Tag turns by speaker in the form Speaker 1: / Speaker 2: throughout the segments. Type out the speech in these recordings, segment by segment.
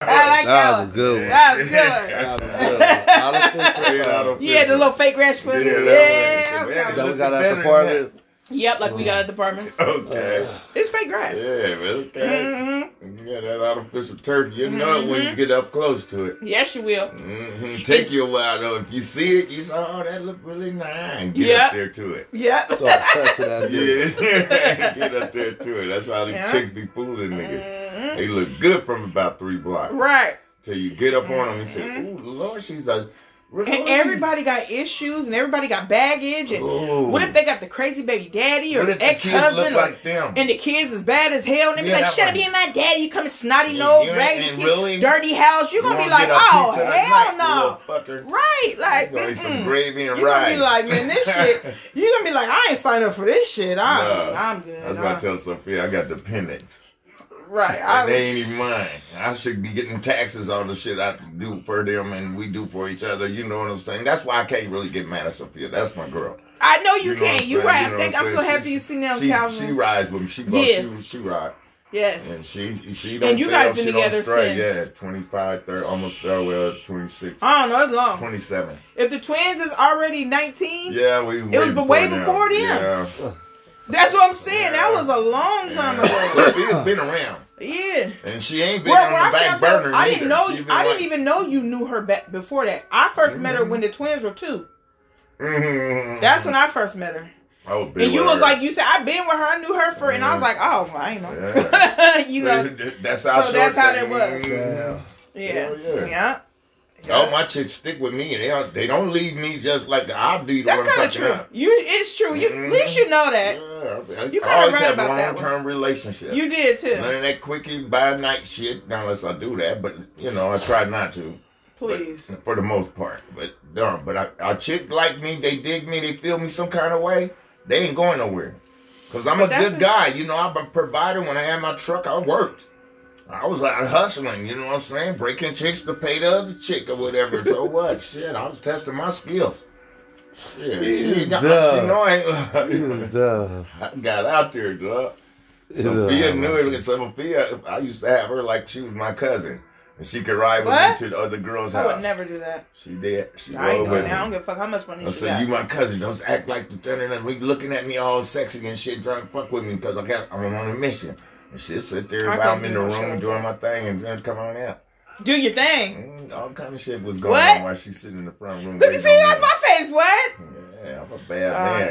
Speaker 1: like
Speaker 2: That
Speaker 1: that,
Speaker 2: was a
Speaker 1: one.
Speaker 2: good one.
Speaker 1: That was good.
Speaker 2: That was good. I don't think so.
Speaker 3: Straight out of
Speaker 1: Yeah, the
Speaker 3: prison.
Speaker 1: little fake ranch food.
Speaker 3: Yeah,
Speaker 1: Yeah,
Speaker 3: that was-
Speaker 1: okay.
Speaker 3: Yeah.
Speaker 2: Then we got out the parlor.
Speaker 1: Yep, like we got at the apartment.
Speaker 3: Okay.
Speaker 1: It's fake grass.
Speaker 3: Yeah, but okay.
Speaker 1: Mm-hmm.
Speaker 3: You got that artificial turf. You know it when you get up close to it.
Speaker 1: Yes, you will.
Speaker 3: hmm Take you a while though. If you see it, you say, "Oh, that look really nice." Get
Speaker 1: Yeah.
Speaker 3: up there to it.
Speaker 1: Yep.
Speaker 2: So I touched that. bitch.
Speaker 3: Yeah, get up there to it. That's why these
Speaker 1: Yeah.
Speaker 3: chicks be fooling niggas.
Speaker 1: Mhm.
Speaker 3: They look good from about three blocks
Speaker 1: Right. Mm-hmm.
Speaker 3: till you get up on them and say, "Ooh, Lord, she's a."
Speaker 1: And everybody got issues and everybody got baggage. And what if they got the crazy baby daddy or ex husband?
Speaker 3: like them?
Speaker 1: and the kids is bad as hell, and they
Speaker 3: Yeah,
Speaker 1: be
Speaker 3: that
Speaker 1: like, "Shut up,
Speaker 3: one.
Speaker 1: being my daddy, you come snotty
Speaker 3: Yeah,
Speaker 1: nose,
Speaker 3: you ain't-
Speaker 1: raggedy
Speaker 3: ain't
Speaker 1: kid,
Speaker 3: really-
Speaker 1: dirty house." You're
Speaker 3: You
Speaker 1: gonna be
Speaker 3: don't
Speaker 1: like,
Speaker 3: get a
Speaker 1: "Oh
Speaker 3: piece of the
Speaker 1: hell
Speaker 3: night,
Speaker 1: no!"
Speaker 3: you little fucker.
Speaker 1: Right? Like,
Speaker 3: You gonna eat some
Speaker 1: mm-mm.
Speaker 3: gravy and
Speaker 1: You're gonna
Speaker 3: rice.
Speaker 1: be like, "Man, this shit." You're gonna be like, "I ain't signed up for this shit. I'm,
Speaker 3: Nah.
Speaker 1: I'm
Speaker 3: I
Speaker 1: good."
Speaker 3: was about
Speaker 1: I'm-
Speaker 3: to tell Sophia I got dependents.
Speaker 1: right? I
Speaker 3: And
Speaker 1: was,
Speaker 3: they ain't even mine. I should be getting taxes on the shit I do for them and we do for each other. You know what I'm saying? That's why I can't really get mad at Sophia. That's my girl.
Speaker 1: I know you,
Speaker 3: know what
Speaker 1: can't.
Speaker 3: I'm
Speaker 1: You
Speaker 3: saying?
Speaker 1: right?
Speaker 3: know
Speaker 1: I'm,
Speaker 3: what
Speaker 1: think, I'm so
Speaker 3: saying?
Speaker 1: happy
Speaker 3: She-
Speaker 1: you seen them,
Speaker 3: she,
Speaker 1: Calvin.
Speaker 3: She rides with me. She, yes.
Speaker 1: Yes.
Speaker 3: she, she ride.
Speaker 1: yes.
Speaker 3: And she she don't
Speaker 1: you
Speaker 3: fail.
Speaker 1: guys been
Speaker 3: she don't
Speaker 1: together
Speaker 3: stray.
Speaker 1: since- Uh-huh.
Speaker 3: Yeah, 25, 30, almost uh, well, 26,
Speaker 1: I don't know. It's long.
Speaker 3: 27.
Speaker 1: If the twins is already 19,
Speaker 3: Yeah, we
Speaker 1: It was way before
Speaker 3: them.
Speaker 1: then.
Speaker 3: Yeah.
Speaker 1: that's what I'm saying. That
Speaker 3: Yeah.
Speaker 1: was a long time
Speaker 3: Yeah.
Speaker 1: ago.
Speaker 3: Sophia's been around.
Speaker 1: Yeah.
Speaker 3: And she ain't been
Speaker 1: Well, when
Speaker 3: on the
Speaker 1: I
Speaker 3: back
Speaker 1: found out-
Speaker 3: burner
Speaker 1: I
Speaker 3: neither.
Speaker 1: didn't know.
Speaker 3: She
Speaker 1: You,
Speaker 3: been
Speaker 1: I
Speaker 3: like,
Speaker 1: didn't even know you knew her back before that. I 1st met her when the twins were two.
Speaker 3: Mm-hmm.
Speaker 1: That's when I first met her.
Speaker 3: I would be Mm-hmm.
Speaker 1: And you
Speaker 3: with
Speaker 1: was
Speaker 3: her.
Speaker 1: like, you said I've been with her. I knew her for, and I was like, oh, well, I ain't know. you know.
Speaker 3: that's
Speaker 1: so
Speaker 3: how. short
Speaker 1: that's how
Speaker 3: they-
Speaker 1: that was.
Speaker 3: Mhm.
Speaker 1: Yeah.
Speaker 3: yeah.
Speaker 1: Yeah. yeah.
Speaker 3: All my chicks stick with me, and they don't, they don't leave me just like I do. The
Speaker 1: That's
Speaker 3: one
Speaker 1: kind of
Speaker 3: fucking
Speaker 1: true.
Speaker 3: up.
Speaker 1: You, it's true. You,
Speaker 3: Mhm.
Speaker 1: at least you know
Speaker 3: Yeah,
Speaker 1: that.
Speaker 3: I,
Speaker 1: You
Speaker 3: I
Speaker 1: kinda
Speaker 3: always
Speaker 1: right
Speaker 3: have
Speaker 1: about that
Speaker 3: long
Speaker 1: one.
Speaker 3: term relationships.
Speaker 1: You did
Speaker 3: None
Speaker 1: too.
Speaker 3: of that quickie by night shit, unless I do that. But you know, I try not to
Speaker 1: Please.
Speaker 3: for the most part. But darn, but I, a chick like me, they dig me, they feel me some kind of way. They ain't going nowhere, cause I'm
Speaker 1: But
Speaker 3: a
Speaker 1: that's
Speaker 3: good
Speaker 1: what-
Speaker 3: guy. You know, I've been providing. When I had my truck, I worked. I was out hustling. You know what I'm saying? Breaking chicks to pay the other chick or whatever. so what? Shit, I was testing my skills. Shit, she, got, she
Speaker 2: Duh.
Speaker 3: know I ain't.
Speaker 2: Duh.
Speaker 3: I got out there, dog. Sophia
Speaker 2: uh,
Speaker 3: knew it. And Sophia, I used to have her like she was my cousin, and she could ride
Speaker 1: What?
Speaker 3: with me to the other girls'
Speaker 1: I
Speaker 3: house.
Speaker 1: would never do that.
Speaker 3: She did. She
Speaker 1: I ain't
Speaker 3: rode
Speaker 1: doing
Speaker 3: with
Speaker 1: that.
Speaker 3: me.
Speaker 1: I don't give a fuck how much money
Speaker 3: I
Speaker 1: you
Speaker 3: said,
Speaker 1: got.
Speaker 3: "You my cousin. Don't act like the turning and we looking at me all sexy and shit, trying to fuck with me because I got I'm on a mission." And she'll sit there
Speaker 1: I
Speaker 3: while I'm
Speaker 1: couldn't
Speaker 3: in
Speaker 1: do
Speaker 3: the
Speaker 1: no shit
Speaker 3: room
Speaker 1: like
Speaker 3: doing my thing and then come on out.
Speaker 1: Do your thing.
Speaker 3: Mm, all kind of shit was going
Speaker 1: What?
Speaker 3: on while she's sitting in the front room.
Speaker 1: Look at
Speaker 3: waiting
Speaker 1: see that's
Speaker 3: on me.
Speaker 1: my face. What?
Speaker 3: Yeah, I'm a bad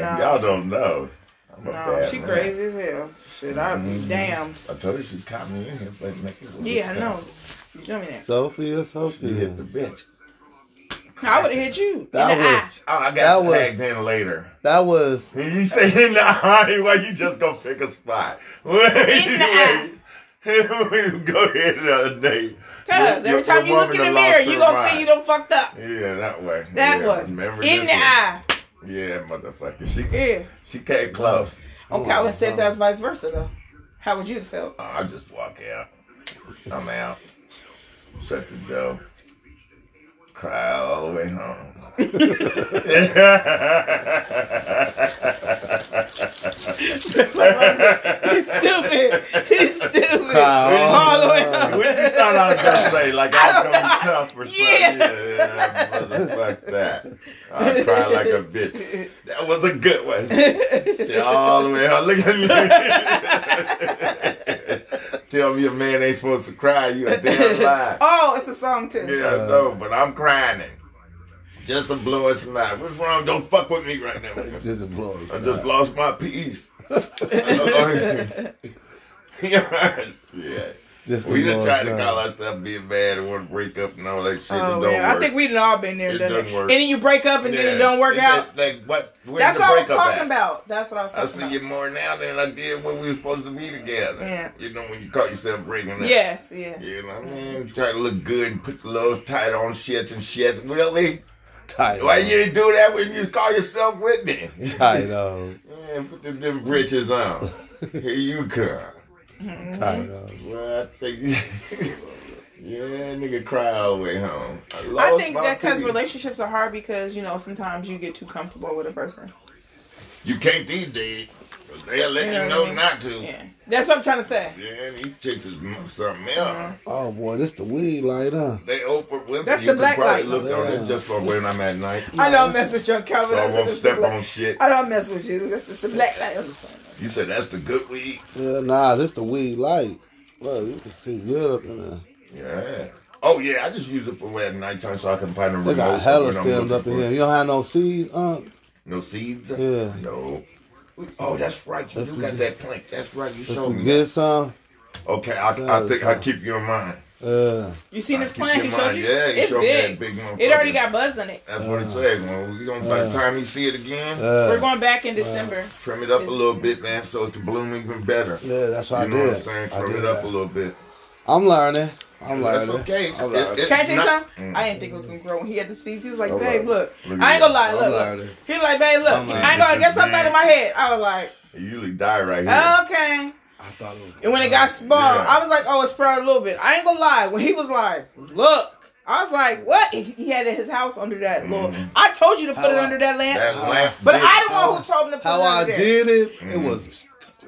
Speaker 1: Oh,
Speaker 3: man.
Speaker 1: no.
Speaker 3: Y'all don't know. I'm
Speaker 1: No,
Speaker 3: a bad
Speaker 1: she
Speaker 3: man.
Speaker 1: crazy as hell. Shit, I'd be
Speaker 3: Mhm.
Speaker 1: damned.
Speaker 3: I told her she caught me in here, but man, it was
Speaker 1: Yeah, I
Speaker 3: just-
Speaker 1: know. You tell me that.
Speaker 2: Sophia,
Speaker 3: She hit the
Speaker 2: Sophia.
Speaker 3: bitch.
Speaker 1: I would have hit you in the
Speaker 2: That
Speaker 1: eye.
Speaker 2: was-
Speaker 3: Oh, I
Speaker 2: That
Speaker 3: got
Speaker 2: was-
Speaker 3: tagged in later.
Speaker 2: That was
Speaker 3: You say in the eye? Why you just gonna pick a spot? Wait,
Speaker 1: In the eye.
Speaker 3: wait. Go ahead, uh, Nate.
Speaker 1: Cause
Speaker 3: Your-
Speaker 1: every
Speaker 3: your
Speaker 1: time you look
Speaker 3: woman
Speaker 1: in the mirror,
Speaker 3: done lost
Speaker 1: you
Speaker 3: her
Speaker 1: gonna
Speaker 3: mind.
Speaker 1: see you done fucked up.
Speaker 3: Yeah, that way.
Speaker 1: That
Speaker 3: yeah,
Speaker 1: one.
Speaker 3: Remember
Speaker 1: in the
Speaker 3: this one.
Speaker 1: eye.
Speaker 3: Yeah, motherfucker. She
Speaker 1: Yeah.
Speaker 3: she came close.
Speaker 1: Okay, I would say if that's vice versa though. How would you have felt?
Speaker 3: I just walk out. I'm out. Shut the door. Cry all the way home.
Speaker 1: He's stupid. He's stupid. All the way up.
Speaker 3: What you thought I was gonna say? Like I, was
Speaker 1: I don't
Speaker 3: gonna be
Speaker 1: know.
Speaker 3: tough or something?
Speaker 1: Yeah.
Speaker 3: Yeah, yeah, motherfuck that. I cry like a bitch. That was a good one. Shit, all the way up. Look at me. Tell me a man ain't supposed to cry. You a damn lie.
Speaker 1: Oh, it's a song too.
Speaker 3: Yeah, I know, but I'm crying. Just a blowing smile. What's wrong? Don't fuck with me right now.
Speaker 2: just a blow.
Speaker 3: I just lost my peace. yeah.
Speaker 2: Just a
Speaker 3: We done
Speaker 2: blow
Speaker 3: tried to
Speaker 2: job.
Speaker 3: call ourselves being bad and want to break up and all that shit. it
Speaker 1: Oh
Speaker 3: don't
Speaker 1: man,
Speaker 3: work.
Speaker 1: I think we done all been there,
Speaker 3: It
Speaker 1: done
Speaker 3: doesn't
Speaker 1: it.
Speaker 3: work.
Speaker 1: And then you break up and then it don't work
Speaker 3: It-
Speaker 1: out.
Speaker 3: it- Like, what? Where's
Speaker 1: That's
Speaker 3: the
Speaker 1: what I was
Speaker 3: breakup
Speaker 1: talking
Speaker 3: at?
Speaker 1: about. That's what I was
Speaker 3: I
Speaker 1: talking
Speaker 3: see
Speaker 1: about.
Speaker 3: you more now than I did when we were supposed to be together.
Speaker 1: Yeah.
Speaker 3: You know, when you caught yourself breaking up.
Speaker 1: Yes, yeah.
Speaker 3: You know what I mean? Try to look good and put the little tight on shits and shits. Really?
Speaker 2: tight.
Speaker 3: Why
Speaker 2: on.
Speaker 3: you didn't do that when you call yourself Whitney?
Speaker 2: Tight on.
Speaker 3: Man, put them, them britches on. Here you come.
Speaker 2: Tight on.
Speaker 3: Well, I think. yeah, nigga, cry all the way home. I,
Speaker 1: I
Speaker 3: lost
Speaker 1: think
Speaker 3: my
Speaker 1: that because
Speaker 3: peace.
Speaker 1: relationships are hard because you know sometimes you get too comfortable with a person.
Speaker 3: You can't these days. But They'll let you
Speaker 1: know what
Speaker 3: know
Speaker 1: I mean?
Speaker 3: not to. Yeah,
Speaker 1: Yeah. That's what I'm trying to say.
Speaker 3: these chicks is m- something else.
Speaker 2: Oh boy, this the weed light, huh?
Speaker 3: They Oprah Winfrey.
Speaker 1: That's
Speaker 3: you
Speaker 1: the
Speaker 3: can
Speaker 1: black
Speaker 3: probably
Speaker 1: light.
Speaker 3: look on
Speaker 2: Yeah.
Speaker 3: it just for when I'm at night.
Speaker 1: I don't mess with your cover.
Speaker 3: So I
Speaker 1: That's
Speaker 3: won't
Speaker 1: just a
Speaker 3: step
Speaker 1: black-
Speaker 3: on shit.
Speaker 1: I don't mess with you. This is a black light. I'm just playing.
Speaker 3: You said that's the good weed.
Speaker 2: Yeah, nah, this the weed light. Look, you can see good up in there.
Speaker 3: Yeah. Oh yeah, I just use it for when at nighttime so I can find a remote.
Speaker 2: They got hella
Speaker 3: when I'm
Speaker 2: stems
Speaker 3: looking
Speaker 2: up in
Speaker 3: for
Speaker 2: here. You don't have no seeds, huh?
Speaker 3: No seeds?
Speaker 2: Yeah.
Speaker 3: No. Oh, that's right. You
Speaker 2: If
Speaker 3: do
Speaker 2: we-
Speaker 3: got that plant. That's right. You
Speaker 2: If
Speaker 3: showed
Speaker 2: you
Speaker 3: me.
Speaker 2: get some,
Speaker 3: that. Okay, I, I
Speaker 2: Yeah,
Speaker 3: think
Speaker 2: yeah.
Speaker 3: I keep you in mind.
Speaker 2: uh,
Speaker 1: You seen
Speaker 3: I
Speaker 1: this
Speaker 3: keep
Speaker 1: plant?
Speaker 3: you
Speaker 1: He
Speaker 3: in
Speaker 1: showed
Speaker 3: mind.
Speaker 1: you.
Speaker 3: Yeah, he
Speaker 1: it's
Speaker 3: showed me
Speaker 1: big.
Speaker 3: that big motherfucker.
Speaker 1: It already got buds on it.
Speaker 3: That's what it says. Well, we gonna by the
Speaker 2: Uh.
Speaker 3: time you see it again,
Speaker 2: uh,
Speaker 1: We're going back in December.
Speaker 3: trim it up a little bit, man, so it can bloom even better.
Speaker 2: yeah, that's what
Speaker 3: you
Speaker 2: I
Speaker 3: know
Speaker 2: did.
Speaker 3: what I'm saying?
Speaker 2: I
Speaker 3: Trim
Speaker 2: did
Speaker 3: it up
Speaker 2: that.
Speaker 3: a little bit.
Speaker 2: I'm learning. I'm
Speaker 3: That's
Speaker 2: learning.
Speaker 3: okay.
Speaker 2: I'm
Speaker 3: It-
Speaker 2: learning.
Speaker 3: it-
Speaker 1: Can I tell you
Speaker 3: Not-
Speaker 1: something?
Speaker 3: Mm.
Speaker 1: I didn't think it was gonna grow. When he had the seeds, he was like,
Speaker 2: I'm
Speaker 1: "Babe,
Speaker 2: like-
Speaker 1: look,
Speaker 3: look
Speaker 1: I
Speaker 3: at
Speaker 1: ain't gonna
Speaker 3: that.
Speaker 1: lie,
Speaker 2: I'm
Speaker 1: look."
Speaker 2: like
Speaker 1: look.
Speaker 2: that.
Speaker 1: He was like, "Babe, look,
Speaker 2: I'm like
Speaker 1: I ain't gonna
Speaker 3: that.
Speaker 1: get something
Speaker 3: Man.
Speaker 1: out of my head." I was like,
Speaker 3: You usually die right here.
Speaker 1: Oh, "Okay."
Speaker 2: I thought it was.
Speaker 1: And when it got small,
Speaker 3: Yeah.
Speaker 1: I was like, "Oh, it sprouted a little bit." I ain't gonna lie. When he was like, "Look," I was like, "What?" He he had it at his house under that little.
Speaker 3: Mhm.
Speaker 1: I told you to put
Speaker 2: Mm-hmm. How
Speaker 1: it
Speaker 2: I-
Speaker 1: under that lamp,
Speaker 3: that
Speaker 2: Uh,
Speaker 3: lamp.
Speaker 1: but I
Speaker 3: did.
Speaker 1: the
Speaker 2: How
Speaker 1: one
Speaker 2: I-
Speaker 1: who told him to put
Speaker 2: How
Speaker 1: it
Speaker 2: I
Speaker 1: under there.
Speaker 2: did it, it
Speaker 3: Mhm.
Speaker 2: was,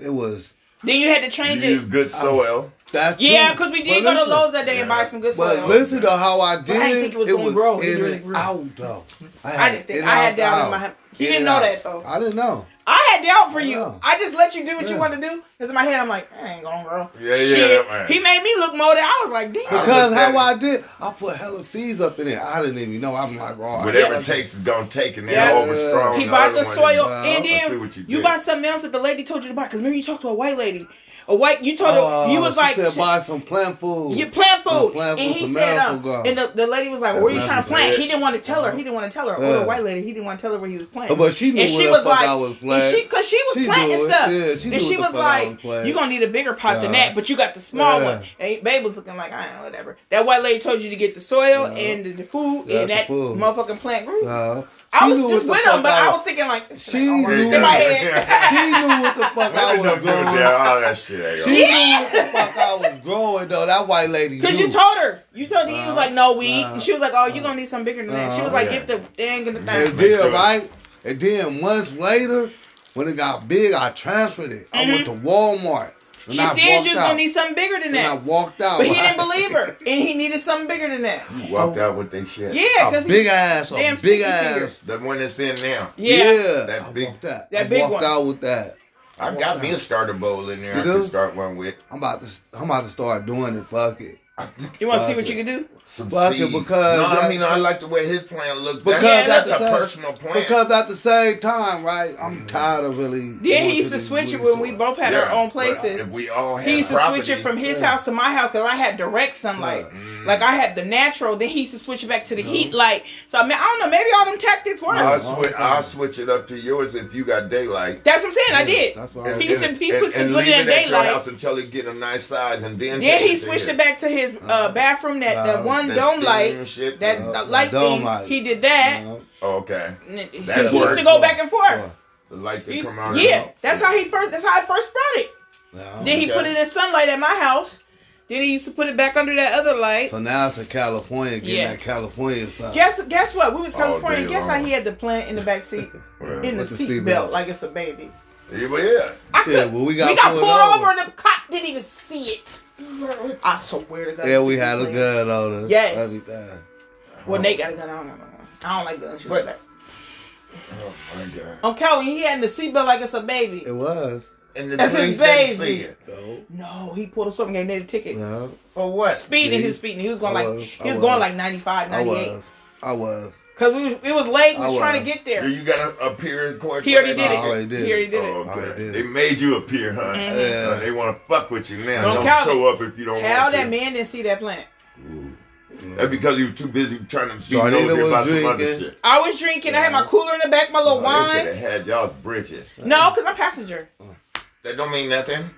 Speaker 2: it was.
Speaker 1: Then you had to change
Speaker 3: You use
Speaker 1: it.
Speaker 3: good
Speaker 2: Oh.
Speaker 3: soil.
Speaker 2: That's
Speaker 1: Yeah,
Speaker 2: true.
Speaker 1: because we did
Speaker 2: But
Speaker 1: go to
Speaker 2: listen,
Speaker 1: Lowe's that day and buy some good soil.
Speaker 2: But listen to how I did
Speaker 1: I
Speaker 2: it.
Speaker 1: didn't think it was gonna grow. It
Speaker 2: in
Speaker 1: really
Speaker 2: and
Speaker 1: grew.
Speaker 2: out though.
Speaker 1: I didn't think
Speaker 2: in
Speaker 1: I had
Speaker 2: and
Speaker 1: doubt in
Speaker 2: out.
Speaker 1: my. He
Speaker 2: In
Speaker 1: didn't
Speaker 2: and
Speaker 1: know
Speaker 2: out.
Speaker 1: that though.
Speaker 2: I didn't know.
Speaker 1: I had doubt for you.
Speaker 2: Yeah.
Speaker 1: I just let you do what you
Speaker 2: Yeah.
Speaker 1: want to do. Cause in my head, I'm like, I ain't gonna grow.
Speaker 3: Yeah, yeah,
Speaker 1: Shit.
Speaker 3: that-
Speaker 1: He made me look molded. I was like, damn.
Speaker 3: I'm
Speaker 2: Because
Speaker 3: just
Speaker 2: how
Speaker 3: saying.
Speaker 2: I did, I put hella seeds up in it. I didn't even know. I'm like, oh, I
Speaker 3: Whatever
Speaker 2: gotta-
Speaker 3: it takes is gonna take, and then
Speaker 1: Yeah.
Speaker 3: over strong.
Speaker 1: he bought the soil,
Speaker 2: Nah,
Speaker 1: and
Speaker 2: I
Speaker 3: see what
Speaker 1: then
Speaker 3: you
Speaker 1: you
Speaker 3: did.
Speaker 1: bought something else that the lady told you to buy. Cause remember you talked to a white lady, a white. You told
Speaker 2: Oh,
Speaker 1: her you was
Speaker 2: she
Speaker 1: like,
Speaker 2: said,
Speaker 1: "Shit,
Speaker 2: buy some plant food.
Speaker 1: you plant
Speaker 2: Some
Speaker 1: food,
Speaker 2: plant
Speaker 1: and
Speaker 2: food,
Speaker 1: he
Speaker 2: some
Speaker 1: said, uh,
Speaker 2: miracle grow.
Speaker 1: and the, the lady was like, "Where you
Speaker 2: Yeah,
Speaker 1: trying to
Speaker 2: that's what
Speaker 1: plant?"
Speaker 3: it-
Speaker 1: He didn't want to tell her. He didn't want to tell her. Or
Speaker 2: Yeah.
Speaker 1: the white lady, he didn't want to tell her where he was planting.
Speaker 2: But she knew
Speaker 1: and
Speaker 2: what
Speaker 1: she
Speaker 2: the
Speaker 1: was
Speaker 2: fuck
Speaker 1: like,
Speaker 2: I was
Speaker 1: and
Speaker 2: planting.
Speaker 1: she, cause she was
Speaker 2: She knew
Speaker 1: planting
Speaker 2: it.
Speaker 1: stuff.
Speaker 2: Yeah, she knew
Speaker 1: and she
Speaker 2: what
Speaker 1: was
Speaker 2: the fuck I was
Speaker 1: like,
Speaker 2: planting.
Speaker 1: "You gonna need a bigger pot than
Speaker 2: Yeah.
Speaker 1: that, but you got the small
Speaker 2: Yeah.
Speaker 1: one." And babe was looking like, "I ain't know whatever." That white lady told you to get the soil
Speaker 2: Yeah.
Speaker 1: and the, the food,
Speaker 2: Yeah,
Speaker 1: and
Speaker 2: the
Speaker 1: that
Speaker 2: food.
Speaker 1: motherfucking plant grew.
Speaker 2: No.
Speaker 1: I
Speaker 2: Uh, She
Speaker 1: was
Speaker 2: knew
Speaker 1: just
Speaker 2: what
Speaker 1: with
Speaker 2: the
Speaker 1: him,
Speaker 2: fuck
Speaker 1: but
Speaker 2: I
Speaker 1: I
Speaker 2: was-
Speaker 1: was thinking like, this shit
Speaker 2: She
Speaker 1: ain't gonna work.
Speaker 2: knew
Speaker 1: in my
Speaker 2: what-
Speaker 1: head.
Speaker 2: She knew what the fuck I
Speaker 3: I
Speaker 2: was
Speaker 3: don't give a
Speaker 2: growing.
Speaker 3: damn. All that shit.
Speaker 2: She
Speaker 3: ain't
Speaker 2: knew what the fuck I was growing though. That white lady knew.
Speaker 1: Cause you told her, you told her you was like no weed,
Speaker 2: Uh,
Speaker 1: and she was like, oh, you gonna need something bigger than that. She was like,
Speaker 3: yeah.
Speaker 1: get the thing and the thing.
Speaker 2: and
Speaker 3: Make
Speaker 2: then
Speaker 3: sure.
Speaker 2: right, and then months later, when it got big, I transferred it. I went to Walmart. And
Speaker 1: She
Speaker 2: I
Speaker 1: said
Speaker 2: walked
Speaker 1: you was
Speaker 2: out.
Speaker 1: gonna need something bigger than
Speaker 2: And I
Speaker 1: that.
Speaker 2: walked out.
Speaker 1: But he didn't believe her, and he needed something bigger than that.
Speaker 3: gonna- You walked out with that shit.
Speaker 1: Yeah,
Speaker 2: A
Speaker 1: because
Speaker 2: big ass, a
Speaker 1: Damn
Speaker 2: big
Speaker 1: sticky
Speaker 2: ass.
Speaker 1: fingers.
Speaker 3: The one that's in now.
Speaker 1: Yeah.
Speaker 3: That
Speaker 2: I
Speaker 3: big-
Speaker 2: walked out.
Speaker 1: that
Speaker 2: I
Speaker 1: big
Speaker 2: walked
Speaker 1: one.
Speaker 2: out with that.
Speaker 3: I got me a starter bowl in there.
Speaker 2: You
Speaker 3: I can
Speaker 2: do?
Speaker 3: start one with
Speaker 2: I'm about to. I'm about to start doing it. Fuck it.
Speaker 1: you want to see
Speaker 2: Fuck
Speaker 1: what you
Speaker 2: it.
Speaker 1: can do.
Speaker 3: some
Speaker 2: Fuck it,
Speaker 3: seeds.
Speaker 2: because
Speaker 3: no, I
Speaker 2: that-
Speaker 3: mean I like the way his plan looked.
Speaker 2: Because
Speaker 1: that's
Speaker 3: that's, that's
Speaker 2: the
Speaker 3: a
Speaker 2: same-
Speaker 3: personal plan.
Speaker 2: Because at the same time, right? I'm tired of really.
Speaker 1: Yeah,
Speaker 2: going
Speaker 1: he used to
Speaker 2: these
Speaker 1: switch it
Speaker 2: weed
Speaker 1: when we
Speaker 2: stores.
Speaker 1: both had
Speaker 3: Yeah,
Speaker 1: our own
Speaker 3: but
Speaker 1: places.
Speaker 3: If we all had
Speaker 1: He used to
Speaker 3: property,
Speaker 1: switch it from his
Speaker 2: yeah.
Speaker 1: house to my house because I had direct sunlight.
Speaker 3: Mm.
Speaker 1: Like I had the natural. Then he used to switch it back to the heat light. So I mean, I don't know. Maybe all them tactics work.
Speaker 3: I'll,
Speaker 2: No,
Speaker 3: swi-
Speaker 2: I'm
Speaker 3: I'll
Speaker 2: fine.
Speaker 3: switch it up to yours if you got daylight.
Speaker 1: That's what I'm saying. I did.
Speaker 2: That's why. I
Speaker 3: And,
Speaker 1: He
Speaker 2: was-
Speaker 1: used to-
Speaker 3: and-
Speaker 1: he put
Speaker 3: and-
Speaker 1: some
Speaker 3: and
Speaker 1: good
Speaker 3: leave
Speaker 1: in
Speaker 3: it at your
Speaker 1: daylight.
Speaker 3: house until it get a nice size, and then
Speaker 1: Then
Speaker 3: take
Speaker 1: he
Speaker 3: to
Speaker 1: switched
Speaker 3: here.
Speaker 1: it back to his uh, bathroom. That
Speaker 2: Uh,
Speaker 1: that one
Speaker 3: that
Speaker 1: dome
Speaker 3: steam
Speaker 1: light.
Speaker 3: shit.
Speaker 1: That
Speaker 2: Uh,
Speaker 1: uh,
Speaker 2: that
Speaker 1: light
Speaker 2: dome
Speaker 1: thing.
Speaker 2: light.
Speaker 1: He did that.
Speaker 2: you know?
Speaker 3: Oh, okay,
Speaker 1: And it- He used
Speaker 3: That
Speaker 1: to
Speaker 3: worked.
Speaker 1: go back and forth.
Speaker 3: the light that
Speaker 1: He's-
Speaker 3: come out.
Speaker 1: yeah,
Speaker 3: of-
Speaker 1: that's how he first. That's how I first sprouted.
Speaker 2: Yeah.
Speaker 1: Then he
Speaker 3: Okay.
Speaker 1: put it in sunlight at my house. Then he used to put it back under that other light.
Speaker 2: So now it's in California, getting
Speaker 1: Yeah.
Speaker 2: that California side.
Speaker 1: Guess guess what? We was
Speaker 3: All
Speaker 1: California.
Speaker 3: day
Speaker 1: Guess how
Speaker 3: long.
Speaker 1: he had the plant in the back seat,
Speaker 3: Well,
Speaker 1: in the
Speaker 2: With the
Speaker 1: seat
Speaker 2: seat
Speaker 1: belt,
Speaker 2: belt.
Speaker 1: like it's a baby.
Speaker 3: Yeah, well, yeah.
Speaker 1: I
Speaker 2: Shit,
Speaker 1: could,
Speaker 2: well, we
Speaker 1: we
Speaker 2: got
Speaker 1: got,
Speaker 2: pulled
Speaker 1: pulled over.
Speaker 2: over.
Speaker 1: and the cop didn't even see it. I swear to God.
Speaker 2: Yeah, we had a gun on us.
Speaker 1: Yes.
Speaker 2: Everything.
Speaker 1: Well, Nate got a gun. I don't, have a gun. I don't like guns.
Speaker 3: But-
Speaker 1: But,
Speaker 3: Oh my god.
Speaker 1: on Calvin, he had in the seatbelt like it's a baby.
Speaker 2: It was.
Speaker 3: And the
Speaker 1: That's his
Speaker 3: police didn't
Speaker 1: baby.
Speaker 3: see it.
Speaker 2: No.
Speaker 1: No, he pulled us over and gave Nate a ticket.
Speaker 2: No.
Speaker 3: For what?
Speaker 1: Speeding, he was
Speaker 2: Me?
Speaker 1: speeding. He was going
Speaker 2: I
Speaker 1: like
Speaker 2: was.
Speaker 1: he
Speaker 2: I
Speaker 1: was going
Speaker 2: was.
Speaker 1: like 95,
Speaker 2: I
Speaker 1: 98.
Speaker 2: was. I was.
Speaker 1: Cause we was, it was late. We
Speaker 2: I
Speaker 1: was trying to
Speaker 2: was.
Speaker 1: get there.
Speaker 3: Yeah, you got to appear in court.
Speaker 1: He
Speaker 3: for
Speaker 1: already
Speaker 3: that
Speaker 1: did
Speaker 2: I
Speaker 1: it.
Speaker 3: shit.
Speaker 2: already did
Speaker 1: He already
Speaker 2: it.
Speaker 1: did
Speaker 3: Oh,
Speaker 1: it.
Speaker 2: Already
Speaker 3: okay.
Speaker 2: did
Speaker 3: They
Speaker 2: it.
Speaker 3: made you appear, huh?
Speaker 2: Yeah.
Speaker 3: Uh, they want to fuck with you now.
Speaker 1: Mm-hmm. Don't
Speaker 3: Don't,
Speaker 1: count
Speaker 3: show up if you don't
Speaker 1: How
Speaker 3: want
Speaker 1: that
Speaker 3: to.
Speaker 1: man didn't see that plant?
Speaker 3: That's because he was too busy trying to be
Speaker 2: Sardina
Speaker 3: nosy
Speaker 2: was
Speaker 3: about some other
Speaker 2: drinking.
Speaker 3: shit.
Speaker 1: I was drinking. I had my cooler in the back, my little
Speaker 3: Oh, they could
Speaker 1: wines.
Speaker 3: have had y'all's britches.
Speaker 1: No, cause I'm passenger.
Speaker 3: That don't mean nothing.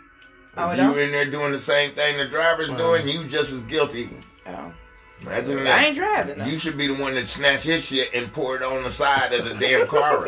Speaker 1: Oh, it
Speaker 3: If you
Speaker 1: don't?
Speaker 3: in there doing the same thing the driver's doing, you just as guilty.
Speaker 1: Oh.
Speaker 3: Imagine that.
Speaker 1: I ain't driving. No.
Speaker 3: You should be the one that snatched his shit and poured it on the side of the damn car.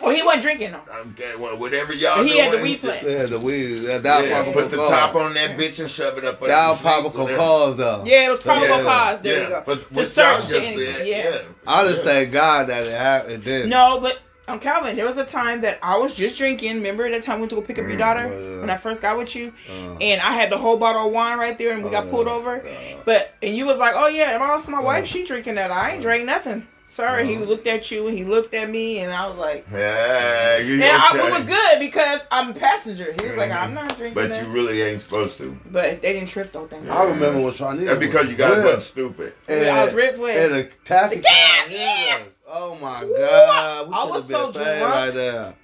Speaker 1: Oh, he wasn't drinking though.
Speaker 3: okay, well, whatever y'all
Speaker 1: He
Speaker 3: doing.
Speaker 1: had the weed plant.
Speaker 2: Yeah, the weed. That, that
Speaker 3: Yeah,
Speaker 2: Papa
Speaker 3: put the
Speaker 2: Cocoa.
Speaker 3: top on that bitch and shove it up. under
Speaker 2: That
Speaker 3: the
Speaker 2: Papa
Speaker 3: seat, whatever.
Speaker 2: Cocoa, though.
Speaker 1: Yeah, it was probably
Speaker 2: Yeah,
Speaker 1: cause. There you go.
Speaker 3: But
Speaker 1: The
Speaker 3: what y'all
Speaker 1: search
Speaker 3: just
Speaker 1: and
Speaker 3: said,
Speaker 1: yeah.
Speaker 3: yeah.
Speaker 2: I just thank God that it happened. It didn't.
Speaker 1: No, but um, Calvin, there was a time that I was just drinking. Remember that time we went to go pick up your daughter
Speaker 2: Mm, yeah, yeah.
Speaker 1: when I first got with you,
Speaker 2: Uh-huh.
Speaker 1: and I had the whole bottle of wine right there, and we
Speaker 2: Oh,
Speaker 1: got
Speaker 2: yeah,
Speaker 1: pulled over.
Speaker 2: yeah.
Speaker 1: But and you was like, "Oh yeah, and also my wife, she drinking that. I ain't drank nothing." Sorry,
Speaker 2: Uh-huh.
Speaker 1: he looked at you and he looked at me, and I was like,
Speaker 3: Yeah, you
Speaker 1: "And I,
Speaker 3: okay.
Speaker 1: it was good because I'm a passenger." He was like, "I'm not drinking
Speaker 3: But
Speaker 1: that."
Speaker 3: you really ain't supposed to.
Speaker 1: but they didn't trip though, thank
Speaker 2: I
Speaker 1: God.
Speaker 2: remember when Shawnee.
Speaker 3: That's because you guys wasn't stupid.
Speaker 1: I was ripped with.
Speaker 2: At a taxi
Speaker 1: The cab,
Speaker 2: cab.
Speaker 1: yeah.
Speaker 2: Oh my
Speaker 1: Ooh,
Speaker 2: God. We
Speaker 1: I
Speaker 2: coulda
Speaker 1: was
Speaker 2: been
Speaker 1: so
Speaker 2: bad
Speaker 1: drunk.
Speaker 2: Right there.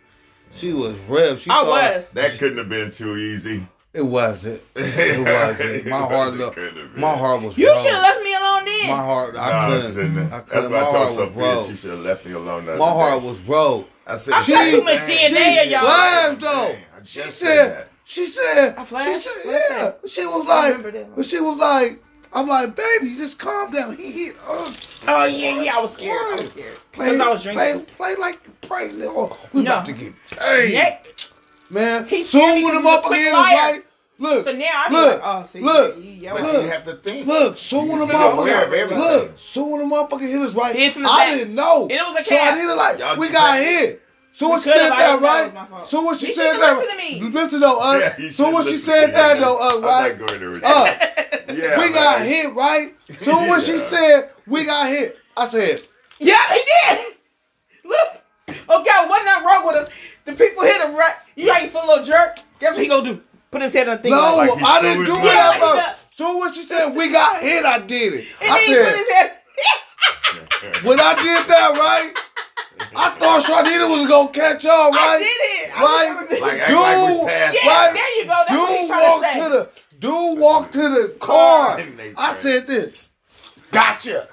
Speaker 2: She was ripped. She
Speaker 1: I
Speaker 2: thought
Speaker 1: was.
Speaker 3: That couldn't have been too easy.
Speaker 2: It wasn't. It wasn't. My heart
Speaker 3: It
Speaker 2: look.
Speaker 3: couldn't have been.
Speaker 2: My heart was.
Speaker 1: You
Speaker 2: wrong.
Speaker 1: should have left me alone then.
Speaker 2: My heart. I
Speaker 3: No, she
Speaker 2: couldn't.
Speaker 3: didn't.
Speaker 2: I
Speaker 3: That's
Speaker 2: couldn't. My
Speaker 3: why I
Speaker 2: heart
Speaker 3: told
Speaker 2: was
Speaker 3: Sophia
Speaker 2: broke.
Speaker 3: she should have left me alone. the
Speaker 2: My
Speaker 3: other
Speaker 2: heart
Speaker 3: day.
Speaker 2: was broke.
Speaker 3: I said,
Speaker 1: I've got
Speaker 2: She-
Speaker 1: too much
Speaker 3: damn.
Speaker 1: DNA in y'all.
Speaker 2: Lives though.
Speaker 3: I just
Speaker 2: She
Speaker 3: said
Speaker 2: said.
Speaker 3: that.
Speaker 2: She said.
Speaker 1: I
Speaker 2: She
Speaker 1: flashed?
Speaker 2: said.
Speaker 1: What's
Speaker 2: Yeah. She was
Speaker 1: I remember
Speaker 2: like.
Speaker 1: that.
Speaker 2: But she was like. I'm like, baby, just calm down. He hit us.
Speaker 1: Oh yeah, yeah, I was scared. I was scared because I was
Speaker 2: play,
Speaker 1: drinking.
Speaker 2: play like you pregnant. Oh, we
Speaker 1: No.
Speaker 2: about to get paid,
Speaker 1: Yeah.
Speaker 2: man.
Speaker 1: He
Speaker 2: soon
Speaker 1: scared
Speaker 2: when
Speaker 1: me 'cause
Speaker 2: them
Speaker 1: he's a
Speaker 2: up
Speaker 1: quick
Speaker 2: again,
Speaker 1: liar.
Speaker 2: right? Look,
Speaker 1: So now I'm
Speaker 2: look,
Speaker 1: like, oh, see,
Speaker 2: look,
Speaker 1: you,
Speaker 3: But
Speaker 2: Look.
Speaker 3: you have to think.
Speaker 2: Look, soon when the
Speaker 3: You know,
Speaker 2: motherfucker,
Speaker 3: we have everything.
Speaker 2: look, soon when the motherfucker hit us right,
Speaker 1: He hit from the
Speaker 2: I
Speaker 1: back.
Speaker 2: didn't know.
Speaker 1: And it was a
Speaker 2: So I
Speaker 1: cab.
Speaker 2: needed like,
Speaker 3: Y'all
Speaker 2: we
Speaker 3: keep
Speaker 2: got
Speaker 3: it.
Speaker 2: hit. So when
Speaker 1: We
Speaker 2: she
Speaker 1: could've,
Speaker 2: said
Speaker 1: I
Speaker 2: that,
Speaker 1: didn't know it was my
Speaker 2: right?
Speaker 1: fault.
Speaker 2: So when she
Speaker 1: You
Speaker 2: said
Speaker 1: should've
Speaker 2: that,
Speaker 1: listened to me.
Speaker 2: listen though, uh,
Speaker 3: Yeah, you
Speaker 2: so
Speaker 3: should
Speaker 2: when she
Speaker 3: listen
Speaker 2: said
Speaker 3: to
Speaker 2: that
Speaker 3: me.
Speaker 2: though, uh,
Speaker 3: I'm
Speaker 2: right?
Speaker 3: not going to read
Speaker 2: Uh,
Speaker 3: that. yeah,
Speaker 2: we
Speaker 3: man.
Speaker 2: got hit, right? So when she
Speaker 3: Yeah.
Speaker 2: said we got hit, I said,
Speaker 1: Yeah, he did. Look. Okay, what not wrong with him? The people hit him right. You know, you feel a little jerk. Guess what he gonna do? Put his head on the thing.
Speaker 2: no,
Speaker 1: like,
Speaker 3: like he
Speaker 2: I
Speaker 3: threw
Speaker 2: didn't
Speaker 3: it
Speaker 2: do
Speaker 3: back.
Speaker 1: Yeah, like
Speaker 2: it.
Speaker 1: that.
Speaker 2: So when she said we got hit, I did it.
Speaker 1: and
Speaker 2: I
Speaker 1: then he put
Speaker 2: said
Speaker 1: his head.
Speaker 2: when I did that, right? I thought Sharnita was gonna catch y'all,
Speaker 1: I
Speaker 2: right?
Speaker 1: did it. I
Speaker 2: Right.
Speaker 1: remember this.
Speaker 3: Like, act like
Speaker 2: Dude,
Speaker 3: we passed.
Speaker 1: yeah,
Speaker 2: right.
Speaker 1: there you go. That's what he's
Speaker 2: Dude
Speaker 1: trying
Speaker 2: walked
Speaker 1: to say.
Speaker 2: to the dude walked to the car. I said this.
Speaker 3: gotcha.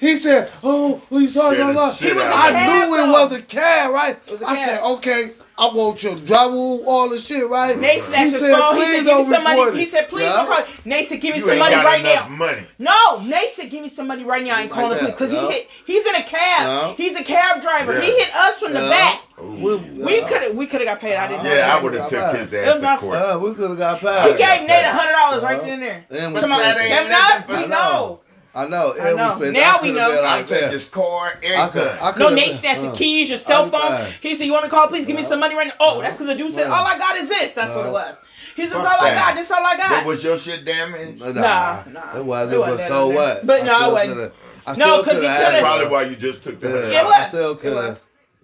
Speaker 2: He said, "Oh, well, you sorry,
Speaker 3: Scared
Speaker 2: blah,
Speaker 3: the
Speaker 2: blah."
Speaker 3: shit out
Speaker 2: I
Speaker 3: of
Speaker 1: him.
Speaker 2: knew it was a cab, right?
Speaker 1: was a
Speaker 2: I
Speaker 1: cab.
Speaker 2: said, "Okay, I want your driver, all this shit, right?"
Speaker 1: Nate snatched his phone. He said, "Give me some money." He said, "Please
Speaker 2: Yeah.
Speaker 1: don't call." Nate said, "Give me
Speaker 3: You
Speaker 1: some
Speaker 3: ain't
Speaker 1: money
Speaker 3: got
Speaker 1: right
Speaker 3: enough
Speaker 1: now."
Speaker 3: money.
Speaker 1: No, Nate said, "Give me some money right now." I ain't
Speaker 2: Like
Speaker 1: calling the
Speaker 2: that,
Speaker 1: police because
Speaker 2: yeah.
Speaker 1: he hit. He's in a cab.
Speaker 2: Yeah.
Speaker 1: He's a cab driver.
Speaker 3: Yeah.
Speaker 1: He hit us from the
Speaker 2: Yeah.
Speaker 1: back.
Speaker 3: Ooh.
Speaker 1: We could have. We could have got paid. I didn't. know
Speaker 3: Yeah,
Speaker 1: that.
Speaker 3: I would have took his
Speaker 1: It was
Speaker 3: ass
Speaker 1: my
Speaker 3: to court.
Speaker 2: Uh, we could have got
Speaker 1: He
Speaker 2: past.
Speaker 3: Yeah.
Speaker 1: gave Nate a hundred dollars right then and there.
Speaker 2: And
Speaker 3: But
Speaker 2: we
Speaker 3: that
Speaker 2: spent
Speaker 3: ain't-
Speaker 2: it.
Speaker 1: If not,
Speaker 3: nothing
Speaker 1: we
Speaker 3: but-
Speaker 1: know.
Speaker 2: I
Speaker 1: I
Speaker 2: know.
Speaker 1: know.
Speaker 2: And we spent-
Speaker 1: Now
Speaker 2: I
Speaker 1: we
Speaker 2: could've
Speaker 1: know.
Speaker 2: been
Speaker 3: I
Speaker 2: out
Speaker 3: took
Speaker 2: there.
Speaker 3: his car,
Speaker 2: I could.
Speaker 3: everything.
Speaker 2: I uh, could.
Speaker 1: No, Nate snatched
Speaker 3: Uh,
Speaker 1: the keys, your cell
Speaker 2: I'm
Speaker 1: phone.
Speaker 2: fine.
Speaker 1: He said, "You want to call? Please give me
Speaker 2: No.
Speaker 3: Uh-huh.
Speaker 1: some money right now." Oh, that's because the dude said,
Speaker 2: No.
Speaker 1: "All I got is this." That's what it
Speaker 2: No.
Speaker 1: was. He said, "That's
Speaker 3: Fuck
Speaker 1: all I
Speaker 3: that.
Speaker 1: got. That's all I
Speaker 3: But
Speaker 1: got."
Speaker 3: was your shit damaged?
Speaker 2: Nah,
Speaker 1: Nah, nah.
Speaker 2: It was.
Speaker 1: It
Speaker 2: It
Speaker 1: wasn't
Speaker 2: was. So
Speaker 1: that
Speaker 2: what?
Speaker 1: But
Speaker 2: I
Speaker 1: no, it
Speaker 2: still
Speaker 1: wasn't.
Speaker 2: coulda-
Speaker 1: No,
Speaker 2: I still
Speaker 1: 'cause he
Speaker 2: coulda
Speaker 1: coulda-
Speaker 2: asked
Speaker 3: Probably
Speaker 2: her.
Speaker 3: why you just took the hundred
Speaker 1: It
Speaker 2: Yeah,
Speaker 1: was.
Speaker 3: dollars.
Speaker 2: I still
Speaker 1: It
Speaker 2: could
Speaker 1: was.
Speaker 2: have.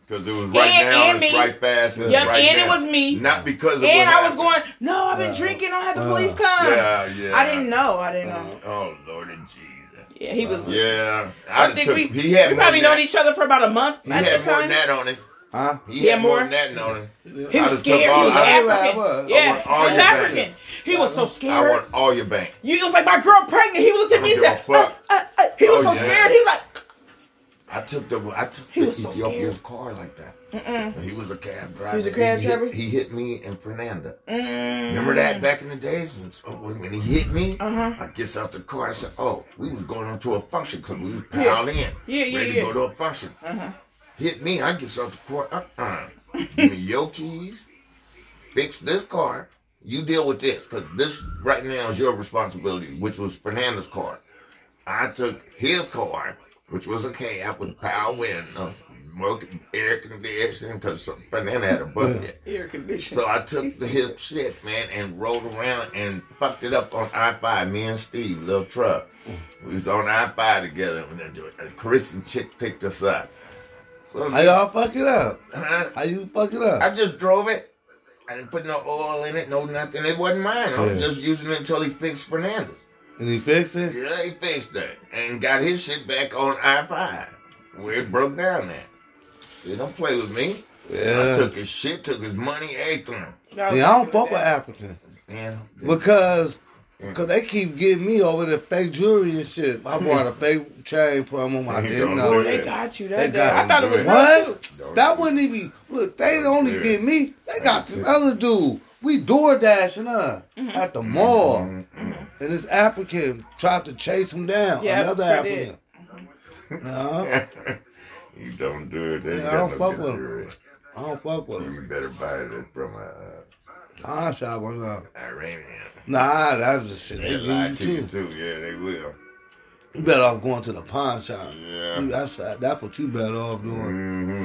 Speaker 3: Because it was right
Speaker 1: And-
Speaker 3: now,
Speaker 1: and
Speaker 3: it's
Speaker 1: me.
Speaker 3: right fast, it's
Speaker 1: Yeah,
Speaker 3: right
Speaker 1: and it
Speaker 3: now.
Speaker 1: was me.
Speaker 3: Not because of what
Speaker 1: And I was
Speaker 3: happened. Uh-huh.
Speaker 1: going, "No, I've been
Speaker 2: Yeah.
Speaker 1: drinking. I had the
Speaker 2: Uh,
Speaker 1: police come."
Speaker 3: Yeah, yeah.
Speaker 1: I didn't know. I didn't know.
Speaker 3: Oh, Lord of Jesus.
Speaker 1: Yeah, he was.
Speaker 3: Yeah.
Speaker 1: I,
Speaker 3: I,
Speaker 1: think
Speaker 3: took,
Speaker 1: we,
Speaker 3: he had
Speaker 1: we
Speaker 3: more
Speaker 1: probably
Speaker 3: than
Speaker 1: known
Speaker 3: that.
Speaker 1: each other for about a month
Speaker 3: He
Speaker 1: at
Speaker 3: had
Speaker 1: the
Speaker 3: more
Speaker 1: time.
Speaker 3: than that on him.
Speaker 2: Huh?
Speaker 3: He,
Speaker 1: He
Speaker 3: had,
Speaker 1: had
Speaker 3: more
Speaker 1: more?
Speaker 3: than that on him.
Speaker 1: He
Speaker 3: I
Speaker 1: was
Speaker 3: just
Speaker 1: scared.
Speaker 3: took
Speaker 1: He
Speaker 3: all-
Speaker 1: was
Speaker 3: I-
Speaker 1: African.
Speaker 2: I was. I
Speaker 1: Yeah,
Speaker 3: want all
Speaker 1: he was
Speaker 3: your back.
Speaker 1: African. He was so
Speaker 3: I
Speaker 1: scared.
Speaker 3: want all your bank.
Speaker 1: You, it was like my girl pregnant. He looked at me and
Speaker 3: I
Speaker 1: said,
Speaker 3: don't give a
Speaker 1: uh, uh, uh. he was
Speaker 3: Oh,
Speaker 1: so
Speaker 3: yeah.
Speaker 1: scared. He's like,
Speaker 3: I took the I took
Speaker 1: He
Speaker 3: the
Speaker 1: was so
Speaker 3: Ethiopian's
Speaker 1: scared.
Speaker 3: car like that. He was a cab driver.
Speaker 1: was a cab
Speaker 3: hit-
Speaker 1: driver?
Speaker 3: He hit me and Fernanda.
Speaker 1: mm.
Speaker 3: Remember that back in the days when- oh, when when he hit me?
Speaker 1: Uh-huh.
Speaker 3: I gets out the car. I said, "Oh, we was going on to a function because we was
Speaker 1: Yeah.
Speaker 3: piled in,
Speaker 1: Yeah, yeah,
Speaker 3: ready
Speaker 1: yeah.
Speaker 3: to go to a function."
Speaker 1: Uh-huh.
Speaker 3: Hit me. I gets out the car. Uh-uh. Give me your keys. Fix this car. You deal with this because this right now is your responsibility, which was Fernanda's car. I took his car, which was a cab with power windows, smoking air conditioning, because Fernanda had a bucket.
Speaker 1: Air conditioning.
Speaker 3: So I took the his shit, man, and rolled around and fucked it up on I five. Me and Steve, little truck, we was on I five together. And then a Christian chick picked us up. Well,
Speaker 2: How y'all fuck it up?
Speaker 3: huh?
Speaker 2: How you fuck it up?
Speaker 3: I just drove it. I didn't put no oil in it, no nothing. It wasn't mine. I was
Speaker 2: Yeah.
Speaker 3: just using it until he fixed Fernandez.
Speaker 2: And he fixed it.
Speaker 3: Yeah, he fixed that and got his shit back on I five where it broke down at. See, don't play with me. I
Speaker 2: Yeah.
Speaker 3: took his shit, took his money, everything.
Speaker 2: Yeah, I don't fuck with Africans
Speaker 3: Man,
Speaker 2: because because they keep getting me over the fake jewelry and shit. I bought a fake chain from them. I
Speaker 3: He's
Speaker 2: didn't
Speaker 3: gonna
Speaker 1: Oh,
Speaker 2: know.
Speaker 1: they got you. That
Speaker 2: They got
Speaker 1: I thought it was
Speaker 3: him.
Speaker 1: real,
Speaker 2: What?
Speaker 1: too.
Speaker 3: Don't-
Speaker 2: That wouldn't even look. They
Speaker 3: Don't
Speaker 2: only
Speaker 3: do it.
Speaker 2: get me. They got this other dude. We door dashing us
Speaker 1: Mm-hmm.
Speaker 2: at the mall,
Speaker 3: Mm, mm.
Speaker 2: and this African tried to chase him down.
Speaker 1: Yeah,
Speaker 2: another
Speaker 1: sure did.
Speaker 2: African. No,
Speaker 3: you don't do it. They
Speaker 2: Yeah, I
Speaker 3: got
Speaker 2: don't
Speaker 3: no
Speaker 2: fuck
Speaker 3: good
Speaker 2: with 'em.
Speaker 3: jewelry.
Speaker 2: I don't fuck with him.
Speaker 3: You better buy it from a uh,
Speaker 2: I shop or something.
Speaker 3: Iranian.
Speaker 2: Nah, that's the shit.
Speaker 3: They
Speaker 2: They
Speaker 3: lie
Speaker 2: give
Speaker 3: to
Speaker 2: you
Speaker 3: you
Speaker 2: too.
Speaker 3: too. Yeah, they will.
Speaker 2: You better off going to the pawn shop.
Speaker 3: Yeah.
Speaker 2: You- that's that's what you better off doing.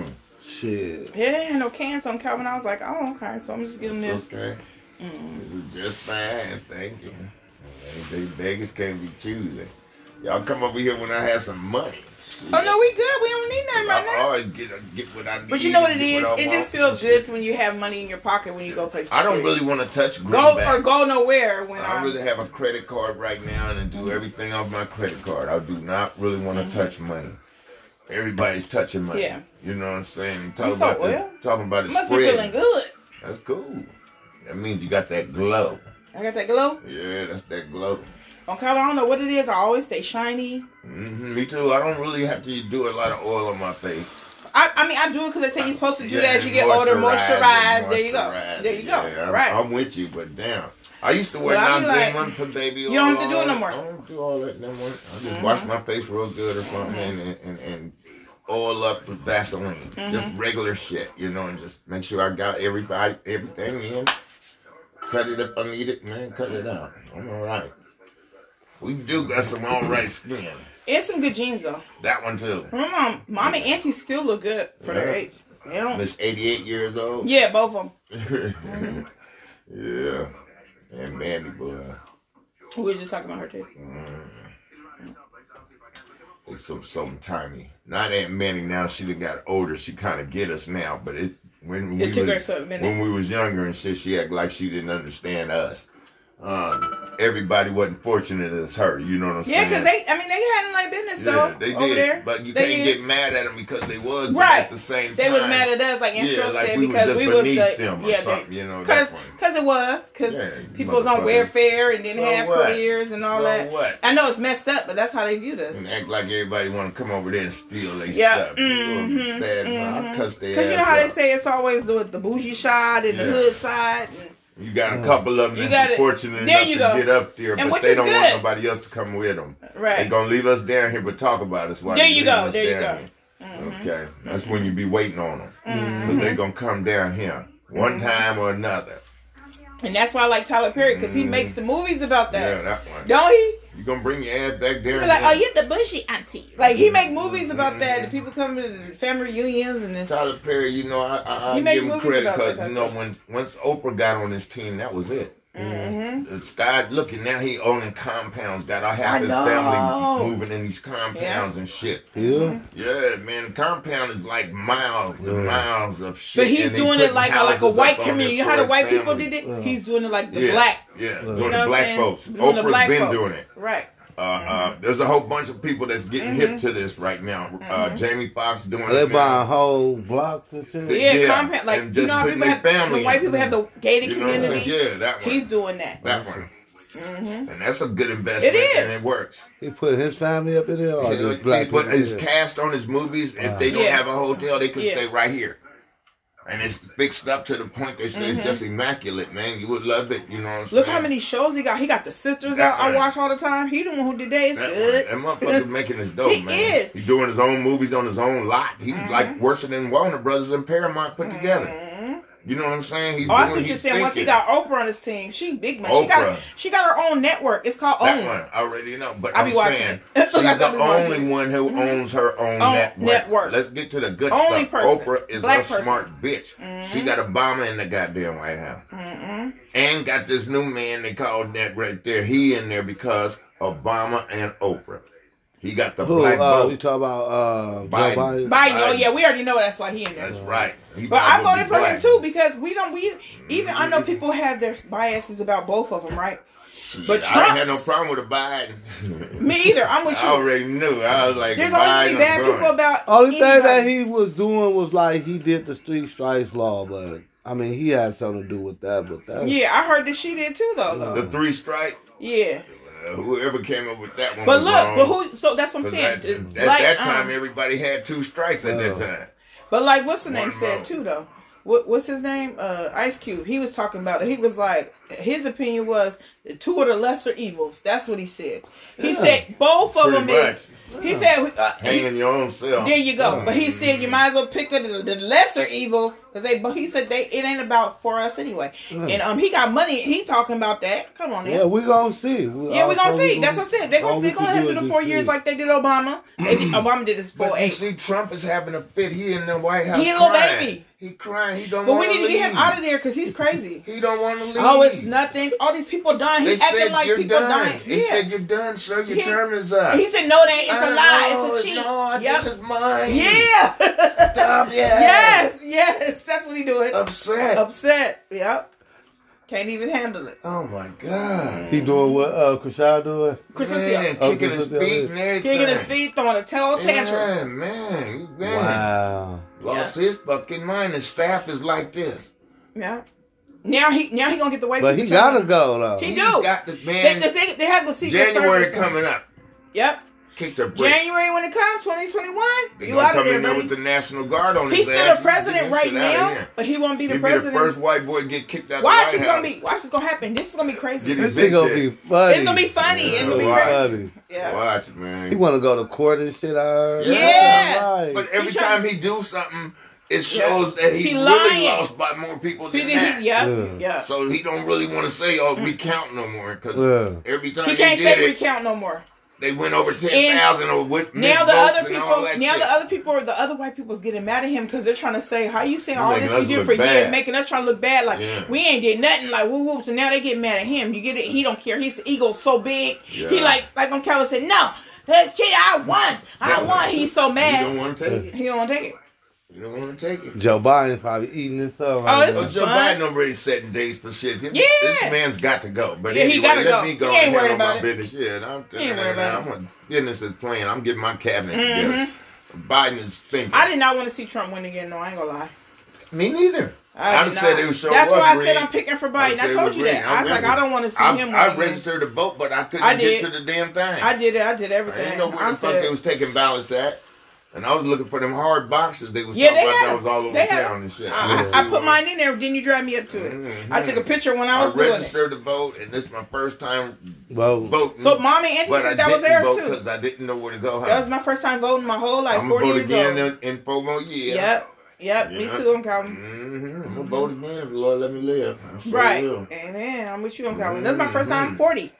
Speaker 3: Mm-hmm.
Speaker 2: Shit.
Speaker 1: Yeah, they had no cans on Calvin. I was like, oh, okay. So I'm just giving
Speaker 3: It's
Speaker 1: this.
Speaker 3: okay. This is just fine, thank you. They beggars can't be choosing. Y'all come over here when I have some money. Shit.
Speaker 1: Oh no, we good. We don't need nothing right
Speaker 3: I
Speaker 1: now.
Speaker 3: always get get what I need.
Speaker 1: But you know what it
Speaker 3: get
Speaker 1: is?
Speaker 3: I
Speaker 1: It
Speaker 3: want.
Speaker 1: just feels good when you have money in your pocket when you go places.
Speaker 3: I don't really want to touch
Speaker 1: go
Speaker 3: greenbacks.
Speaker 1: or go nowhere when
Speaker 3: I
Speaker 1: I.
Speaker 3: really have a credit card right now and do everything off my credit card. I do not really want to touch money. Everybody's touching money.
Speaker 1: Mm-hmm. Yeah.
Speaker 3: You know what I'm saying? You talking
Speaker 1: so
Speaker 3: about
Speaker 1: well.
Speaker 3: the, talking about the
Speaker 1: must be
Speaker 3: spread.
Speaker 1: feeling good.
Speaker 3: That's cool. That means you got that glow.
Speaker 1: I got that glow
Speaker 3: Yeah, that's that glow.
Speaker 1: on Calvin. I don't know what it is. I always stay shiny.
Speaker 3: hmm me too. I don't really have to do a lot of oil on my face.
Speaker 1: I, I mean, I do it because they say you're supposed to do
Speaker 3: Yeah,
Speaker 1: that as you get older, moisturize. There you go.
Speaker 3: moisturize.
Speaker 1: There you go.
Speaker 3: Yeah, I'm,
Speaker 1: right.
Speaker 3: I'm with you, but damn. I used to wear
Speaker 1: But I be like,
Speaker 3: Noxzema and put baby
Speaker 1: you
Speaker 3: oil.
Speaker 1: don't have to
Speaker 3: on
Speaker 1: do it no
Speaker 3: it.
Speaker 1: more. Mm-hmm.
Speaker 3: I don't do all that no more. I just wash my face real good or something and, and, and oil up with Vaseline. Just
Speaker 1: Mm-hmm.
Speaker 3: regular shit, you know, and just make sure I got everybody everything in. Cut it if I need it, man. Cut it out. I'm all right. We do got some all right skin.
Speaker 1: and some good jeans though.
Speaker 3: That one too.
Speaker 1: My mom, mom and auntie still look good for their
Speaker 3: Yeah.
Speaker 1: age. They don't.
Speaker 3: Miss 88 years old.
Speaker 1: Yeah, both of
Speaker 3: yeah. And Mandy boy.
Speaker 1: them. We were just talking about her too.
Speaker 3: It's some something tiny. Not Aunt Manny now, she done got older. She kinda get us now, but it when we
Speaker 1: It took her
Speaker 3: was,
Speaker 1: some minute.
Speaker 3: when we was younger and shit, she act like she didn't understand us. Um, everybody wasn't fortunate as her, you know what I'm
Speaker 1: Yeah,
Speaker 3: saying?
Speaker 1: because they, I mean, they handling like business
Speaker 3: yeah,
Speaker 1: though
Speaker 3: they
Speaker 1: over
Speaker 3: did,
Speaker 1: there.
Speaker 3: but you
Speaker 1: They
Speaker 3: can't
Speaker 1: is-
Speaker 3: get mad at them because they was but
Speaker 1: Right.
Speaker 3: at the same
Speaker 1: They
Speaker 3: time.
Speaker 1: was mad at us, like
Speaker 3: Yeah,
Speaker 1: Aunt Cheryl
Speaker 3: like
Speaker 1: said,
Speaker 3: we was
Speaker 1: because
Speaker 3: just
Speaker 1: we was
Speaker 3: beneath
Speaker 1: the
Speaker 3: them or
Speaker 1: yeah,
Speaker 3: something, you know,
Speaker 1: because
Speaker 3: that one.
Speaker 1: it was because
Speaker 3: Yeah,
Speaker 1: people was on
Speaker 3: motherfucker.
Speaker 1: welfare and didn't
Speaker 3: So
Speaker 1: have
Speaker 3: what?
Speaker 1: careers and all
Speaker 3: So
Speaker 1: that.
Speaker 3: what?
Speaker 1: I know it's messed up, but that's how they viewed us.
Speaker 3: and act like everybody want to come over there and steal their
Speaker 1: Yeah,
Speaker 3: stuff. You know,
Speaker 1: mhm,
Speaker 3: bad man, I cuss their
Speaker 1: Because you know
Speaker 3: ass
Speaker 1: how they
Speaker 3: out.
Speaker 1: say it's always the the bougie side and the
Speaker 3: Yeah.
Speaker 1: hood side. and-
Speaker 3: You got a couple of
Speaker 1: You
Speaker 3: them
Speaker 1: got
Speaker 3: that's
Speaker 1: it.
Speaker 3: fortunate
Speaker 1: There
Speaker 3: enough
Speaker 1: you
Speaker 3: to
Speaker 1: go.
Speaker 3: get up there,
Speaker 1: And which
Speaker 3: but they
Speaker 1: is
Speaker 3: don't
Speaker 1: good.
Speaker 3: want nobody else to come with them.
Speaker 1: Right.
Speaker 3: They're gonna leave us down here, but talk about us. While
Speaker 1: There
Speaker 3: they
Speaker 1: you
Speaker 3: leave
Speaker 1: go,
Speaker 3: us
Speaker 1: there you
Speaker 3: down
Speaker 1: go. Mm-hmm.
Speaker 3: here. Okay, that's when you be waiting on them, they're gonna come down here one
Speaker 1: Mm-hmm.
Speaker 3: time or another.
Speaker 1: And that's why I like Tyler Perry because he makes the movies about
Speaker 3: Mm-hmm. Yeah,
Speaker 1: that.
Speaker 3: that one.
Speaker 1: Don't he?
Speaker 3: You gonna bring your ass back down?
Speaker 1: Be like,
Speaker 3: there.
Speaker 1: oh, you're the bougie auntie. Like he make movies about that. The people come to the family reunions and then
Speaker 3: Tyler Perry, you know, I, I,
Speaker 1: He
Speaker 3: I
Speaker 1: makes
Speaker 3: give him
Speaker 1: movies
Speaker 3: credit
Speaker 1: about
Speaker 3: because
Speaker 1: that
Speaker 3: you know
Speaker 1: type
Speaker 3: when once Oprah got on his team, that was it. Mm-hmm. It started looking now he owning compounds. Got all half
Speaker 1: I
Speaker 3: his
Speaker 1: know.
Speaker 3: family moving in these compounds and shit.
Speaker 2: Yeah.
Speaker 3: Yeah, man, compound is like miles and
Speaker 2: Yeah.
Speaker 3: miles of shit.
Speaker 1: But he's
Speaker 3: and they
Speaker 1: doing it
Speaker 3: putting
Speaker 1: like a, like a
Speaker 3: houses
Speaker 1: white
Speaker 3: up on there
Speaker 1: community. You know
Speaker 3: for
Speaker 1: how the
Speaker 3: his
Speaker 1: white people
Speaker 3: family.
Speaker 1: did it? He's doing it like the
Speaker 3: Yeah,
Speaker 1: black.
Speaker 3: Yeah,
Speaker 2: You
Speaker 1: You
Speaker 3: doing
Speaker 1: know
Speaker 3: the
Speaker 1: what I'm
Speaker 3: black
Speaker 1: saying?
Speaker 3: folks.
Speaker 1: Doing the
Speaker 3: Oprah's
Speaker 1: black
Speaker 3: been
Speaker 1: folks. Mm-hmm.
Speaker 3: doing it.
Speaker 1: Right.
Speaker 3: Uh, uh, there's a whole bunch of people that's getting
Speaker 1: Mm-hmm.
Speaker 3: hip to this right now. Uh, Jamie Foxx doing
Speaker 2: They
Speaker 3: it. now.
Speaker 2: buying whole blocks and shit.
Speaker 1: Yeah,
Speaker 3: Yeah,
Speaker 1: compound. Like,
Speaker 3: and
Speaker 1: you
Speaker 3: just
Speaker 1: know how
Speaker 3: putting
Speaker 1: people
Speaker 3: their
Speaker 1: have, the
Speaker 3: family
Speaker 1: white
Speaker 3: in.
Speaker 1: people have the gated
Speaker 3: You know what I'm saying?
Speaker 1: community.
Speaker 3: Yeah, that one.
Speaker 1: He's doing that.
Speaker 3: That one. And that's a good investment.
Speaker 1: It is.
Speaker 3: And it works.
Speaker 2: He put his family up in there or
Speaker 3: He-
Speaker 2: Oh, just
Speaker 3: he
Speaker 2: black
Speaker 3: put
Speaker 2: people
Speaker 3: his
Speaker 2: there?
Speaker 3: cast on his movies. If they don't
Speaker 1: Yeah.
Speaker 3: have a hotel, they can
Speaker 1: Yeah.
Speaker 3: stay right here. And it's fixed up to the point they say it's just immaculate, man. You would love it. You know what I'm saying?
Speaker 1: Mm-hmm. Look how many shows he got. He got the sisters
Speaker 3: That
Speaker 1: out. I
Speaker 3: one.
Speaker 1: watch all the time. He the one who did that. It's
Speaker 3: That,
Speaker 1: good.
Speaker 3: that motherfucker making his dough,
Speaker 1: He
Speaker 3: man.
Speaker 1: is. Mm-hmm.
Speaker 3: He's doing his own movies on his own lot. He's like worse than Warner Brothers and Paramount put together.
Speaker 1: Mhm.
Speaker 3: You know what I'm saying? He's
Speaker 1: Oh, I
Speaker 3: doing-
Speaker 1: see what you're
Speaker 3: he's
Speaker 1: saying. Once he
Speaker 3: thinking.
Speaker 1: got Oprah on his team, she big man. She got
Speaker 3: Oprah.
Speaker 1: she got her own network. It's called
Speaker 3: That
Speaker 1: Own.
Speaker 3: one, I already know. But
Speaker 1: I
Speaker 3: I
Speaker 1: be
Speaker 3: am
Speaker 1: watching
Speaker 3: saying,
Speaker 1: it. That's
Speaker 3: she's
Speaker 1: what I
Speaker 3: the
Speaker 1: be watching.
Speaker 3: only one who owns her own
Speaker 1: Mm-hmm. Own
Speaker 3: network.
Speaker 1: network.
Speaker 3: Let's get to the good
Speaker 1: Only
Speaker 3: stuff.
Speaker 1: person.
Speaker 3: Oprah is
Speaker 1: Black
Speaker 3: a
Speaker 1: person. Mm-hmm.
Speaker 3: smart bitch. She got Obama in the goddamn White House. And got this new man they called that right there. He in there because Obama and Oprah. He got the
Speaker 2: Who?
Speaker 3: black
Speaker 2: Uh,
Speaker 3: vote.
Speaker 2: we talk about uh,
Speaker 3: Biden.
Speaker 2: Joe Biden.
Speaker 1: Biden. Oh
Speaker 3: Biden.
Speaker 1: yeah, we already know that's why he in there.
Speaker 3: That's right. He
Speaker 1: But I
Speaker 3: might well
Speaker 1: voted
Speaker 3: be
Speaker 1: for him
Speaker 3: black. Mm-hmm.
Speaker 1: too because we don't we even I know people have their biases about both of them, right?
Speaker 3: Shit,
Speaker 1: But
Speaker 3: I ain't had no
Speaker 1: Trump's-
Speaker 3: problem with a Biden.
Speaker 1: Me either. I'm with
Speaker 3: I
Speaker 1: you.
Speaker 3: already knew. I was like,
Speaker 1: There's
Speaker 3: Biden,
Speaker 1: always bad
Speaker 3: I'm going.
Speaker 1: people about
Speaker 2: Only thing that
Speaker 1: anybody.
Speaker 2: he was doing was like he did the street strikes law, but I mean he had something to do with that. But that
Speaker 1: Yeah, I heard that she did too though.
Speaker 3: The
Speaker 1: though.
Speaker 3: three strike.
Speaker 1: Yeah.
Speaker 3: Uh, whoever came up with that one.
Speaker 1: But
Speaker 3: was
Speaker 1: look,
Speaker 3: wrong.
Speaker 1: but who? So that's what I'm
Speaker 3: 'Cause
Speaker 1: saying.
Speaker 3: At, at
Speaker 1: Like,
Speaker 3: that
Speaker 1: um,
Speaker 3: time, everybody had two strikes at that
Speaker 2: Oh.
Speaker 3: time.
Speaker 1: But like, what's the name
Speaker 3: One
Speaker 1: said
Speaker 3: vote.
Speaker 1: too though? What what's his name? Uh, Ice Cube. He was talking about it. He was like, his opinion was the two of the lesser evils. That's what he said. He
Speaker 2: Yeah.
Speaker 1: said both of
Speaker 3: Pretty
Speaker 1: them is
Speaker 3: much.
Speaker 1: He said, uh,
Speaker 3: Hanging your own self.
Speaker 1: "There you go." But he said, "You might as well pick up the, the lesser evil because they." But he said, "They it ain't about for us anyway." And um, he got money. He talking about that. Come on,
Speaker 2: Yeah,
Speaker 1: now.
Speaker 2: we gonna see. We,
Speaker 1: Yeah, we're gonna
Speaker 2: all
Speaker 1: see.
Speaker 2: we
Speaker 1: That's what I said. They're
Speaker 2: all
Speaker 1: gonna,
Speaker 2: we
Speaker 1: they're gonna
Speaker 2: can
Speaker 1: have
Speaker 2: do
Speaker 1: to do the
Speaker 2: is
Speaker 1: four
Speaker 2: just
Speaker 1: years
Speaker 2: see.
Speaker 1: like they did Obama. They did, Obama did this
Speaker 3: But
Speaker 1: for
Speaker 3: you
Speaker 1: eight.
Speaker 3: see, Trump is having a fit. He in the White House.
Speaker 1: He a little
Speaker 3: crying.
Speaker 1: baby.
Speaker 3: He crying. He don't
Speaker 1: But
Speaker 3: want
Speaker 1: we
Speaker 3: to
Speaker 1: need to
Speaker 3: leave.
Speaker 1: get him out of there because he's crazy.
Speaker 3: He don't want to leave.
Speaker 1: Oh, it's nothing. All these people dying.
Speaker 3: They
Speaker 1: He's acting
Speaker 3: said
Speaker 1: like
Speaker 3: you're
Speaker 1: people
Speaker 3: done.
Speaker 1: dying.
Speaker 3: They
Speaker 1: yeah.
Speaker 3: said you're done, sir. Your
Speaker 1: He-
Speaker 3: term is up.
Speaker 1: he said, no, they ain't. It's a
Speaker 3: "I
Speaker 1: lie.
Speaker 3: know,
Speaker 1: It's a cheat.
Speaker 3: Oh, No, I-
Speaker 1: Yep.
Speaker 3: this is mine.
Speaker 1: Yeah.
Speaker 3: Stop, yeah. Uh,
Speaker 1: yes, yes. That's what he doing.
Speaker 3: Upset.
Speaker 1: Upset. Yep. Can't even handle it.
Speaker 3: oh my God.
Speaker 2: He doing what uh Kashad doing?
Speaker 1: Christmas
Speaker 3: man,
Speaker 1: Hill.
Speaker 2: Oh,
Speaker 3: kicking his
Speaker 2: Christmas Hill.
Speaker 3: feet and everything.
Speaker 1: Kicking his feet, throwing a tail tantrum.
Speaker 3: Yeah, man, you man.
Speaker 2: Wow.
Speaker 3: Lost his fucking mind. His staff is like this.
Speaker 1: Yeah. Now he now he gonna get the white
Speaker 2: But
Speaker 1: people
Speaker 2: he
Speaker 1: turn
Speaker 2: gotta
Speaker 1: on.
Speaker 2: go though.
Speaker 1: He
Speaker 3: He's
Speaker 1: do.
Speaker 3: got the
Speaker 1: They,
Speaker 3: man.
Speaker 1: they, they, they have the secret
Speaker 3: January
Speaker 1: service.
Speaker 3: coming up.
Speaker 1: Yep.
Speaker 3: Kick the bricks.
Speaker 1: January when it comes, 2021.
Speaker 3: They
Speaker 1: you
Speaker 3: gonna
Speaker 1: out of
Speaker 3: come
Speaker 1: there,
Speaker 3: in there
Speaker 1: buddy.
Speaker 3: with the National Guard on
Speaker 1: He's
Speaker 3: his
Speaker 1: still
Speaker 3: ass.
Speaker 1: the president
Speaker 3: Get
Speaker 1: right
Speaker 3: shit outta
Speaker 1: now,
Speaker 3: here.
Speaker 1: but he won't be
Speaker 3: He'll
Speaker 1: the
Speaker 3: be
Speaker 1: president.
Speaker 3: the first white boy to get kicked out
Speaker 1: Watch it's
Speaker 3: the White
Speaker 1: gonna
Speaker 3: House.
Speaker 1: be. Watch it's gonna happen. This is gonna be crazy.
Speaker 3: Get
Speaker 2: This
Speaker 3: Big
Speaker 2: shit gonna
Speaker 3: day.
Speaker 2: be funny.
Speaker 1: It's gonna be funny. It's gonna be
Speaker 3: Watch.
Speaker 1: crazy. Yeah.
Speaker 3: Watch,
Speaker 2: He
Speaker 3: man.
Speaker 2: wanna go to court and shit. I heard.
Speaker 3: Yeah.
Speaker 2: Right.
Speaker 3: But every
Speaker 1: He tryna-
Speaker 3: time he do something, it
Speaker 1: Yeah.
Speaker 3: shows that he,
Speaker 1: He
Speaker 3: really
Speaker 1: lying.
Speaker 3: lost by more people
Speaker 1: He
Speaker 3: than
Speaker 1: didn't.
Speaker 3: that.
Speaker 1: He, yeah.
Speaker 2: Yeah.
Speaker 1: Yeah.
Speaker 3: So he don't really want to say, "Oh, recount no more," because
Speaker 2: Yeah.
Speaker 3: every time
Speaker 1: He can't
Speaker 3: did
Speaker 1: say
Speaker 3: it,
Speaker 1: recount no more.
Speaker 3: they went over ten thousand or with
Speaker 1: Now the
Speaker 3: misvotes
Speaker 1: other
Speaker 3: and all
Speaker 1: people,
Speaker 3: that
Speaker 1: now
Speaker 3: shit.
Speaker 1: the other people, the other white people's getting mad at him because they're trying to say, "How you saying
Speaker 3: You're
Speaker 1: all
Speaker 3: making
Speaker 1: this we
Speaker 3: us
Speaker 1: did
Speaker 3: look
Speaker 1: for years,
Speaker 3: bad."
Speaker 1: making us try to look bad? Like
Speaker 3: Yeah.
Speaker 1: we ain't did nothing." Like whoop whoop. So now they get mad at him. You get it? He don't care. His ego's so big. He
Speaker 3: Yeah.
Speaker 1: like like on Calvin said, "No, that shit, I won. I
Speaker 3: Yeah.
Speaker 1: won." He's so
Speaker 3: You don't
Speaker 1: mad.
Speaker 3: want to take it.
Speaker 1: He don't take it.
Speaker 3: You don't want to take it.
Speaker 2: Joe Biden probably eating this up.
Speaker 1: Oh,
Speaker 2: Right
Speaker 1: this
Speaker 2: now.
Speaker 3: Well,
Speaker 1: is-
Speaker 3: Joe
Speaker 1: fun.
Speaker 3: Biden already setting dates for shit. This,
Speaker 1: Yeah.
Speaker 3: this man's got to go. But
Speaker 1: Yeah, he
Speaker 3: anyway,
Speaker 1: gotta
Speaker 3: let
Speaker 1: go.
Speaker 3: me go
Speaker 1: He ain't
Speaker 3: and handle
Speaker 1: worried about
Speaker 3: my
Speaker 1: it.
Speaker 3: business. Shit, I'm
Speaker 1: He ain't worried about Mm-hmm.
Speaker 3: I'm gonna business is playing. I'm getting my cabinet together. Biden is thinking.
Speaker 1: I did not want to see Trump win again. No, I ain't gonna lie.
Speaker 3: me neither.
Speaker 1: I
Speaker 3: I,
Speaker 1: did
Speaker 3: said
Speaker 1: not.
Speaker 3: it was sure
Speaker 1: That's
Speaker 3: was
Speaker 1: why I said
Speaker 3: rigged.
Speaker 1: I'm picking for Biden.
Speaker 3: said
Speaker 1: I
Speaker 3: it
Speaker 1: told
Speaker 3: was
Speaker 1: you that.
Speaker 3: rigged.
Speaker 1: I was like,
Speaker 3: remember.
Speaker 1: I don't want to see
Speaker 3: I,
Speaker 1: him.
Speaker 3: I
Speaker 1: win again.
Speaker 3: registered to vote, but I couldn't
Speaker 1: I
Speaker 3: get to
Speaker 1: did.
Speaker 3: the damn thing.
Speaker 1: I did it. I did
Speaker 3: I
Speaker 1: everything.
Speaker 3: didn't know where
Speaker 1: I
Speaker 3: the fuck
Speaker 1: said-
Speaker 3: they was taking ballots at. And I was looking for them hard boxes they was
Speaker 1: Yeah,
Speaker 3: talking
Speaker 1: they
Speaker 3: about
Speaker 1: had
Speaker 3: that was all over
Speaker 1: they had-
Speaker 3: town and shit.
Speaker 1: I,
Speaker 3: didn't
Speaker 1: Uh-uh. I- I
Speaker 3: see
Speaker 1: put
Speaker 3: one.
Speaker 1: mine in there. Didn't you drive me up to it? I took a picture when I
Speaker 3: I
Speaker 1: was doing it.
Speaker 3: registered to vote, and this is my first time
Speaker 2: Well,
Speaker 3: voting.
Speaker 1: So mom and auntie
Speaker 3: But I
Speaker 1: said that was
Speaker 3: didn't
Speaker 1: theirs
Speaker 3: vote
Speaker 1: too.
Speaker 3: because I didn't know where to go. Huh?
Speaker 1: That was my first time voting my whole life.
Speaker 3: I'm gonna
Speaker 1: Forty
Speaker 3: vote
Speaker 1: years
Speaker 3: again
Speaker 1: old.
Speaker 3: in, in four more years.
Speaker 1: Yep. Yep. Me
Speaker 3: Yeah.
Speaker 1: too. I'm Calvin.
Speaker 3: Mm-hmm. I'm gonna vote again if the Lord let me live. I sure
Speaker 1: Right.
Speaker 3: will.
Speaker 1: Amen. I'm with you. I'm Calvin. That's my first time.
Speaker 3: Mhm.
Speaker 1: Forty. I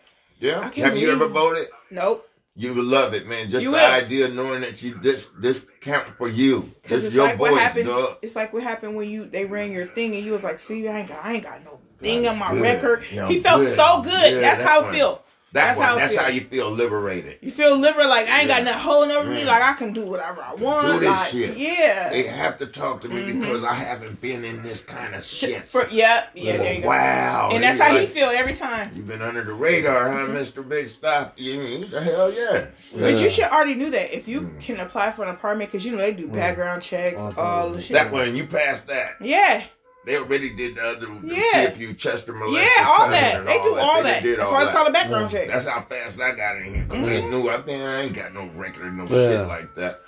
Speaker 3: Yeah.
Speaker 1: can't
Speaker 3: Have you
Speaker 1: believe
Speaker 3: ever
Speaker 1: it.
Speaker 3: voted?
Speaker 1: Nope.
Speaker 3: You would love it, man. Just
Speaker 1: You
Speaker 3: the
Speaker 1: will.
Speaker 3: idea of knowing that you this this count for you.
Speaker 1: Because
Speaker 3: This
Speaker 1: it's
Speaker 3: your
Speaker 1: like
Speaker 3: voice,
Speaker 1: what happened.
Speaker 3: dog.
Speaker 1: It's like what happened when you they ran your thing and you was like, "See, I ain't got, I ain't got no thing
Speaker 3: That's
Speaker 1: on my
Speaker 3: good.
Speaker 1: record."
Speaker 3: Yeah,
Speaker 1: he felt
Speaker 3: good.
Speaker 1: so good.
Speaker 3: Yeah,
Speaker 1: that's
Speaker 3: that
Speaker 1: how I
Speaker 3: one.
Speaker 1: feel.
Speaker 3: That
Speaker 1: That's
Speaker 3: one.
Speaker 1: how I
Speaker 3: that's
Speaker 1: feel.
Speaker 3: how you feel liberated.
Speaker 1: You feel liberal, like I ain't got
Speaker 3: Yeah.
Speaker 1: nothing holding over me.
Speaker 3: Yeah.
Speaker 1: Like I can do whatever I want.
Speaker 3: this
Speaker 1: like,
Speaker 3: shit.
Speaker 1: Yeah.
Speaker 3: They have to talk to me because I haven't been in this kind of
Speaker 1: Mm-hmm. Shit,
Speaker 3: shit.
Speaker 1: for- yeah, yeah, there you go.
Speaker 3: Wow.
Speaker 1: And that's
Speaker 3: He
Speaker 1: how he
Speaker 3: like-
Speaker 1: feel Mm-hmm. every time.
Speaker 3: You've been under the radar, huh, Mr. Big Stuff? You you say, hell yeah. Mm.
Speaker 2: Yeah.
Speaker 1: But you should already knew that if you can apply for an apartment, because you know they do background checks,
Speaker 2: Mhm.
Speaker 1: all the shit.
Speaker 3: That one, you passed that.
Speaker 1: Yeah,
Speaker 3: They already did the other the
Speaker 1: Yeah.
Speaker 3: TFU Chester molesters.
Speaker 1: yeah, all
Speaker 3: cousin
Speaker 1: that.
Speaker 3: and
Speaker 1: They do all
Speaker 3: They
Speaker 1: that.
Speaker 3: did
Speaker 1: That's
Speaker 3: all
Speaker 1: why it's
Speaker 3: that. Mm.
Speaker 1: called a Mm. background
Speaker 2: Yeah.
Speaker 1: check.
Speaker 3: That's how fast I got in here. 'cause they knew I, man, I ain't got no record, no
Speaker 2: Yeah.
Speaker 3: shit like that.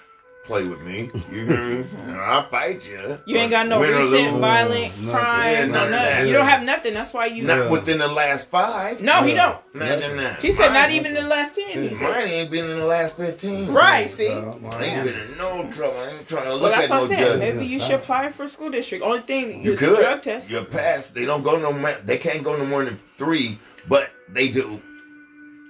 Speaker 3: Play with me. You hear me? Now, I'll fight you.
Speaker 1: You ain't got no
Speaker 3: Win or
Speaker 1: recent
Speaker 3: lose.
Speaker 1: violent
Speaker 2: Nothing.
Speaker 3: Yeah,
Speaker 1: crimes
Speaker 3: none
Speaker 1: or
Speaker 3: of
Speaker 1: nothing.
Speaker 3: that.
Speaker 1: You don't have nothing. That's why you.
Speaker 3: Not
Speaker 2: Yeah.
Speaker 3: within the last five.
Speaker 1: No, he don't.
Speaker 3: Imagine that.
Speaker 1: He said not
Speaker 3: Mine-
Speaker 1: even in the last ten. He said.
Speaker 3: Mine ain't been in the last 15.
Speaker 1: Right. See.
Speaker 2: Uh,
Speaker 3: I ain't been in no trouble. I ain't trying to
Speaker 1: Well,
Speaker 3: look
Speaker 1: that's
Speaker 3: at no
Speaker 1: what I said.
Speaker 3: judge.
Speaker 1: Maybe you should apply for a school district. Only thing
Speaker 3: You
Speaker 1: the
Speaker 3: could.
Speaker 1: drug test.
Speaker 3: Your pass. They don't go no. ma- They can't go no more than three, but they do.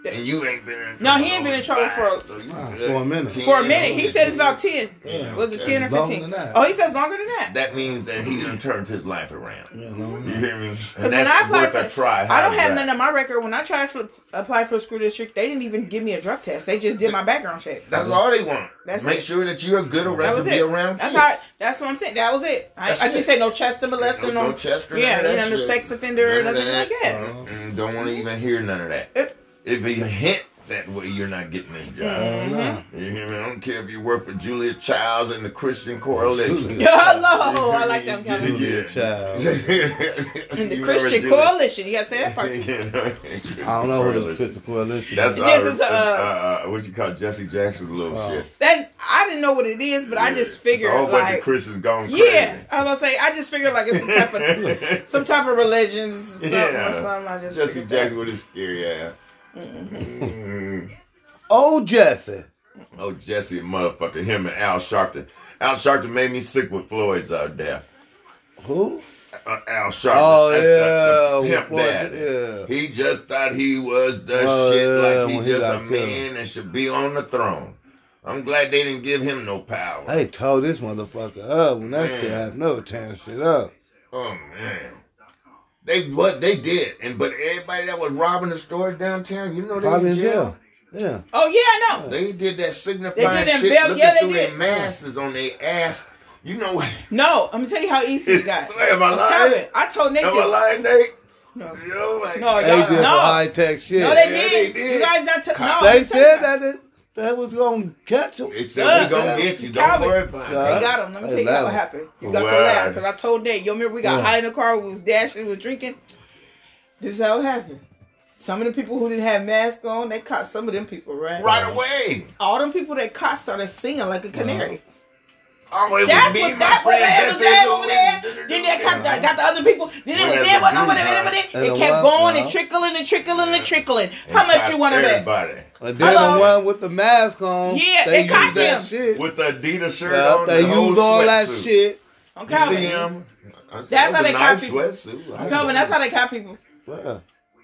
Speaker 3: And you ain't been in.
Speaker 1: No,
Speaker 3: trouble
Speaker 1: he ain't been in
Speaker 3: no
Speaker 1: trouble for-
Speaker 3: five, so you
Speaker 2: Ah,
Speaker 3: good.
Speaker 2: for a minute.
Speaker 1: For a minute, he said it's about ten.
Speaker 3: Yeah,
Speaker 1: Was it
Speaker 3: okay.
Speaker 1: ten or
Speaker 2: Longer
Speaker 1: fifteen?
Speaker 2: than that.
Speaker 1: Oh, he says longer than that.
Speaker 3: That means that he done turned his life around.
Speaker 2: You know,
Speaker 3: You hear me?
Speaker 1: Because
Speaker 3: And
Speaker 1: when I
Speaker 3: that's
Speaker 1: applied
Speaker 3: worth
Speaker 1: for,
Speaker 3: a
Speaker 1: I
Speaker 3: try.
Speaker 1: don't
Speaker 3: How's
Speaker 1: have
Speaker 3: that?
Speaker 1: none on my record. When I tried for apply for a school district, they didn't even give me a drug test. They just did my background check.
Speaker 3: That's all they want.
Speaker 1: That's
Speaker 3: Make
Speaker 1: it.
Speaker 3: sure that you're good around
Speaker 1: That
Speaker 3: to
Speaker 1: was
Speaker 3: be
Speaker 1: it.
Speaker 3: around.
Speaker 1: That's
Speaker 3: kids.
Speaker 1: how. That's what I'm saying. That was it. I,
Speaker 3: That's
Speaker 1: I didn't
Speaker 3: it.
Speaker 1: say no chest molester,
Speaker 3: No,
Speaker 1: no,
Speaker 3: no Chester.
Speaker 1: yeah,
Speaker 3: none of
Speaker 1: you
Speaker 3: that
Speaker 1: know, no
Speaker 3: shit.
Speaker 1: sex offender,
Speaker 3: None of
Speaker 1: nothing like that.
Speaker 3: Mm-mm, Don't want to even hear none of that.
Speaker 1: It-
Speaker 3: If you hint that way, you're not getting this
Speaker 1: Mm-hmm.
Speaker 3: job.
Speaker 2: yeah.
Speaker 3: You hear me? I don't care if you work for Julia Childs and the Christian Coalition.
Speaker 2: Absolutely.
Speaker 1: Hello, Oh, I like them kind of.
Speaker 2: Julia Childs.
Speaker 1: And the Christian
Speaker 3: You remember Julia-
Speaker 1: Coalition, you gotta say that part. too.
Speaker 3: You know,
Speaker 2: I don't know who this
Speaker 3: Coalition.
Speaker 2: Christian Coalition.
Speaker 3: That's
Speaker 1: It
Speaker 3: uh,
Speaker 1: just is a,
Speaker 3: uh, uh, what you call Jesse Jackson's little
Speaker 2: Oh.
Speaker 3: shit.
Speaker 1: That I didn't know what it is, but I
Speaker 3: Yeah.
Speaker 1: just figured
Speaker 3: It's a whole bunch
Speaker 1: like,
Speaker 3: of Christians going crazy.
Speaker 1: yeah, I was gonna say I just figured like it's some type of some type of religions, something or
Speaker 3: Yeah.
Speaker 1: something. I just
Speaker 3: Jesse
Speaker 1: figured that. Mm-hmm.
Speaker 3: Jackson with his scary ass. Mm.
Speaker 2: Old Jesse.
Speaker 3: Oh, Jesse, motherfucker, him and Al Sharpton. Al Sharpton made me sick with Floyd's uh, death.
Speaker 2: Who?
Speaker 3: Uh, Al Sharpton.
Speaker 2: Oh,
Speaker 3: that's
Speaker 2: yeah.
Speaker 3: the, the
Speaker 2: with
Speaker 3: pimp
Speaker 2: Floyd,
Speaker 3: daddy.
Speaker 2: yeah.
Speaker 3: He just thought he was the
Speaker 2: Oh,
Speaker 3: shit,
Speaker 2: yeah,
Speaker 3: like
Speaker 2: when
Speaker 3: he
Speaker 2: he
Speaker 3: just a
Speaker 2: got killed.
Speaker 3: man and should be on the throne. I'm glad they didn't give him no power.
Speaker 2: They tore this motherfucker up when that shit
Speaker 3: Man.
Speaker 2: happened. No, tearing shit up.
Speaker 3: Oh man,
Speaker 4: They what they did, and but everybody that was robbing the stores downtown, you know they
Speaker 2: Probably
Speaker 4: in jail.
Speaker 2: Yeah.
Speaker 1: Oh yeah, I know.
Speaker 4: They did that signifying
Speaker 1: They did in
Speaker 4: shit,
Speaker 1: Bel-
Speaker 4: looking
Speaker 1: yeah, they
Speaker 4: through their
Speaker 1: did.
Speaker 4: masses on their ass. You know,
Speaker 1: No, I'm gonna tell you how easy it got.
Speaker 3: Swear, am I
Speaker 1: I'm
Speaker 3: lying?
Speaker 1: telling you, I told Nate
Speaker 3: am I
Speaker 1: this.
Speaker 3: lying, Nate?
Speaker 1: No.
Speaker 3: You know, like,
Speaker 1: No,
Speaker 2: They
Speaker 1: y'all-
Speaker 2: did some
Speaker 1: no.
Speaker 2: high tech shit.
Speaker 1: No,
Speaker 2: they
Speaker 1: they,
Speaker 3: Yeah,
Speaker 1: did.
Speaker 3: they did.
Speaker 1: You guys not. T- no, I'm telling
Speaker 2: said
Speaker 1: you.
Speaker 2: that it, that was gonna catch him.
Speaker 3: They said we gonna
Speaker 1: Yeah.
Speaker 3: get you. Don't
Speaker 1: Calvin.
Speaker 3: worry about it.
Speaker 2: Yeah.
Speaker 1: They got him. Let me
Speaker 2: Hey,
Speaker 1: tell you how
Speaker 2: Lana.
Speaker 1: what happened. You got
Speaker 3: Wow.
Speaker 1: to laugh because I told Nate. You remember we got
Speaker 2: Yeah.
Speaker 1: high in the car. We was dashing. We was drinking. This is how it happened. Some of the people who didn't have masks on, they caught some of them people, right?
Speaker 4: right away.
Speaker 1: All them people that caught started singing like a canary.
Speaker 4: Oh, it
Speaker 1: That's
Speaker 4: was me,
Speaker 1: what
Speaker 4: my
Speaker 1: that what
Speaker 4: friend,
Speaker 1: they had
Speaker 4: that's
Speaker 1: was there
Speaker 4: it,
Speaker 1: over
Speaker 4: it,
Speaker 1: there.
Speaker 4: it,
Speaker 1: Then
Speaker 4: it,
Speaker 1: they caught, got got the other people. Then it was
Speaker 3: Whatever,
Speaker 1: there, what
Speaker 3: dude,
Speaker 1: over there,
Speaker 3: huh?
Speaker 1: over there.
Speaker 2: And
Speaker 1: It
Speaker 2: the
Speaker 1: kept
Speaker 2: one-
Speaker 1: going and
Speaker 2: uh-huh.
Speaker 1: trickling and trickling and trickling.
Speaker 3: And
Speaker 1: How much
Speaker 3: caught
Speaker 1: you want of that?
Speaker 3: Everybody
Speaker 2: And then
Speaker 1: Hello?
Speaker 2: the one with the mask on,
Speaker 1: Yeah,
Speaker 2: they
Speaker 1: they caught
Speaker 2: used that
Speaker 1: him.
Speaker 2: shit.
Speaker 3: with the Adidas shirt
Speaker 2: Yeah,
Speaker 3: on.
Speaker 2: they
Speaker 3: the whole
Speaker 2: used all that
Speaker 3: sweatsuit.
Speaker 2: shit.
Speaker 1: I'm
Speaker 4: You see
Speaker 1: Calvin.
Speaker 4: him? I said,
Speaker 1: That's how
Speaker 4: a
Speaker 1: they
Speaker 4: nice
Speaker 1: copy-
Speaker 4: sweatsuit. I know.
Speaker 1: Calvin, that's how they caught people.
Speaker 2: Yeah.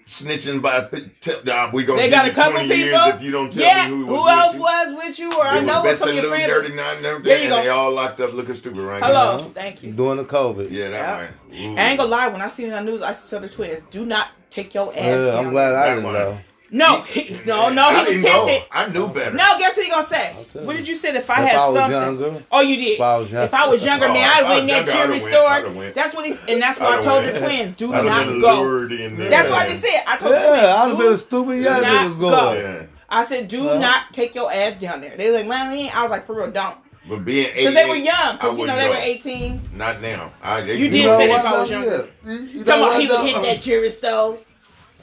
Speaker 3: snitching by p- tell nah, we gonna
Speaker 1: They
Speaker 3: give
Speaker 1: got
Speaker 3: you
Speaker 1: a couple
Speaker 3: 20 years
Speaker 1: people.
Speaker 3: if you don't tell
Speaker 1: yeah,
Speaker 3: me
Speaker 1: who,
Speaker 3: who was
Speaker 1: else
Speaker 3: with you.
Speaker 1: was with you, or
Speaker 3: They
Speaker 1: I know what
Speaker 3: was
Speaker 1: some of your
Speaker 3: Bessie Lou,
Speaker 1: friends.
Speaker 3: Dirty Nine, and everything,
Speaker 1: There you
Speaker 3: and they
Speaker 1: go.
Speaker 3: all locked up looking stupid right
Speaker 1: Hello,
Speaker 2: Yeah.
Speaker 1: Oh, thank you.
Speaker 2: uh-huh. During the COVID.
Speaker 3: now. Yeah, that
Speaker 1: I
Speaker 3: one. Ooh.
Speaker 1: ain't gonna lie, when I seen it on the news, I used to tell the twins, do not take your ass
Speaker 2: Yeah,
Speaker 1: down.
Speaker 2: I'm glad I
Speaker 3: That
Speaker 2: didn't
Speaker 3: one.
Speaker 2: know.
Speaker 1: no, he, no,
Speaker 3: I
Speaker 1: no, he was
Speaker 3: didn't know.
Speaker 1: tempted.
Speaker 3: I knew better.
Speaker 1: No, guess what he gonna say?
Speaker 2: I'll tell
Speaker 1: What
Speaker 2: you.
Speaker 1: did you say if I
Speaker 2: If
Speaker 1: had
Speaker 2: I was
Speaker 1: something?
Speaker 2: younger-
Speaker 1: oh, you did.
Speaker 2: if I was young-
Speaker 1: If I was younger,
Speaker 3: Oh,
Speaker 1: man,
Speaker 3: if
Speaker 1: I'd
Speaker 3: I was
Speaker 1: went in that
Speaker 3: younger, I'd've
Speaker 1: jewelry
Speaker 3: went, I'd've
Speaker 1: store.
Speaker 3: went.
Speaker 1: That's what he, and that's why I
Speaker 3: I'd've
Speaker 1: told
Speaker 3: went.
Speaker 1: the twins, do
Speaker 3: I'd
Speaker 1: not
Speaker 3: have been
Speaker 1: go.
Speaker 3: lured in there.
Speaker 1: That's what they said. I told the twins,
Speaker 2: Yeah, I'd have
Speaker 1: do-
Speaker 2: been a stupid young
Speaker 1: not
Speaker 2: nigga
Speaker 1: go.
Speaker 2: going.
Speaker 3: Yeah.
Speaker 1: I said, do
Speaker 2: Huh?
Speaker 1: not take your ass down there. They like, man, I was like, for real, don't.
Speaker 3: But being 88,
Speaker 1: Because they were young.
Speaker 3: I
Speaker 1: Because, you know,
Speaker 3: wouldn't
Speaker 1: they were
Speaker 3: go.
Speaker 1: 18.
Speaker 3: Not now. I, they
Speaker 1: You
Speaker 3: do
Speaker 1: did
Speaker 3: know
Speaker 1: say
Speaker 3: what?
Speaker 1: if I was
Speaker 2: though?
Speaker 1: younger.
Speaker 2: Yeah. You- you know
Speaker 1: Come on,
Speaker 2: what,
Speaker 1: he would
Speaker 2: though?
Speaker 1: hit that jury store.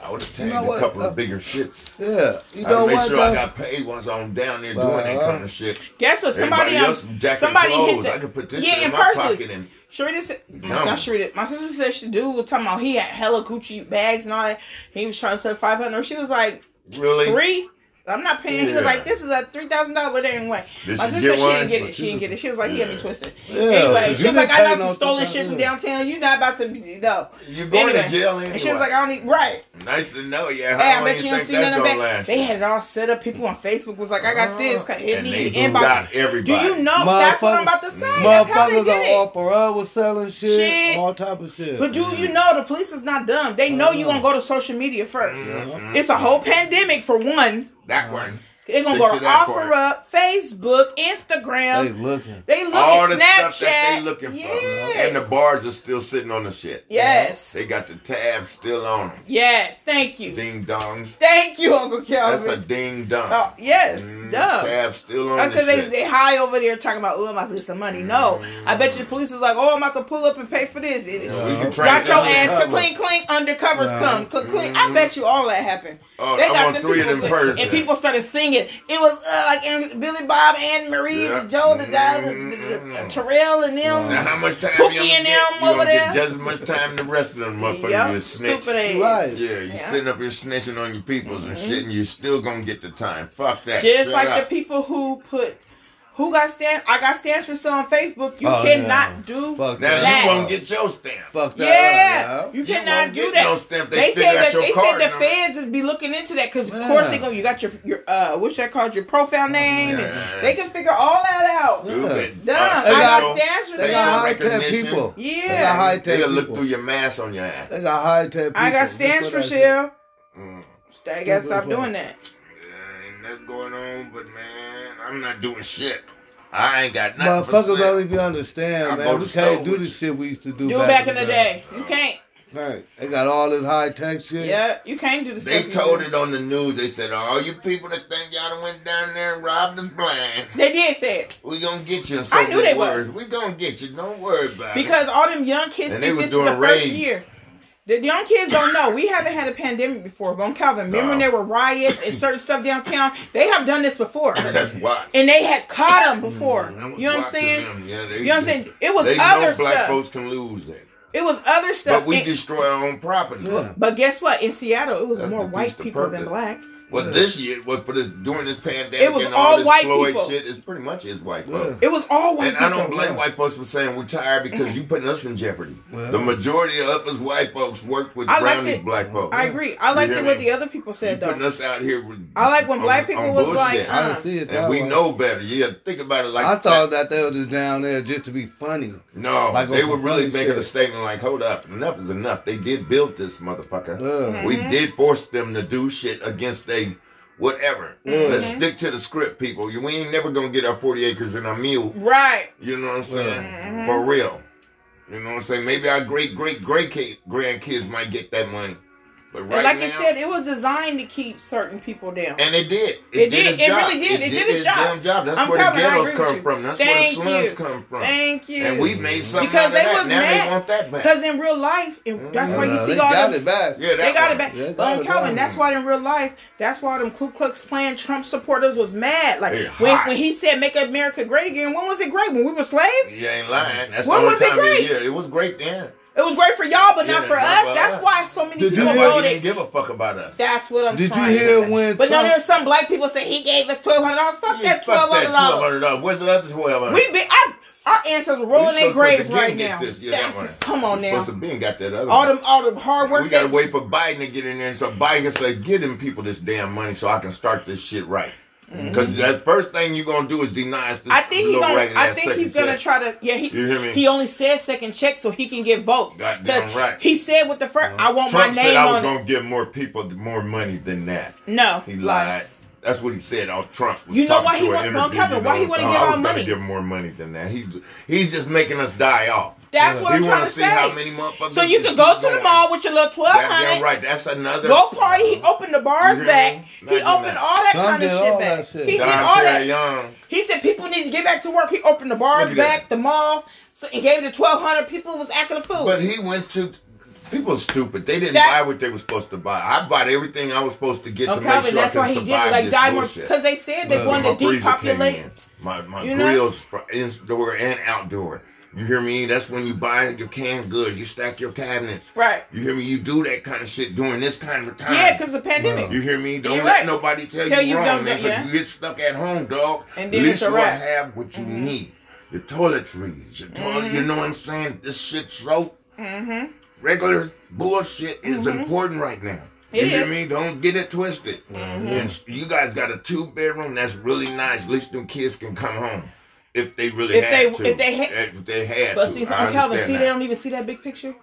Speaker 3: I would have tagged
Speaker 2: You know
Speaker 3: a
Speaker 2: what,
Speaker 3: couple
Speaker 2: uh,
Speaker 3: of bigger shits.
Speaker 2: Yeah. You
Speaker 3: I had
Speaker 2: know
Speaker 3: to make
Speaker 2: what?
Speaker 3: sure
Speaker 2: though?
Speaker 3: I got paid once I'm down there doing that
Speaker 2: Uh-huh.
Speaker 3: kind of shit.
Speaker 1: Guess what? Somebody um,
Speaker 3: Everybody else
Speaker 1: else.
Speaker 3: jacking
Speaker 1: Somebody hit
Speaker 3: clothes.
Speaker 1: the,
Speaker 3: I could put this
Speaker 1: yeah,
Speaker 3: shit in
Speaker 1: in
Speaker 3: my
Speaker 1: purses.
Speaker 3: pocket and
Speaker 1: Sharita said,
Speaker 3: No.
Speaker 1: not Sharita. My sister said she dude was talking about he had hella Gucci bags and all that. He was trying to sell five hundred. She was like
Speaker 3: really.
Speaker 1: three. I'm not paying. He was
Speaker 3: Yeah.
Speaker 1: like, this is a three thousand dollar. But anyway,
Speaker 3: Did
Speaker 1: my
Speaker 3: she
Speaker 1: sister said
Speaker 3: get
Speaker 1: she
Speaker 3: one?
Speaker 1: didn't get
Speaker 3: But
Speaker 1: it. She
Speaker 3: you-
Speaker 1: didn't get it. She was like, he had me
Speaker 3: Yeah.
Speaker 1: twisted.
Speaker 2: Yeah,
Speaker 1: anyway,
Speaker 2: you
Speaker 1: she was
Speaker 2: didn't
Speaker 1: like, I
Speaker 2: pay
Speaker 1: got
Speaker 2: no
Speaker 1: some stolen
Speaker 2: $3,000.
Speaker 1: shit from downtown. You not about to be no.
Speaker 3: You're going
Speaker 1: Anyway.
Speaker 3: to jail anyway.
Speaker 1: And she was like, I don't need right.
Speaker 3: nice to know you. How
Speaker 1: Hey, I
Speaker 3: long
Speaker 1: bet you
Speaker 3: you
Speaker 1: don't
Speaker 3: think
Speaker 1: see
Speaker 3: that's
Speaker 1: none of
Speaker 3: gonna
Speaker 1: that.
Speaker 3: last?
Speaker 1: They had it all set up. People on Facebook was like, I got this. Hit
Speaker 3: and
Speaker 1: me
Speaker 3: they
Speaker 1: in the inbox.
Speaker 3: got
Speaker 1: Do
Speaker 3: everybody.
Speaker 1: you know? That's what I'm about to say. That's how they
Speaker 2: Motherfuckers
Speaker 1: did
Speaker 2: on
Speaker 1: it.
Speaker 2: Opera was selling shit,
Speaker 1: Shit.
Speaker 2: all type of shit.
Speaker 1: But do you know the police is not dumb? They know you
Speaker 2: Uh-huh.
Speaker 1: gonna go to social media 1st
Speaker 3: Mhm.
Speaker 1: It's a whole pandemic for one.
Speaker 3: That one.
Speaker 1: They're gonna
Speaker 3: Stick
Speaker 1: go
Speaker 3: to
Speaker 1: to
Speaker 3: that
Speaker 1: offer
Speaker 3: part.
Speaker 1: up, Facebook,
Speaker 2: they
Speaker 1: Instagram.
Speaker 2: looking.
Speaker 1: They look
Speaker 3: All
Speaker 1: at
Speaker 3: the
Speaker 1: Snapchat.
Speaker 3: stuff that they looking for.
Speaker 1: yeah.
Speaker 3: And the bars are still sitting on the shit.
Speaker 1: yes.
Speaker 3: They got the tab still on them.
Speaker 1: Yes. Thank you.
Speaker 3: Ding dong.
Speaker 1: Thank you, Uncle Calvin.
Speaker 3: That's a ding dong.
Speaker 1: Oh, yes,
Speaker 3: Mm,
Speaker 1: dumb.
Speaker 3: Tab still on the
Speaker 1: Because they,
Speaker 3: shit.
Speaker 1: they high over there talking about, oh, I'm about to get some money. No. I bet you the police was like, oh, I'm about to pull up and pay for this. It,
Speaker 3: Mm-hmm. Yeah, we can
Speaker 2: Got
Speaker 3: track
Speaker 1: Got your
Speaker 3: this.
Speaker 1: ass clink clink undercovers
Speaker 2: Yeah.
Speaker 1: come clink. I bet you all that happened.
Speaker 3: Oh,
Speaker 1: They
Speaker 3: I
Speaker 1: got
Speaker 3: want
Speaker 1: them
Speaker 3: three of
Speaker 1: people
Speaker 3: them
Speaker 1: good.
Speaker 3: purses.
Speaker 1: And people started singing. It was uh, like Aunt- Billy Bob, Anne Marie,
Speaker 3: Yeah. Mm-hmm.
Speaker 1: the Joe, the guy, the, the, the- the Terrell, and them.
Speaker 3: Now, how much time
Speaker 1: Pookie
Speaker 3: you gonna
Speaker 1: and
Speaker 3: get?
Speaker 1: them
Speaker 3: You gonna
Speaker 1: over
Speaker 3: get
Speaker 1: there.
Speaker 3: just as much time the rest of them motherfuckers. You
Speaker 1: Yep,
Speaker 3: a snitch.
Speaker 1: stupid ass.
Speaker 2: You right.
Speaker 3: Yeah, you
Speaker 1: Yeah. Mm-hmm.
Speaker 3: sitting up here snitching on your peoples and shit, and you're still gonna get the time. Fuck that.
Speaker 1: Just
Speaker 3: Shut
Speaker 1: like
Speaker 3: up.
Speaker 1: the people who put who got stand. I got stamps for selling on Facebook. You
Speaker 2: Oh,
Speaker 1: cannot
Speaker 2: yeah.
Speaker 1: do.
Speaker 2: Fuck
Speaker 3: Now
Speaker 1: Yes.
Speaker 3: you won't get your stamp.
Speaker 2: Fuck that.
Speaker 1: Yeah,
Speaker 2: up,
Speaker 1: you
Speaker 3: You
Speaker 1: cannot
Speaker 3: won't
Speaker 1: do
Speaker 3: get
Speaker 1: that.
Speaker 3: no stamp. They
Speaker 1: They,
Speaker 3: figure
Speaker 1: said
Speaker 3: out
Speaker 1: that
Speaker 3: your
Speaker 1: they
Speaker 3: card
Speaker 1: said the
Speaker 3: number.
Speaker 1: feds is be looking into that because of
Speaker 2: Yeah.
Speaker 1: course they go. You got your your uh what's that called? Your profile name.
Speaker 3: Yeah.
Speaker 1: And they can figure all that out.
Speaker 2: Yeah.
Speaker 3: Stupid.
Speaker 1: Dumb.
Speaker 3: Uh,
Speaker 1: I got,
Speaker 2: got-
Speaker 1: stamps for
Speaker 2: They
Speaker 1: selling.
Speaker 2: got high tech
Speaker 3: Recognition.
Speaker 2: people. They
Speaker 1: Yeah.
Speaker 2: got high tech
Speaker 3: They'll look
Speaker 2: people.
Speaker 3: through your mask on your ass.
Speaker 2: They got high tech people.
Speaker 1: I got
Speaker 2: That's
Speaker 1: stamps
Speaker 2: what
Speaker 1: for
Speaker 2: I said.
Speaker 1: sale.
Speaker 3: Mm.
Speaker 1: They gotta
Speaker 2: Stupid
Speaker 1: stop
Speaker 2: fuck.
Speaker 1: doing that.
Speaker 3: Yeah, ain't nothing going on, but man, I'm not doing shit. I ain't got nothing for
Speaker 2: Motherfuckers don't
Speaker 3: sale.
Speaker 2: even understand,
Speaker 3: I go
Speaker 2: man. We
Speaker 3: to
Speaker 2: can't
Speaker 3: store
Speaker 2: do
Speaker 3: with
Speaker 2: the
Speaker 3: you.
Speaker 2: shit we used to do,
Speaker 1: Do it back in
Speaker 2: in
Speaker 1: the day. You can't.
Speaker 2: Right. They got all this high tech shit.
Speaker 1: Yeah, you can't do the
Speaker 3: They
Speaker 1: stuff you
Speaker 3: told
Speaker 1: do.
Speaker 3: it on the news. They said, all you people that think y'all done went down there and robbed us blind,
Speaker 1: They did say it
Speaker 3: we gonna get you. And
Speaker 1: I knew they was.
Speaker 3: We gonna get you. Don't worry about it.
Speaker 1: because all them young kids
Speaker 3: And they
Speaker 1: think
Speaker 3: was
Speaker 1: this is
Speaker 3: doing
Speaker 1: the first
Speaker 3: raids.
Speaker 1: year. The young kids don't know. We haven't had a pandemic before. But on Calvin, remember when
Speaker 3: No.
Speaker 1: there were riots and certain stuff downtown? They have done this before,
Speaker 3: that's why.
Speaker 1: and they had caught them before.
Speaker 3: That was
Speaker 1: You know what I'm
Speaker 3: watching
Speaker 1: saying?
Speaker 3: them. Yeah, they,
Speaker 1: You know what I'm saying? It was
Speaker 3: They
Speaker 1: other
Speaker 3: know black
Speaker 1: stuff.
Speaker 3: folks can lose it,
Speaker 1: It was other stuff.
Speaker 3: but we
Speaker 1: And-
Speaker 3: destroy our own property.
Speaker 2: Yeah.
Speaker 1: but guess what? In Seattle, it was
Speaker 3: That
Speaker 1: more
Speaker 3: defeats
Speaker 1: white
Speaker 3: the
Speaker 1: people than
Speaker 3: purpose.
Speaker 1: black.
Speaker 3: Well, this year was for this during this pandemic
Speaker 1: It was
Speaker 3: and
Speaker 1: all
Speaker 3: all this
Speaker 1: white
Speaker 3: Floyd
Speaker 1: people.
Speaker 3: shit. It's pretty much is white
Speaker 2: Yeah.
Speaker 3: folks.
Speaker 1: It was all white
Speaker 3: And I don't
Speaker 1: people.
Speaker 3: blame white folks for saying we're tired because you putting us in jeopardy.
Speaker 2: Well.
Speaker 3: the majority of us white folks worked with
Speaker 1: I like
Speaker 3: brownies,
Speaker 1: it.
Speaker 3: black folks.
Speaker 1: I agree. I
Speaker 3: You
Speaker 1: liked
Speaker 3: hear
Speaker 1: it
Speaker 3: me?
Speaker 1: what the other people
Speaker 3: You
Speaker 1: said
Speaker 3: putting
Speaker 1: though.
Speaker 3: us out here. With,
Speaker 1: I like when
Speaker 3: on-
Speaker 1: black people
Speaker 3: on
Speaker 1: was like,
Speaker 3: bullshit.
Speaker 1: uh,
Speaker 2: I didn't see it that
Speaker 3: and we
Speaker 2: way.
Speaker 3: know better. Yeah, think about it like
Speaker 2: I
Speaker 3: that.
Speaker 2: thought that they were just down there just to be funny.
Speaker 3: No,
Speaker 2: Like
Speaker 3: they
Speaker 2: on
Speaker 3: were
Speaker 2: some
Speaker 3: really
Speaker 2: funny
Speaker 3: making a
Speaker 2: shit.
Speaker 3: statement like, "Hold up, enough is enough." They did build this motherfucker.
Speaker 2: Yeah.
Speaker 3: We did force them to do shit against a whatever. Let's stick to the script, people. You- We ain't never gonna get our forty acres and our mule.
Speaker 1: Right.
Speaker 3: You know what I'm saying?
Speaker 1: Mm-hmm.
Speaker 3: For real. You know what I'm saying? Maybe our great great great ki- grandkids might get that money, but right
Speaker 1: and like
Speaker 3: now,
Speaker 1: I said, it was designed to keep certain people down.
Speaker 3: and it did. It,
Speaker 1: It did.
Speaker 3: its
Speaker 1: It
Speaker 3: job.
Speaker 1: really did. It did its job.
Speaker 3: damn job. That's
Speaker 1: I'm
Speaker 3: where the
Speaker 1: coming. I agree
Speaker 3: ghettos
Speaker 1: with
Speaker 3: come
Speaker 1: you.
Speaker 3: from. That's
Speaker 1: Thank
Speaker 3: where the slums
Speaker 1: you.
Speaker 3: come from.
Speaker 1: Thank you.
Speaker 3: And we made something
Speaker 1: Because
Speaker 3: out of
Speaker 1: they
Speaker 3: that.
Speaker 1: was
Speaker 3: now
Speaker 1: mad.
Speaker 3: they want that back.
Speaker 1: Because in real life,
Speaker 3: Mm-hmm.
Speaker 1: if, that's why you
Speaker 2: Uh, they
Speaker 1: see all
Speaker 2: got
Speaker 1: them
Speaker 2: it back.
Speaker 3: Yeah, that
Speaker 1: they got
Speaker 3: one.
Speaker 1: it back.
Speaker 2: Yeah, they got
Speaker 1: but
Speaker 2: it
Speaker 1: Calvin,
Speaker 2: back.
Speaker 1: that's why in real life, that's why them Ku Klux Klan Trump supporters was mad. Like
Speaker 3: They
Speaker 1: when,
Speaker 3: hot.
Speaker 1: when he said "Make America Great Again," when was it great? When we were slaves?
Speaker 3: You ain't lying. That's
Speaker 1: When
Speaker 3: the only
Speaker 1: was it
Speaker 3: time of
Speaker 1: great?
Speaker 3: the year. It was great then.
Speaker 1: It was great for y'all, but not
Speaker 3: Yeah,
Speaker 1: for
Speaker 3: not
Speaker 1: us.
Speaker 3: for
Speaker 1: that's
Speaker 3: us.
Speaker 1: why so many
Speaker 2: Did you
Speaker 1: people
Speaker 2: hear-
Speaker 3: Nobody
Speaker 1: voted.
Speaker 3: didn't give a fuck about us.
Speaker 1: That's what I'm
Speaker 2: Did you
Speaker 1: trying to
Speaker 2: hear
Speaker 1: say.
Speaker 2: when
Speaker 1: But now
Speaker 2: Trump-
Speaker 1: there's some black people say he gave us twelve hundred dollars. Fuck
Speaker 3: Yeah,
Speaker 1: that twelve hundred
Speaker 3: twelve
Speaker 1: dollars.
Speaker 3: hundred dollars. Where's the other twelve hundred?
Speaker 1: We be I, our ancestors are rolling
Speaker 3: We
Speaker 1: their
Speaker 3: supposed to
Speaker 1: graves
Speaker 3: get-
Speaker 1: right
Speaker 3: get
Speaker 1: now.
Speaker 3: this. Yeah,
Speaker 1: That's-
Speaker 3: that one.
Speaker 1: come on
Speaker 3: We're
Speaker 1: now.
Speaker 3: Supposed to be and got that other.
Speaker 1: All
Speaker 3: one.
Speaker 1: them all the hard work.
Speaker 3: we gotta
Speaker 1: that-
Speaker 3: wait for Biden to get in there so Biden can say, "Get them people this damn money so I can start this shit right." Because the first thing you're gonna do is deny us this
Speaker 1: Mm-hmm. I think he's
Speaker 3: little
Speaker 1: gonna.
Speaker 3: ragged
Speaker 1: I
Speaker 3: ass
Speaker 1: think
Speaker 3: second
Speaker 1: he's gonna
Speaker 3: check.
Speaker 1: try to. Yeah, he.
Speaker 3: You hear me?
Speaker 1: He only said second check so he can get votes.
Speaker 3: Goddamn
Speaker 1: 'Cause
Speaker 3: right. Uh-huh.
Speaker 1: He said with the first, I want
Speaker 3: Trump
Speaker 1: my
Speaker 3: said
Speaker 1: name
Speaker 3: I was
Speaker 1: on. it.
Speaker 3: gonna give more people more money than that.
Speaker 1: No,
Speaker 3: He lied. That's what he said. On Trump was
Speaker 1: You know
Speaker 3: talking
Speaker 1: why he
Speaker 3: to an
Speaker 1: want-
Speaker 3: interview,
Speaker 1: Ron Kevin,
Speaker 3: you
Speaker 1: why
Speaker 3: know,
Speaker 1: he wanna
Speaker 3: so
Speaker 1: give
Speaker 3: I
Speaker 1: our
Speaker 3: was gonna
Speaker 1: money?
Speaker 3: Give more money than that. He's he's just making us die off.
Speaker 1: That's what
Speaker 3: he
Speaker 1: I'm
Speaker 3: wanna
Speaker 1: trying to
Speaker 3: see
Speaker 1: say.
Speaker 3: how many motherfuckers.
Speaker 1: so you
Speaker 3: just
Speaker 1: can go
Speaker 3: keep
Speaker 1: to the
Speaker 3: going.
Speaker 1: mall with your little twelve
Speaker 3: That's damn
Speaker 1: hundred.
Speaker 3: right. That's another.
Speaker 1: Go party. He opened the bars
Speaker 3: You hear
Speaker 1: back.
Speaker 3: me?
Speaker 1: He
Speaker 3: Imagine
Speaker 1: opened
Speaker 3: that.
Speaker 1: all that
Speaker 2: Trump
Speaker 1: kind of
Speaker 2: did
Speaker 1: shit
Speaker 2: all
Speaker 1: back.
Speaker 2: that shit.
Speaker 1: He did
Speaker 3: Don
Speaker 1: all that.
Speaker 3: Perignon.
Speaker 1: He said people need to get back to work. He opened the bars
Speaker 3: at
Speaker 1: back,
Speaker 3: that.
Speaker 1: the malls, so, and gave the twelve hundred people was acting a fool.
Speaker 3: But he went to. People are stupid. They didn't
Speaker 1: That-
Speaker 3: buy what they were supposed to buy. I bought everything I was supposed to get
Speaker 1: no,
Speaker 3: to make
Speaker 1: Calvin,
Speaker 3: sure
Speaker 1: that's
Speaker 3: I
Speaker 1: why
Speaker 3: could
Speaker 1: he did it.
Speaker 3: survive
Speaker 1: Like
Speaker 3: this
Speaker 1: die more
Speaker 3: bullshit.
Speaker 1: because they said they
Speaker 2: But
Speaker 3: When
Speaker 1: wanted to
Speaker 3: my freezer came
Speaker 1: depopulate.
Speaker 3: in, My my
Speaker 1: You know?
Speaker 3: grills for indoor and outdoor. You hear me? That's when you buy your canned goods. You stack your cabinets.
Speaker 1: Right.
Speaker 3: You hear me? You do that kind of shit during this kind of time.
Speaker 1: Yeah, because the pandemic.
Speaker 3: you hear me? Don't
Speaker 1: You're
Speaker 3: let
Speaker 1: right.
Speaker 3: nobody tell,
Speaker 1: Tell
Speaker 3: you,
Speaker 1: you
Speaker 3: wrong,
Speaker 1: don't
Speaker 3: man.
Speaker 1: do-
Speaker 3: Because
Speaker 1: yeah.
Speaker 3: you get stuck at home, dog.
Speaker 1: And then
Speaker 3: At
Speaker 1: it's
Speaker 3: least
Speaker 1: a
Speaker 3: you'll
Speaker 1: wrap. Mm-hmm.
Speaker 3: have what you need. Your toiletries, your toilet. You know what I'm saying? This shit so
Speaker 1: Mm-hmm.
Speaker 3: regular bullshit is important right now. You
Speaker 1: It
Speaker 3: hear
Speaker 1: is. Mm-hmm.
Speaker 3: me? Don't get it twisted. And s- you guys got a two bedroom that's really nice. At least them kids can come home if they really
Speaker 1: If
Speaker 3: had
Speaker 1: they-
Speaker 3: to.
Speaker 1: if they ha-
Speaker 3: if they had
Speaker 1: But
Speaker 3: to.
Speaker 1: see,
Speaker 3: I
Speaker 1: some Calvin, see,
Speaker 3: understand
Speaker 1: they
Speaker 3: that.
Speaker 1: don't even see that big picture.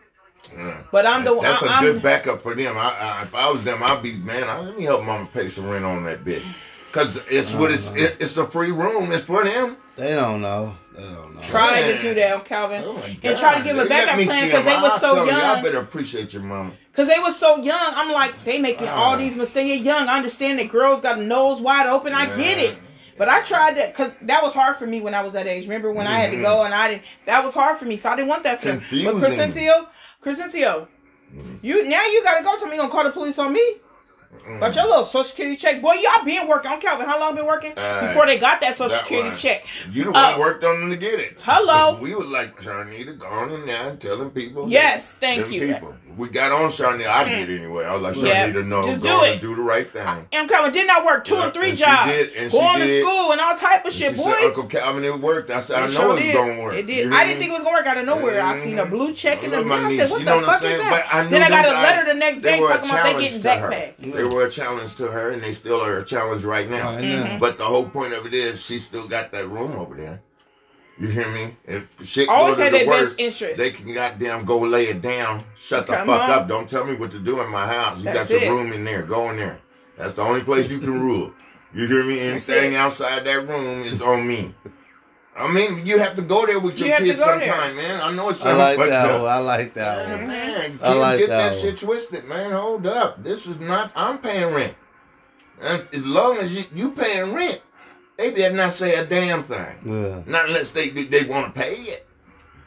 Speaker 3: Yeah.
Speaker 1: But I'm the one.
Speaker 3: That's a
Speaker 1: I'm,
Speaker 3: good backup for them. I, I, if I was them, I'd be man. I, let me help mama pay some rent on that bitch, cause it's what it's. It, it's a free room. It's for them.
Speaker 2: They don't know. They don't know.
Speaker 1: trying to
Speaker 3: Man.
Speaker 1: do that, Calvin,
Speaker 3: Oh my
Speaker 1: and try to
Speaker 3: God.
Speaker 1: give a
Speaker 3: They let
Speaker 1: backup
Speaker 3: me
Speaker 1: plan
Speaker 3: see
Speaker 1: because they
Speaker 3: them.
Speaker 1: was
Speaker 3: I'll
Speaker 1: so
Speaker 3: tell you,
Speaker 1: young.
Speaker 3: Y'all better appreciate your mama.
Speaker 1: Because they was so young. I'm like, they making
Speaker 3: Ah.
Speaker 1: all these mistakes. They're young. I understand that girls got a nose wide open. I get it. But I tried that because that was hard for me when I was that age. Remember when I had to go and I didn't? That was hard for me, so I didn't want that for them. But
Speaker 3: Mm-hmm. Confusing. Mm-hmm.
Speaker 1: Crescencio, Crescencio, you now you gotta go. Tell me you gonna call the police on me.
Speaker 3: Mm,
Speaker 1: But your little social security check, boy, y'all been working. I'm Calvin. How long been working
Speaker 3: Uh,
Speaker 1: before they got that social
Speaker 3: that
Speaker 1: security
Speaker 3: one.
Speaker 1: check?
Speaker 3: You the one
Speaker 1: Uh,
Speaker 3: worked on them to get it.
Speaker 1: hello?
Speaker 3: We was like Sharnita, go on in there and tell them people.
Speaker 1: Yes, thank
Speaker 3: them
Speaker 1: you. Mm.
Speaker 3: People. We got on Sharnita. I did anyway. I was like
Speaker 1: Yeah,
Speaker 3: Sharnita, no,
Speaker 1: just
Speaker 3: go
Speaker 1: do
Speaker 3: on
Speaker 1: it.
Speaker 3: and do the right thing.
Speaker 1: And Calvin didn't I work two
Speaker 3: Yeah,
Speaker 1: and three
Speaker 3: and she
Speaker 1: jobs,
Speaker 3: did, and she
Speaker 1: going to
Speaker 3: did.
Speaker 1: school and all type of
Speaker 3: And
Speaker 1: shit,
Speaker 3: she
Speaker 1: boy.
Speaker 3: said, Uncle Calvin, it worked. I said, I
Speaker 1: It
Speaker 3: know
Speaker 1: sure
Speaker 3: it's
Speaker 1: did.
Speaker 3: gonna work.
Speaker 1: It
Speaker 3: You
Speaker 1: did. I
Speaker 3: hear
Speaker 1: didn't
Speaker 3: me? Mm-hmm.
Speaker 1: think it was gonna work out of nowhere. I seen a blue check in the
Speaker 3: Look at my
Speaker 1: mail. I
Speaker 3: niece.
Speaker 1: said, "What
Speaker 3: You know
Speaker 1: the
Speaker 3: what I'm
Speaker 1: fuck is
Speaker 3: saying?
Speaker 1: that?"
Speaker 3: But I knew
Speaker 1: then I got
Speaker 3: them
Speaker 1: a
Speaker 3: guys-
Speaker 1: letter the next
Speaker 3: they
Speaker 1: day
Speaker 3: were a
Speaker 1: talking about they getting
Speaker 3: challenge to her.
Speaker 1: backpack.
Speaker 3: They were a challenge to her, and they still are a challenge right now.
Speaker 2: Right now.
Speaker 3: But the whole point of it is, she still got that room over there. You hear me? If shit
Speaker 1: Always
Speaker 3: goes to
Speaker 1: had
Speaker 3: the
Speaker 1: their
Speaker 3: worst,
Speaker 1: best interest.
Speaker 3: they can goddamn go lay it down. Shut the
Speaker 1: Come
Speaker 3: fuck
Speaker 1: on.
Speaker 3: up. Don't tell me what to do in my house. You
Speaker 1: That's
Speaker 3: got your
Speaker 1: it.
Speaker 3: room in there. Go in there. That's the only place you can rule. You hear me?
Speaker 1: That's
Speaker 3: Anything
Speaker 1: it.
Speaker 3: outside that room is on me. I mean, you have to go there with your
Speaker 1: You have to
Speaker 3: kids
Speaker 1: go there.
Speaker 3: sometime, man. I know it's
Speaker 2: I
Speaker 3: something,
Speaker 2: like
Speaker 3: but
Speaker 2: that
Speaker 3: uh,
Speaker 2: one. I like that one.
Speaker 3: Man, kids
Speaker 2: I like
Speaker 3: get
Speaker 2: that
Speaker 3: that,
Speaker 2: one.
Speaker 3: shit twisted, man. Hold up. This is not I'm paying rent. And as long as you you paying rent, they better not say a damn thing.
Speaker 2: Yeah.
Speaker 3: Not unless they do- they want to pay it.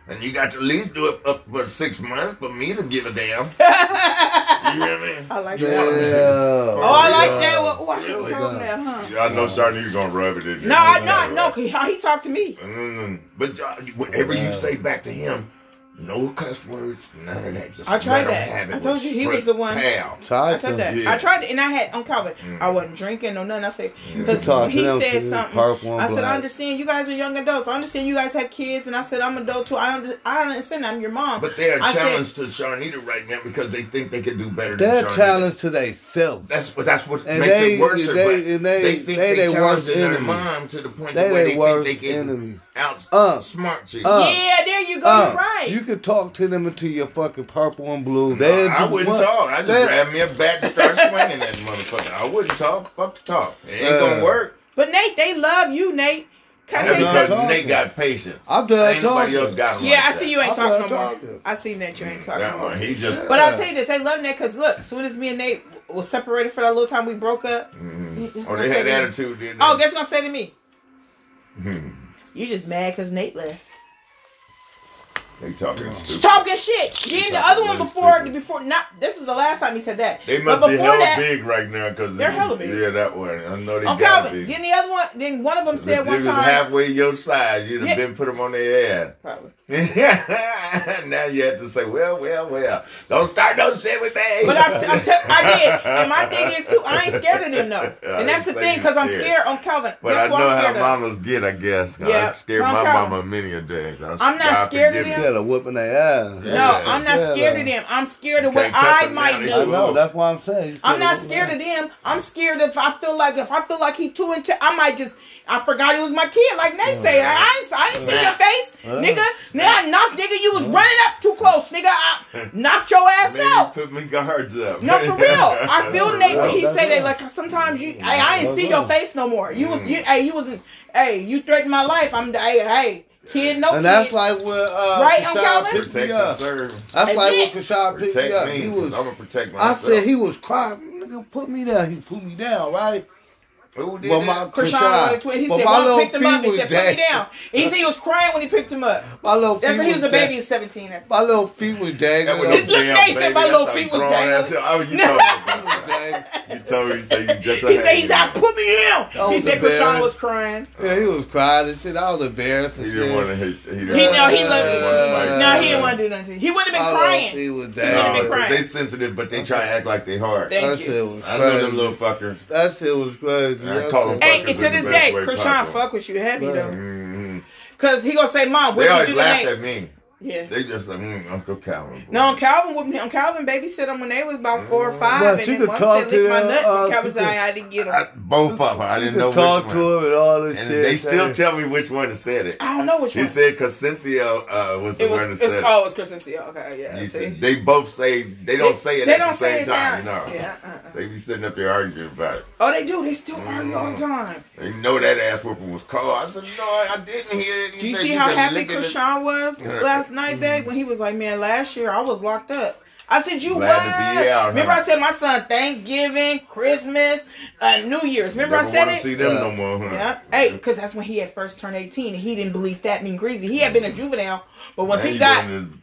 Speaker 3: And you got to at least do it up for six months for me to give a damn. you hear me?
Speaker 1: I like
Speaker 3: You
Speaker 1: that.
Speaker 3: wanna-
Speaker 2: Yeah.
Speaker 1: Oh, I
Speaker 3: Yeah.
Speaker 1: like that. Well, oh, I should have
Speaker 3: Really?
Speaker 1: told him that, huh?
Speaker 3: Yeah, I know Sharnita's gonna rub it in there.
Speaker 1: No, I no, no. 'cause He, he talked to me.
Speaker 3: Mm, But uh, whatever you say back to him, No cuss words, none of that. Just
Speaker 1: I tried
Speaker 3: let 'em
Speaker 1: that.
Speaker 3: Have it
Speaker 1: I told
Speaker 3: with
Speaker 1: you he
Speaker 3: straight
Speaker 1: was the one-
Speaker 3: Pal.
Speaker 1: I
Speaker 2: Talk to
Speaker 1: said that.
Speaker 2: him.
Speaker 3: Yeah.
Speaker 1: I tried to, and I had on cover.
Speaker 3: Mm.
Speaker 1: I wasn't drinking or nothing. I said
Speaker 2: Talk
Speaker 1: because
Speaker 2: to
Speaker 1: he
Speaker 2: them,
Speaker 1: said
Speaker 2: too.
Speaker 1: something.
Speaker 2: Purple and
Speaker 1: I said
Speaker 2: black.
Speaker 1: I understand. You guys are young adults. I understand you guys have kids, and I said I'm adult too. I under, I understand. I'm your mom.
Speaker 3: But they are
Speaker 1: I said-
Speaker 3: challenged to Sharnita right now because they think they can do better
Speaker 2: They're
Speaker 3: than Sharnita.
Speaker 2: challenged to themselves.
Speaker 3: That's what that's what
Speaker 2: And
Speaker 3: makes
Speaker 2: they-
Speaker 3: it worse.
Speaker 2: they-
Speaker 3: but
Speaker 2: and they-
Speaker 3: they think
Speaker 2: they
Speaker 3: they,
Speaker 2: their worst
Speaker 3: challenged their
Speaker 2: enemy.
Speaker 3: mom to the point
Speaker 2: They
Speaker 3: that where
Speaker 2: their
Speaker 3: they think
Speaker 2: worst
Speaker 3: they can
Speaker 2: enemy.
Speaker 3: out
Speaker 2: Uh,
Speaker 3: smart you.
Speaker 2: uh,
Speaker 1: yeah, there you go.
Speaker 2: Uh,
Speaker 1: You're right.
Speaker 2: You can talk to them until you're fucking purple and blue.
Speaker 3: No,
Speaker 2: They'll
Speaker 3: I
Speaker 2: do
Speaker 3: wouldn't
Speaker 2: what?
Speaker 3: talk. I just
Speaker 2: They'll-
Speaker 3: grab me a bat and start swinging that motherfucker. I wouldn't talk. Fuck the talk. It ain't gonna
Speaker 2: Uh,
Speaker 3: work.
Speaker 1: but Nate, they love you, Nate. Can I
Speaker 3: That's
Speaker 1: tell you
Speaker 2: done
Speaker 3: because
Speaker 1: something?
Speaker 2: talking.
Speaker 3: they got patience.
Speaker 2: I'm done
Speaker 3: ain't nobody
Speaker 2: talking.
Speaker 3: else got 'em
Speaker 1: Yeah,
Speaker 3: like
Speaker 1: I see you ain't
Speaker 2: I'm
Speaker 1: talking
Speaker 2: not
Speaker 1: no more.
Speaker 2: talking.
Speaker 1: I seen that you ain't talking
Speaker 3: That
Speaker 1: no more.
Speaker 3: one, he just.
Speaker 1: But I'll tell you this, they love Nate because look, soon as me and Nate w- was separated for that little time we broke up,
Speaker 3: Mhm.
Speaker 1: That's
Speaker 3: Oh,
Speaker 1: what
Speaker 3: they
Speaker 1: I
Speaker 3: had
Speaker 1: said.
Speaker 3: attitude, didn't they?
Speaker 1: oh, guess what I'm saying to me?
Speaker 3: Hmm.
Speaker 1: You just mad because Nate left.
Speaker 3: They talking stupid.
Speaker 1: Talking shit. Then the other one
Speaker 3: Talking
Speaker 1: before,
Speaker 3: stupid.
Speaker 1: before not this was the last time he said that.
Speaker 3: They must
Speaker 1: but
Speaker 3: be
Speaker 1: before
Speaker 3: hella
Speaker 1: that,
Speaker 3: big right now because
Speaker 1: They're hella big. Oh,
Speaker 3: Yeah, that one. I know they
Speaker 1: on
Speaker 3: gotta
Speaker 1: Calvin.
Speaker 3: be.
Speaker 1: Then the other one, then one of them
Speaker 3: If
Speaker 1: said
Speaker 3: they
Speaker 1: one
Speaker 3: was
Speaker 1: time.
Speaker 3: halfway your size, you'd have
Speaker 1: Yeah.
Speaker 3: been put them on their
Speaker 1: Probably.
Speaker 3: head. now you have to say, well, well, well. Don't start no shit with me.
Speaker 1: But I'm, I'm t- I did, and my thing is too. I ain't scared of them though,
Speaker 3: I
Speaker 1: and that's the
Speaker 3: didn't say
Speaker 1: thing
Speaker 3: you
Speaker 1: because I'm
Speaker 3: scared.
Speaker 1: scared on Calvin.
Speaker 3: But
Speaker 1: That's
Speaker 3: I
Speaker 1: what
Speaker 3: know
Speaker 1: I'm
Speaker 3: how
Speaker 1: scared of.
Speaker 3: mamas get, I guess.
Speaker 1: Yeah,
Speaker 3: I scared
Speaker 1: from
Speaker 3: my
Speaker 1: Calvin.
Speaker 3: mama many a day. I'm
Speaker 1: I'm not scared of them.
Speaker 2: Yeah, the whooping their ass.
Speaker 1: No,
Speaker 3: Yeah.
Speaker 1: I'm not
Speaker 2: Yeah,
Speaker 1: scared
Speaker 2: though.
Speaker 1: of them. I'm scared
Speaker 3: You
Speaker 1: of what
Speaker 3: can't touch
Speaker 1: I
Speaker 3: them now,
Speaker 1: might
Speaker 3: they
Speaker 1: do.
Speaker 2: I
Speaker 3: too
Speaker 2: know. That's why I'm saying. You
Speaker 1: I'm not
Speaker 2: said
Speaker 1: scared of
Speaker 2: that.
Speaker 1: them. I'm scared if I feel like if I feel like he too into, I might just I forgot he was my kid. Like they say, I ain't, I ain't seen your face, nigga. Now I knocked, nigga. You was running up too close, nigga. I knocked your ass
Speaker 3: Maybe
Speaker 1: out.
Speaker 3: put me guards up.
Speaker 1: No, for real. I feel Nate when he
Speaker 2: That's
Speaker 1: say
Speaker 2: real.
Speaker 1: that. Like sometimes you, hey, I ain't
Speaker 2: That's
Speaker 1: see your
Speaker 2: real.
Speaker 1: face no more. You was,
Speaker 2: Mm.
Speaker 1: you, hey, you wasn't, hey, you threatened my life. I'm, hey, hey, kid, no
Speaker 2: And
Speaker 1: kid.
Speaker 2: that's like when uh,
Speaker 1: Right,
Speaker 2: Rashad
Speaker 1: Uncle Alvin?
Speaker 2: picked me
Speaker 3: Protect and
Speaker 2: up.
Speaker 3: serve.
Speaker 2: That's
Speaker 1: That's
Speaker 2: like
Speaker 1: it.
Speaker 2: when Kashad picked me
Speaker 3: Protect
Speaker 2: up.
Speaker 3: me.
Speaker 2: He
Speaker 3: 'cause
Speaker 2: was.
Speaker 3: I'm gonna protect
Speaker 2: I
Speaker 3: myself.
Speaker 2: said he was crying. Nigga, put me down. He put me down, right?
Speaker 3: Who did
Speaker 2: Well,
Speaker 3: it?
Speaker 2: my
Speaker 1: Krishan
Speaker 2: Krishan.
Speaker 1: wanted twins. He
Speaker 2: But
Speaker 1: said,
Speaker 2: my
Speaker 1: "Mom
Speaker 2: little
Speaker 1: picked him
Speaker 2: feet
Speaker 1: up." He
Speaker 2: was
Speaker 1: said, "Put
Speaker 2: dead.
Speaker 1: me down." He said he was crying when he picked him up.
Speaker 2: My little feet
Speaker 1: That's when he was a baby. He
Speaker 2: dead.
Speaker 1: was seventeen. at-
Speaker 2: My little feet was
Speaker 3: That
Speaker 2: dangling.
Speaker 3: was
Speaker 2: up.
Speaker 1: Look, they said my little feet was dangling.
Speaker 3: Oh, you told me.
Speaker 2: was dangling.
Speaker 3: You told me you said you just.
Speaker 1: He said, he said, put me down. He
Speaker 2: was
Speaker 1: said Krishan
Speaker 2: embarrassed.
Speaker 1: was crying.
Speaker 2: Yeah, he was crying and shit. I was embarrassed
Speaker 3: He
Speaker 2: and
Speaker 3: didn't want
Speaker 2: shit.
Speaker 3: to hit. He didn't
Speaker 1: He no, he
Speaker 2: Uh,
Speaker 1: loved it.
Speaker 2: Uh,
Speaker 1: No, he didn't want to do nothing. to you. He wouldn't have
Speaker 2: My
Speaker 1: been
Speaker 2: little
Speaker 1: crying.
Speaker 2: feet was
Speaker 1: wouldn't have been
Speaker 3: No,
Speaker 2: dangling.
Speaker 1: crying.
Speaker 3: they sensitive, but they try to act like they hard.
Speaker 1: Thank
Speaker 2: That
Speaker 1: you.
Speaker 2: shit was
Speaker 3: I know them
Speaker 2: crazy.
Speaker 3: little fuckers.
Speaker 2: That shit was crazy.
Speaker 3: I
Speaker 2: That
Speaker 3: call
Speaker 2: shit-
Speaker 3: him
Speaker 1: Hey, and
Speaker 3: fuckers
Speaker 1: to
Speaker 3: in the
Speaker 1: this
Speaker 3: best
Speaker 1: day,
Speaker 3: way
Speaker 1: Krishan
Speaker 3: possible.
Speaker 1: fuck with you heavy
Speaker 2: Right.
Speaker 1: though,
Speaker 3: Mhm.
Speaker 1: cause he gonna say, "Mom,
Speaker 3: They
Speaker 1: what did
Speaker 3: always
Speaker 1: you do
Speaker 3: laughed
Speaker 1: tonight?"
Speaker 3: at me.
Speaker 1: Yeah.
Speaker 3: They just like mm, Uncle Calvin. boy.
Speaker 1: No, on Calvin with me. On Calvin babysit him when they was about four or five, and
Speaker 2: But you
Speaker 1: then
Speaker 2: could
Speaker 1: one
Speaker 2: talk
Speaker 1: said
Speaker 2: to
Speaker 1: lick my
Speaker 2: them,
Speaker 1: nuts,
Speaker 2: uh,
Speaker 1: and Calvin
Speaker 2: you
Speaker 1: said,
Speaker 2: could-
Speaker 1: "I I didn't get
Speaker 3: Mm. I,
Speaker 1: him."
Speaker 3: both of them. I didn't know which
Speaker 2: talk
Speaker 3: one.
Speaker 2: to him and all this
Speaker 3: And
Speaker 2: shit.
Speaker 3: they still
Speaker 2: Hey,
Speaker 3: tell me which one that said it.
Speaker 1: I don't know which
Speaker 3: He
Speaker 1: one.
Speaker 3: said because Cynthia uh, was the
Speaker 1: It was.
Speaker 3: one that
Speaker 1: It's
Speaker 3: said it.
Speaker 1: always Chris and Seal. Okay, yeah.
Speaker 3: You
Speaker 1: see?
Speaker 3: see, they both say they don't say it
Speaker 1: They
Speaker 3: at
Speaker 1: don't
Speaker 3: the
Speaker 1: say
Speaker 3: same
Speaker 1: it
Speaker 3: time.
Speaker 1: now.
Speaker 3: No,
Speaker 1: Yeah, uh-uh.
Speaker 3: they be sitting up there arguing about it.
Speaker 1: Oh, they do. They still argue all
Speaker 3: Mm.
Speaker 1: the time.
Speaker 3: They know that ass whooping was called. I said, no, I didn't hear it. He
Speaker 1: Do you
Speaker 3: said,
Speaker 1: see how
Speaker 3: been
Speaker 1: happy
Speaker 3: licking it." Mm-hmm.
Speaker 1: Krishan was last night, babe? When he was like, "Man, last year I was locked up." I said, "You
Speaker 3: Glad to be
Speaker 1: was."
Speaker 3: out,
Speaker 1: Remember,
Speaker 3: huh?
Speaker 1: I said my son Thanksgiving, Christmas, uh, New Year's. Remember,
Speaker 3: Never
Speaker 1: I said
Speaker 3: wanna
Speaker 1: it.
Speaker 3: see them
Speaker 2: Yeah.
Speaker 3: no more. Huh?
Speaker 1: Yeah. Hey, because that's when he had first turned 18. And he didn't believe that mean greasy. He had been a juvenile, but once
Speaker 3: Mm-hmm. Now
Speaker 1: he
Speaker 3: you
Speaker 1: got
Speaker 3: going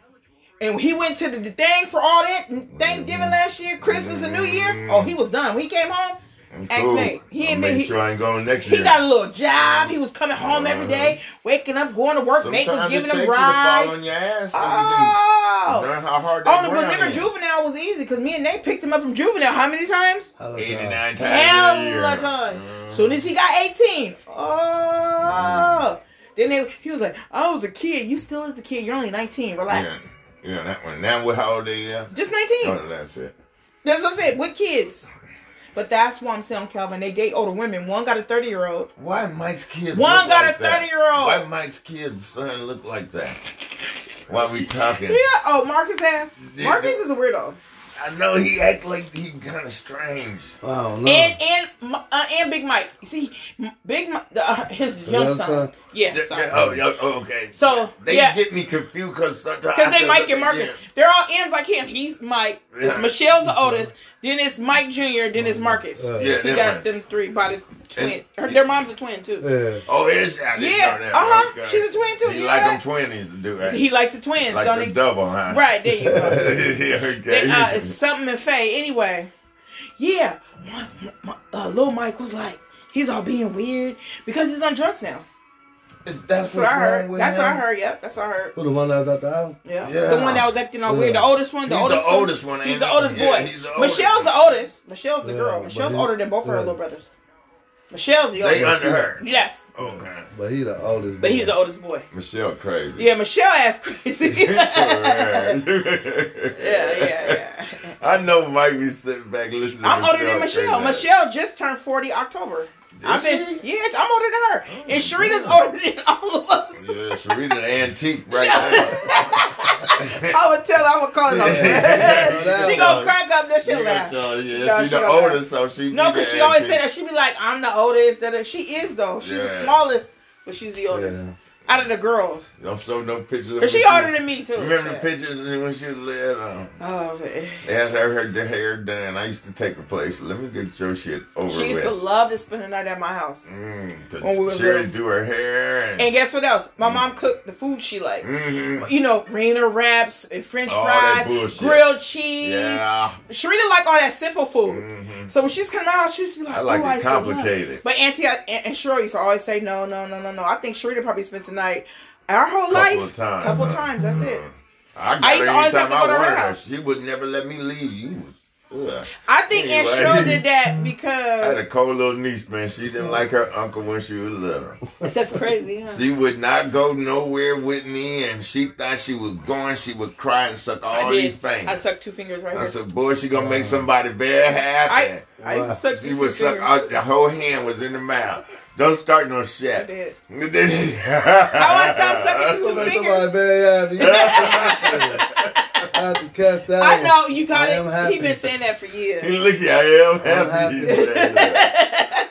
Speaker 3: to-
Speaker 1: and he went to the, the thing for all that
Speaker 3: Mm-hmm.
Speaker 1: Thanksgiving last year, Christmas and New Year's. Oh, he was done. When he came home,
Speaker 3: I'm
Speaker 1: Ask
Speaker 3: cool.
Speaker 1: Nate. He
Speaker 3: I'll
Speaker 1: ain't been-
Speaker 3: make
Speaker 1: he-
Speaker 3: sure I ain't going next year.
Speaker 1: he got a little job. He was coming home every day, waking up, going to work. Nate was
Speaker 3: Sometimes Uh-huh. it
Speaker 1: giving
Speaker 3: take
Speaker 1: him
Speaker 3: you to fall
Speaker 1: rides.
Speaker 3: on your ass. So you can
Speaker 1: Oh.
Speaker 3: learn how hard that
Speaker 1: Oh, but
Speaker 3: ground
Speaker 1: remember
Speaker 3: is.
Speaker 1: juvenile was easy because me and Nate picked him up from juvenile. How many times?
Speaker 3: Oh,
Speaker 2: Hello, God.
Speaker 3: 89 times a year.
Speaker 1: Hell of a
Speaker 3: Mm-hmm.
Speaker 1: time. Soon as he got 18.
Speaker 3: Mm.
Speaker 1: Oh. Then they, he was like, I was a kid. You still is a kid. You're only 19.
Speaker 3: Yeah.
Speaker 1: Relax.
Speaker 3: yeah, that one. Now we're how old they are.
Speaker 1: Just 19.
Speaker 3: Oh, that's it.
Speaker 1: That's what I said. With kids. But that's why I'm saying, Calvin, they date older women. One got a 30 year old.
Speaker 3: Why Mike's kids?
Speaker 1: One
Speaker 3: look
Speaker 1: got
Speaker 3: like
Speaker 1: a
Speaker 3: that?
Speaker 1: 30-year-old.
Speaker 3: Why Mike's kids son look like that? Why we talking?
Speaker 1: Yeah. Oh, Marcus has.
Speaker 3: Yeah,
Speaker 1: Marcus
Speaker 3: that-
Speaker 1: is a weirdo.
Speaker 3: I know he act like he kind of strange.
Speaker 2: I don't know.
Speaker 1: And and uh, and Big Mike. See, M- Big Mike, the, uh, his young
Speaker 2: Young
Speaker 1: son.
Speaker 2: son?
Speaker 1: Yeah,
Speaker 3: Th-
Speaker 1: son.
Speaker 3: th- Oh, yeah, oh, okay.
Speaker 1: So,
Speaker 3: they
Speaker 1: yeah.
Speaker 3: get me confused because sometimes
Speaker 1: Because
Speaker 3: I
Speaker 1: they
Speaker 3: feel
Speaker 1: Mike
Speaker 3: like-
Speaker 1: and Marcus.
Speaker 3: yeah.
Speaker 1: They're all M's like him. He's Mike. It's
Speaker 3: Yeah. Oh,
Speaker 1: Michelle's the oldest. Then it's Mike Jr. Then it's Marcus.
Speaker 2: Uh,
Speaker 3: Yeah,
Speaker 1: he
Speaker 3: them
Speaker 1: got
Speaker 3: ones.
Speaker 1: them three by the twin.
Speaker 3: And-
Speaker 1: Her, their mom's a twin, too.
Speaker 2: Yeah.
Speaker 3: Oh, is that? I didn't
Speaker 1: Yeah,
Speaker 3: know that.
Speaker 1: uh-huh.
Speaker 3: Okay.
Speaker 1: She's a twin, too.
Speaker 3: He
Speaker 1: You
Speaker 3: like
Speaker 1: know
Speaker 3: them
Speaker 1: that?
Speaker 3: twins, dude. Right?
Speaker 1: He likes the twins.
Speaker 3: like
Speaker 1: don't
Speaker 3: the
Speaker 1: he?
Speaker 3: double, huh?
Speaker 1: Right, there you
Speaker 3: yeah,
Speaker 1: go.
Speaker 3: okay.
Speaker 1: They, uh, it's something in Faye. Anyway, yeah, my, my, uh, Lil Mike was like, he's all being weird because he's on drugs now.
Speaker 5: That's,
Speaker 1: That's what I heard. That's what I heard. Yep, that's what I heard.
Speaker 2: Who the one that was at the house?
Speaker 1: Yeah.
Speaker 5: Yeah.
Speaker 1: the one that was acting all weird. The
Speaker 2: Yeah.
Speaker 1: oldest one. The
Speaker 5: He's
Speaker 1: oldest.
Speaker 5: the
Speaker 1: one.
Speaker 5: oldest one.
Speaker 1: He's
Speaker 5: ain't
Speaker 1: the
Speaker 5: he?
Speaker 1: oldest boy.
Speaker 5: Yeah, he's the oldest.
Speaker 1: Michelle's the oldest. Michelle's the
Speaker 2: Yeah,
Speaker 1: girl.
Speaker 2: but
Speaker 1: Michelle's
Speaker 2: he-
Speaker 1: older than both of her
Speaker 2: yeah.
Speaker 1: little brothers. Michelle's the
Speaker 5: They
Speaker 1: oldest.
Speaker 5: under her.
Speaker 1: yes,
Speaker 5: Okay.
Speaker 2: But he the oldest.
Speaker 1: but he's
Speaker 2: boy.
Speaker 1: the oldest boy.
Speaker 3: Michelle crazy.
Speaker 1: Yeah, Michelle ass crazy. yeah, yeah,
Speaker 3: yeah.
Speaker 1: yeah.
Speaker 3: I know Mike be sitting back listening. to
Speaker 1: I'm older than
Speaker 3: crazy.
Speaker 1: Michelle. Michelle just turned 40 October. I've been, yes, I'm older than her. and Sharita's older than all of us.
Speaker 3: Yeah, Sharita the antique right there.
Speaker 1: I would tell her, I would call her.
Speaker 2: Yeah.
Speaker 1: she gonna crack up that shit
Speaker 3: yeah,
Speaker 1: laugh.
Speaker 3: Charlie, yeah,
Speaker 1: No,
Speaker 3: she's
Speaker 1: she
Speaker 3: the
Speaker 1: don't
Speaker 3: oldest, so she
Speaker 1: No,
Speaker 3: be the
Speaker 1: because she always
Speaker 3: antique.
Speaker 1: said that. She be like, I'm the oldest. Da, da. She is, though. She's the
Speaker 3: Yeah.
Speaker 1: smallest, but she's the oldest
Speaker 2: Yeah.
Speaker 1: out of the girls.
Speaker 3: Don't show no pictures. of
Speaker 1: Because she
Speaker 3: Michelle.
Speaker 1: older than me, too.
Speaker 3: Remember the
Speaker 1: Yeah.
Speaker 3: pictures when she was little? Um,
Speaker 1: Oh, man.
Speaker 3: They had her, her, her hair done. I used to take her place. Let me get your shit over
Speaker 1: She used
Speaker 3: with.
Speaker 1: to love to spend the night at my house.
Speaker 3: Mm, 'cause
Speaker 1: when we was
Speaker 3: she would
Speaker 1: little.
Speaker 3: do her hair and,
Speaker 1: And guess what else? My
Speaker 3: Mm.
Speaker 1: mom cooked the food she liked.
Speaker 3: Mhm.
Speaker 1: you know, Rena wraps, and French
Speaker 3: All that
Speaker 1: fries,
Speaker 3: bullshit.
Speaker 1: grilled cheese.
Speaker 3: yeah.
Speaker 1: Sharita like all that simple food.
Speaker 3: Mhm.
Speaker 1: So when she's coming out, she's be like,
Speaker 3: I like
Speaker 1: oh,
Speaker 3: it
Speaker 1: used to love-"
Speaker 3: complicated.
Speaker 1: But Auntie I- and, and Shirley used to always say, no, no, no, no, no. I think Sharita probably spent the night, our whole
Speaker 3: Couple
Speaker 1: life,
Speaker 3: of times, Mm.
Speaker 1: couple
Speaker 3: huh?
Speaker 1: times. That's it.
Speaker 3: I got
Speaker 1: I used
Speaker 3: her
Speaker 1: to always have
Speaker 3: anytime
Speaker 1: to
Speaker 3: I
Speaker 1: go to her
Speaker 3: wanted her.
Speaker 1: house.
Speaker 3: She would never let me leave. You was, ugh.
Speaker 1: I think Aunt
Speaker 3: Anyway.
Speaker 1: Shirley did that
Speaker 3: I had a
Speaker 1: because
Speaker 3: cold little niece, man. She didn't like her uncle when she was little.
Speaker 1: that's crazy. Huh?
Speaker 3: She would not go nowhere with me, and she thought she was going. She would cry and suck all
Speaker 1: I
Speaker 3: these
Speaker 1: did. I
Speaker 3: things.
Speaker 1: sucked two fingers right
Speaker 3: I
Speaker 1: here.
Speaker 3: said, "Boy, she gonna make somebody very happy."
Speaker 1: I I used to suck
Speaker 3: she
Speaker 1: these
Speaker 3: would
Speaker 1: two
Speaker 3: suck
Speaker 1: fingers.
Speaker 3: out. The whole hand was in the mouth. Don't start no
Speaker 1: I
Speaker 3: shit.
Speaker 1: did.
Speaker 3: How
Speaker 1: I stopped sucking these
Speaker 2: You
Speaker 1: two
Speaker 2: make
Speaker 1: fingers.
Speaker 2: somebody very happy. I have to catch that.
Speaker 1: I
Speaker 2: one.
Speaker 1: know you
Speaker 2: Oh, I am
Speaker 1: got it.
Speaker 2: happy.
Speaker 1: He been saying that for years.
Speaker 3: He look at I am
Speaker 2: I'm
Speaker 3: happy. he
Speaker 2: happy.
Speaker 3: said that.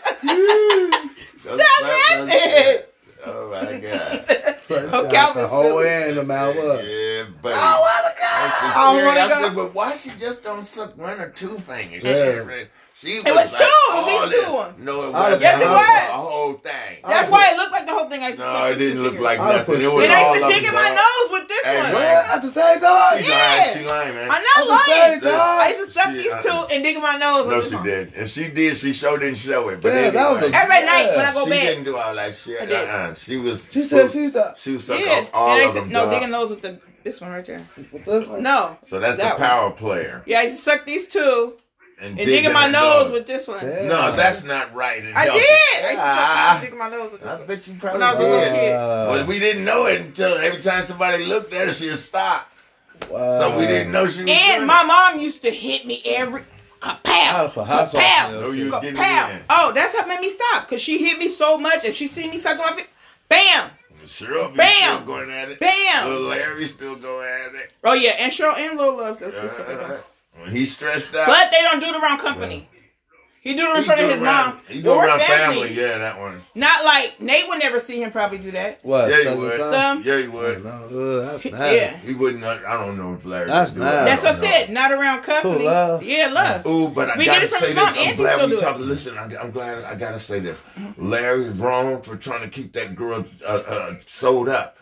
Speaker 1: Stop
Speaker 3: Don't start no
Speaker 1: laughing.
Speaker 3: shit. Oh my god.
Speaker 2: So it's
Speaker 1: Oh,
Speaker 2: like
Speaker 1: Calvin
Speaker 2: the
Speaker 1: Sue.
Speaker 2: whole end of my what?
Speaker 3: Yeah, buddy.
Speaker 1: Oh,
Speaker 3: I,
Speaker 1: my
Speaker 3: I
Speaker 1: God.
Speaker 3: said, but why she just don't suck one or two fingers?
Speaker 2: Yeah.
Speaker 3: She was
Speaker 1: was
Speaker 3: like,
Speaker 1: two. It was
Speaker 3: all
Speaker 1: these two
Speaker 3: that.
Speaker 1: ones.
Speaker 3: No, it
Speaker 2: I
Speaker 3: wasn't.
Speaker 2: Yes, it
Speaker 1: was.
Speaker 3: The whole thing.
Speaker 2: I-
Speaker 1: That's why it looked like the whole thing. I used to
Speaker 3: no,
Speaker 1: suck these
Speaker 3: it didn't
Speaker 1: two
Speaker 3: look
Speaker 1: fingers.
Speaker 3: like
Speaker 2: I
Speaker 3: nothing. It
Speaker 2: put-
Speaker 3: was
Speaker 1: And I
Speaker 3: all
Speaker 1: used to
Speaker 3: up
Speaker 1: dig in my
Speaker 3: dog.
Speaker 1: nose with this
Speaker 3: Hey,
Speaker 1: one.
Speaker 2: What? At the same time?
Speaker 3: She
Speaker 1: Yeah.
Speaker 3: lying. She lying, man.
Speaker 1: I'm
Speaker 2: At
Speaker 1: not
Speaker 2: the
Speaker 1: lying.
Speaker 2: same time?
Speaker 1: I used to suck
Speaker 3: She-
Speaker 1: these
Speaker 3: uh-uh.
Speaker 1: two and dig in my nose.
Speaker 3: no,
Speaker 1: with
Speaker 3: she
Speaker 1: this one.
Speaker 3: didn't. If she did, she sure didn't show it. But
Speaker 2: Yeah, that was
Speaker 3: anyway,
Speaker 2: a-
Speaker 1: That's at night when I
Speaker 2: Yeah,
Speaker 1: go
Speaker 3: she
Speaker 1: back.
Speaker 3: didn't do all that
Speaker 1: I
Speaker 3: shit.
Speaker 1: did.
Speaker 3: Uh-uh. She was.
Speaker 2: She said she's the.
Speaker 3: She was sucking
Speaker 1: Yeah.
Speaker 3: all
Speaker 1: and I
Speaker 3: of
Speaker 1: used to,
Speaker 3: them.
Speaker 1: no,
Speaker 3: dog.
Speaker 1: dig in nose with the this one right there.
Speaker 2: With this one?
Speaker 1: No.
Speaker 3: So that's
Speaker 1: That
Speaker 3: the
Speaker 1: one.
Speaker 3: power player.
Speaker 1: Yeah, I used to suck these two
Speaker 3: And,
Speaker 1: and dig in my nose with this one.
Speaker 2: Damn.
Speaker 3: No, that's not right. and
Speaker 1: I
Speaker 3: healthy.
Speaker 1: did. I used to suck
Speaker 3: Ah.
Speaker 1: these, dig in my nose with this
Speaker 3: I
Speaker 1: one.
Speaker 3: bet you probably
Speaker 1: When I was a
Speaker 2: uh,
Speaker 1: little
Speaker 3: did.
Speaker 1: kid.
Speaker 3: But we didn't know it until every time somebody looked at her, she'd stop.
Speaker 2: wow.
Speaker 3: So we didn't know she was doing
Speaker 1: And my mom used to hit me every
Speaker 2: Out
Speaker 1: kapow,
Speaker 2: of a house
Speaker 1: kapow,
Speaker 3: it. No, you was getting it
Speaker 1: kapow.
Speaker 3: in.
Speaker 1: Oh, that's how it made me stop because she hit me so much. If she see me sucking my finger, bam,
Speaker 3: Sure, be
Speaker 1: Bam!
Speaker 3: still going at it.
Speaker 1: bam.
Speaker 3: Little Larry still going at it.
Speaker 1: Oh yeah, and Cheryl and Lil loves that sister.
Speaker 3: Uh, when he's stressed out,
Speaker 1: But they don't do it around company. He do it in
Speaker 3: he
Speaker 1: front
Speaker 3: do
Speaker 1: of his
Speaker 3: around,
Speaker 1: mom
Speaker 3: He do
Speaker 1: or
Speaker 3: around
Speaker 1: family.
Speaker 3: family. Yeah, that one.
Speaker 1: Not like Nate would never see him probably do that.
Speaker 2: What?
Speaker 3: Yeah, you
Speaker 2: second
Speaker 3: would.
Speaker 2: time?
Speaker 1: Some,
Speaker 3: Yeah, he
Speaker 2: Oh,
Speaker 3: would.
Speaker 2: no, uh, that's nice.
Speaker 1: yeah.
Speaker 3: He wouldn't. I don't know if Larry.
Speaker 2: That's
Speaker 3: would do it.
Speaker 1: That's
Speaker 2: nice.
Speaker 1: what I
Speaker 3: don't know.
Speaker 1: said. Not around company.
Speaker 2: Who, love?
Speaker 1: Yeah, love.
Speaker 3: Ooh, but I
Speaker 1: We get
Speaker 3: gotta
Speaker 1: it from
Speaker 3: say
Speaker 1: his
Speaker 3: this.
Speaker 1: mom.
Speaker 3: I'm
Speaker 1: Auntie still
Speaker 3: glad
Speaker 1: do
Speaker 3: we
Speaker 1: it.
Speaker 3: talked. Listen, I, I'm glad I gotta say this. Larry's wrong for trying to keep that girl uh, uh, sold up.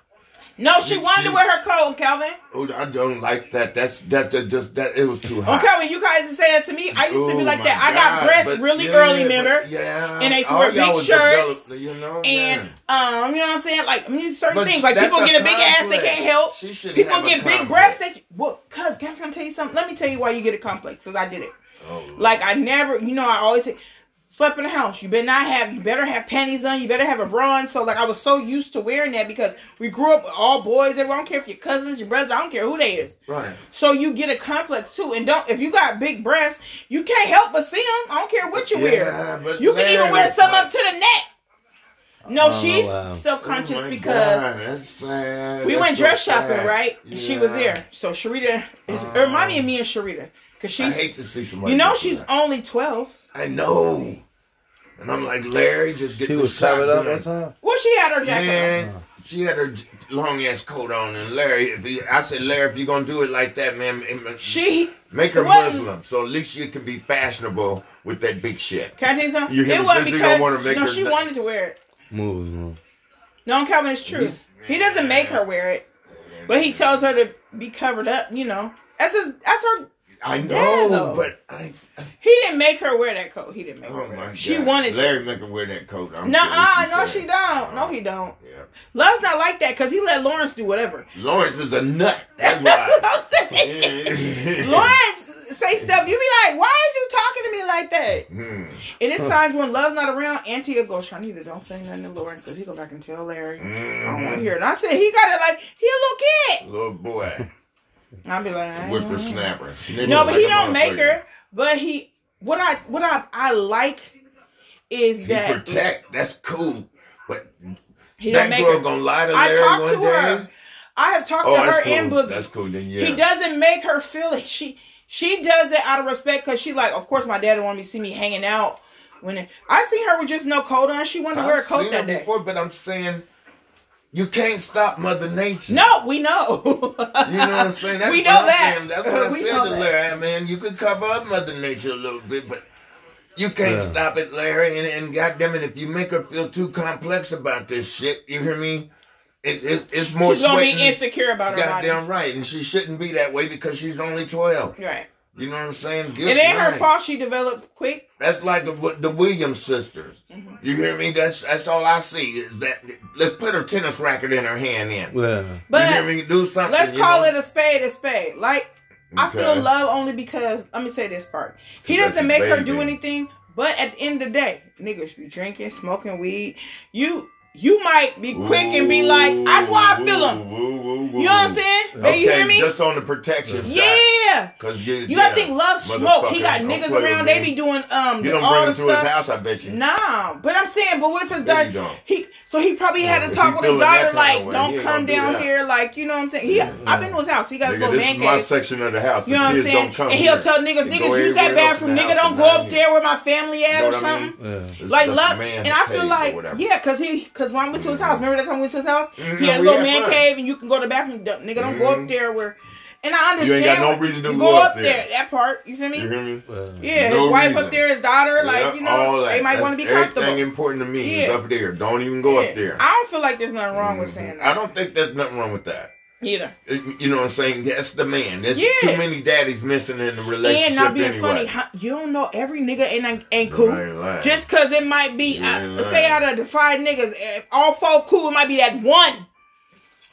Speaker 1: No, she
Speaker 3: She-
Speaker 1: wanted to
Speaker 3: she-
Speaker 1: wear her coat, Calvin.
Speaker 3: Ooh, I don't like that. That's that. That just that. It was too hot.
Speaker 1: Okay, when you guys say that to me, I used to be
Speaker 3: Oh,
Speaker 1: like
Speaker 3: my
Speaker 1: that. I got
Speaker 3: God,
Speaker 1: breasts
Speaker 3: but
Speaker 1: really
Speaker 3: yeah,
Speaker 1: early,
Speaker 3: but
Speaker 1: remember?
Speaker 3: Yeah.
Speaker 1: And they used to
Speaker 3: all
Speaker 1: wear big
Speaker 3: y'all was
Speaker 1: shirts
Speaker 3: developed, You know,
Speaker 1: And
Speaker 3: yeah.
Speaker 1: um, you know what I'm saying? Like I mean, certain
Speaker 3: But
Speaker 1: things. Like
Speaker 3: that's
Speaker 1: people get a big ass they
Speaker 3: complex.
Speaker 1: can't help.
Speaker 3: She shouldn't
Speaker 1: People
Speaker 3: have a
Speaker 1: get big
Speaker 3: complex.
Speaker 1: breasts that well, cuz can I tell you something? Let me tell you why you get a complex, because I did it.
Speaker 3: Oh,
Speaker 1: Like I never, you know, I always say, slept in the house. You better not have, you better have panties on. You better have a bra on. So like I was so used to wearing that because we grew up with all boys. Everyone, I don't care if your cousins, your brothers, I don't care who they is.
Speaker 3: right.
Speaker 1: So you get a complex too. And don't if you got big breasts, you can't help but see them. I don't care what you
Speaker 3: Yeah,
Speaker 1: wear.
Speaker 3: but
Speaker 1: You can even
Speaker 3: Larry
Speaker 1: wear
Speaker 3: was
Speaker 1: some
Speaker 3: like-
Speaker 1: up to the neck. No,
Speaker 2: Oh,
Speaker 1: she's
Speaker 2: wow.
Speaker 1: self-conscious
Speaker 3: Oh my
Speaker 1: because
Speaker 3: God, that's sad.
Speaker 1: we
Speaker 3: That's
Speaker 1: went
Speaker 3: so
Speaker 1: dress shopping,
Speaker 3: sad.
Speaker 1: right? And She was
Speaker 3: Yeah.
Speaker 1: there. So Sharita, is, it reminded me of me and Sharita because
Speaker 3: I
Speaker 1: she's,
Speaker 3: hate to see somebody.
Speaker 1: you know,
Speaker 3: do
Speaker 1: she's
Speaker 3: that.
Speaker 1: only twelve.
Speaker 3: I know. And I'm like, Larry, just get
Speaker 2: She
Speaker 3: the
Speaker 2: was covered up one
Speaker 3: shotgun.
Speaker 2: time? Uh-huh.
Speaker 1: Well, she had her jacket. on.
Speaker 3: Man, she had her long ass coat on, and Larry, if he, I said, Larry, if you're gonna do it like that, man, it-
Speaker 1: She
Speaker 3: make her
Speaker 1: it wasn't-
Speaker 3: Muslim, so at least she can be fashionable with that big shit.
Speaker 1: Can I tell you something?
Speaker 3: You hear
Speaker 1: it
Speaker 3: the
Speaker 1: wasn't
Speaker 3: sister
Speaker 1: because
Speaker 3: gonna wanna make
Speaker 1: no,
Speaker 3: her
Speaker 1: she
Speaker 3: nut-
Speaker 1: wanted to wear it.
Speaker 2: Moves, man.
Speaker 1: No, Calvin, it's true. He doesn't make her wear it, but he tells her to be covered up. You know, that's his. That's her
Speaker 3: I
Speaker 1: though.
Speaker 3: know, but I. I
Speaker 1: He didn't make her wear that coat. He didn't make her
Speaker 3: oh
Speaker 1: wear
Speaker 3: my
Speaker 1: that.
Speaker 3: god.
Speaker 1: She wanted to.
Speaker 3: Larry make her wear that coat. I'm
Speaker 1: Nuh uh,
Speaker 3: kidding,
Speaker 1: no,
Speaker 3: she's
Speaker 1: she
Speaker 3: saying.
Speaker 1: don't. No, he don't.
Speaker 3: Yeah.
Speaker 1: Love's not like that because he let Lawrence do whatever.
Speaker 3: Lawrence is a nut. That's why.
Speaker 1: Lawrence say stuff. You be like, why is you talking to me like that?
Speaker 3: Hmm.
Speaker 1: And it's times when love's not around, Auntie will go, Shanita, don't say nothing to Lawrence because he go back and tell Larry. I don't
Speaker 3: Mm-hmm.
Speaker 1: want to hear it. And I said, he got it like, he a little kid.
Speaker 3: hmm. Little boy,
Speaker 1: And I'll be like, I ain't gonna-
Speaker 3: whippersnapper. Snitching
Speaker 1: No, but he
Speaker 3: like a
Speaker 1: don't make
Speaker 3: motherfucker.
Speaker 1: her. But he, what I, what I, I like is
Speaker 3: He
Speaker 1: that
Speaker 3: protect. That's cool. But
Speaker 1: he
Speaker 3: that
Speaker 1: don't make her.
Speaker 3: girl gonna lie to
Speaker 1: I
Speaker 3: Larry
Speaker 1: talked
Speaker 3: one
Speaker 1: to
Speaker 3: day.
Speaker 1: her. I have talked
Speaker 3: Oh,
Speaker 1: to her
Speaker 3: that's cool.
Speaker 1: and Boogie.
Speaker 3: That's cool. Then yeah.
Speaker 1: He doesn't make her feel it. She she does it out of respect because she like, of course, my dad wanted me to see me hanging out. When it, I seen her with just no coat on, she wanted to wear a
Speaker 3: I've
Speaker 1: coat
Speaker 3: seen
Speaker 1: that
Speaker 3: it
Speaker 1: day.
Speaker 3: before, but I'm saying you can't stop Mother Nature.
Speaker 1: No, we know.
Speaker 3: You know what I'm saying? That's
Speaker 1: we
Speaker 3: what
Speaker 1: know
Speaker 3: I'm
Speaker 1: that.
Speaker 3: Saying. That's what I
Speaker 1: we
Speaker 3: said
Speaker 1: know
Speaker 3: to
Speaker 1: that.
Speaker 3: Larry. I mean, you could cover up Mother Nature a little bit, but you can't
Speaker 2: Yeah.
Speaker 3: stop it, Larry. And, and goddamn it, if you make her feel too complex about this shit, you hear me? It, it, it's more
Speaker 1: She's gonna be
Speaker 3: sweating.
Speaker 1: insecure about her body.
Speaker 3: Goddamn right, and she shouldn't be that way because she's only twelve.
Speaker 1: Right.
Speaker 3: You know what I'm saying? Good
Speaker 1: It ain't her
Speaker 3: night.
Speaker 1: fault she developed quick.
Speaker 3: That's like the, the Williams sisters.
Speaker 1: Mm-hmm.
Speaker 3: You hear me? That's that's all I see is that. Let's put her tennis racket in her hand. In
Speaker 2: Yeah.
Speaker 3: you hear
Speaker 1: But
Speaker 3: me? Do something.
Speaker 1: let's
Speaker 3: you
Speaker 1: call
Speaker 3: know?
Speaker 1: it a spade a spade. Like I feel
Speaker 3: Okay.
Speaker 1: love only because let me say this part. He
Speaker 3: That's
Speaker 1: doesn't
Speaker 3: his
Speaker 1: make her do
Speaker 3: baby.
Speaker 1: anything, but at the end of the day, niggas be drinking, smoking weed. You you might be quick and be like, that's why I feel him. You know what I'm saying? Do
Speaker 3: Okay,
Speaker 1: you hear me?
Speaker 3: just on the protection side.
Speaker 1: Yeah.
Speaker 3: Cause you,
Speaker 1: You
Speaker 3: yeah,
Speaker 1: gotta think love smoke. He got
Speaker 3: motherfucker, don't
Speaker 1: niggas
Speaker 3: play
Speaker 1: around.
Speaker 3: with
Speaker 1: They
Speaker 3: me.
Speaker 1: be doing um
Speaker 3: You don't
Speaker 1: all
Speaker 3: bring
Speaker 1: the
Speaker 3: him to his
Speaker 1: stuff.
Speaker 3: house. I bet you.
Speaker 1: Nah, but I'm saying, but what if his
Speaker 3: Yeah,
Speaker 1: daughter?
Speaker 3: you don't.
Speaker 1: He so he probably had
Speaker 3: If
Speaker 1: to
Speaker 3: he
Speaker 1: talk with his
Speaker 3: feeling that
Speaker 1: daughter,
Speaker 3: kinda
Speaker 1: like,
Speaker 3: way, he
Speaker 1: don't
Speaker 3: ain't
Speaker 1: come
Speaker 3: gonna do
Speaker 1: down
Speaker 3: that.
Speaker 1: here, like, you know what I'm saying? He, I've been to his house. He got his
Speaker 3: Nigga,
Speaker 1: little
Speaker 3: this
Speaker 1: man
Speaker 3: is my
Speaker 1: cave.
Speaker 3: section of the house.
Speaker 1: You know what I'm
Speaker 3: the kids
Speaker 1: saying?
Speaker 3: Don't come
Speaker 1: And he'll
Speaker 3: here.
Speaker 1: tell niggas,
Speaker 3: They go
Speaker 1: niggas use that
Speaker 3: everywhere else
Speaker 1: bathroom.
Speaker 3: in the
Speaker 1: Nigga,
Speaker 3: house
Speaker 1: don't
Speaker 3: and
Speaker 1: go
Speaker 3: not
Speaker 1: up
Speaker 3: here.
Speaker 1: there where my family at
Speaker 3: know
Speaker 1: or
Speaker 3: what I mean?
Speaker 1: something.
Speaker 2: Yeah.
Speaker 3: It's
Speaker 1: Like
Speaker 3: just
Speaker 1: love,
Speaker 3: man's
Speaker 1: and I
Speaker 3: cave
Speaker 1: feel
Speaker 3: or
Speaker 1: like
Speaker 3: whatever. Mm-hmm.
Speaker 1: yeah, cause he, cause when I went to his house, remember that time we went to his house,
Speaker 3: Mhm,
Speaker 1: he had his
Speaker 3: we
Speaker 1: little
Speaker 3: had
Speaker 1: man
Speaker 3: fun.
Speaker 1: cave, and you can go to the bathroom. Don't- Nigga, don't go up
Speaker 3: Mhm.
Speaker 1: there where. And I understand.
Speaker 3: You ain't got no
Speaker 1: where-
Speaker 3: reason to
Speaker 1: you
Speaker 3: go up there.
Speaker 1: That part, you feel me?
Speaker 3: You hear me?
Speaker 2: Yeah.
Speaker 1: Yeah,
Speaker 3: No
Speaker 1: his wife
Speaker 3: reason.
Speaker 1: up there, his daughter,
Speaker 3: Yeah,
Speaker 1: like you
Speaker 3: all
Speaker 1: know,
Speaker 3: that.
Speaker 1: they might want to
Speaker 3: That's
Speaker 1: be
Speaker 3: Everything
Speaker 1: comfortable.
Speaker 3: important to me is
Speaker 1: Yeah.
Speaker 3: up there. Don't even go
Speaker 1: Yeah.
Speaker 3: up there. Mm-hmm.
Speaker 1: I don't feel like there's nothing wrong with saying
Speaker 3: I
Speaker 1: that
Speaker 3: don't think there's nothing wrong with that.
Speaker 1: either.
Speaker 3: It- You know what I'm saying? That's the man. There's
Speaker 1: Yeah.
Speaker 3: too many daddies missing in the relationship
Speaker 1: And not being
Speaker 3: anyway.
Speaker 1: funny, How- you don't know every nigga ain't ain't cool.
Speaker 3: I ain't lying.
Speaker 1: Just cause it might be,
Speaker 3: Yeah,
Speaker 1: uh,
Speaker 3: right.
Speaker 1: say out of the five niggas, if all four cool, it might be that one.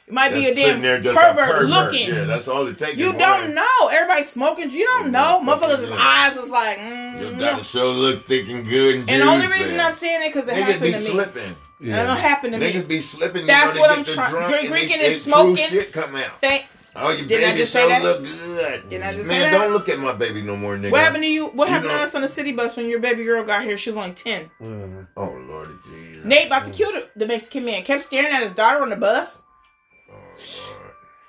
Speaker 1: It might
Speaker 3: That's
Speaker 1: be a
Speaker 3: sitting
Speaker 1: damn
Speaker 3: there
Speaker 1: pervert,
Speaker 3: just a
Speaker 1: looking.
Speaker 3: Yeah, that's all it takes.
Speaker 1: you
Speaker 3: One.
Speaker 1: don't know. Everybody smoking. You don't know.
Speaker 3: Yeah,
Speaker 1: Motherfuckers'
Speaker 3: yeah.
Speaker 1: eyes is like, mm,
Speaker 3: Your
Speaker 1: no.
Speaker 3: daughter sure look thick and good. And,
Speaker 1: And the only
Speaker 3: juicy.
Speaker 1: reason I'm saying it because it
Speaker 3: niggas be
Speaker 1: happened to me.
Speaker 3: slipping.
Speaker 1: It don't happen to me.
Speaker 3: Niggas be slipping. you
Speaker 1: That's
Speaker 3: know,
Speaker 1: what
Speaker 3: they
Speaker 1: I'm
Speaker 3: get the
Speaker 1: trying-
Speaker 3: drunk
Speaker 1: you're
Speaker 3: and
Speaker 1: drinking
Speaker 3: they,
Speaker 1: and
Speaker 3: they
Speaker 1: smoking.
Speaker 3: True shit come out.
Speaker 1: Thank-
Speaker 3: Oh, your
Speaker 1: Didn't I
Speaker 3: baby
Speaker 1: just say
Speaker 3: sure
Speaker 1: that?
Speaker 3: look good.
Speaker 1: Didn't I just say
Speaker 3: Man,
Speaker 1: that?
Speaker 3: don't look at my baby no more, nigga.
Speaker 1: What happened to you? What
Speaker 3: You
Speaker 1: happened to
Speaker 3: know-
Speaker 1: us on the city bus when your baby girl got here? She was only 10.
Speaker 2: Yeah.
Speaker 3: Oh Lord Jesus.
Speaker 1: Nate about to kill the, the Mexican man. Kept staring at his daughter on the bus.
Speaker 3: Oh,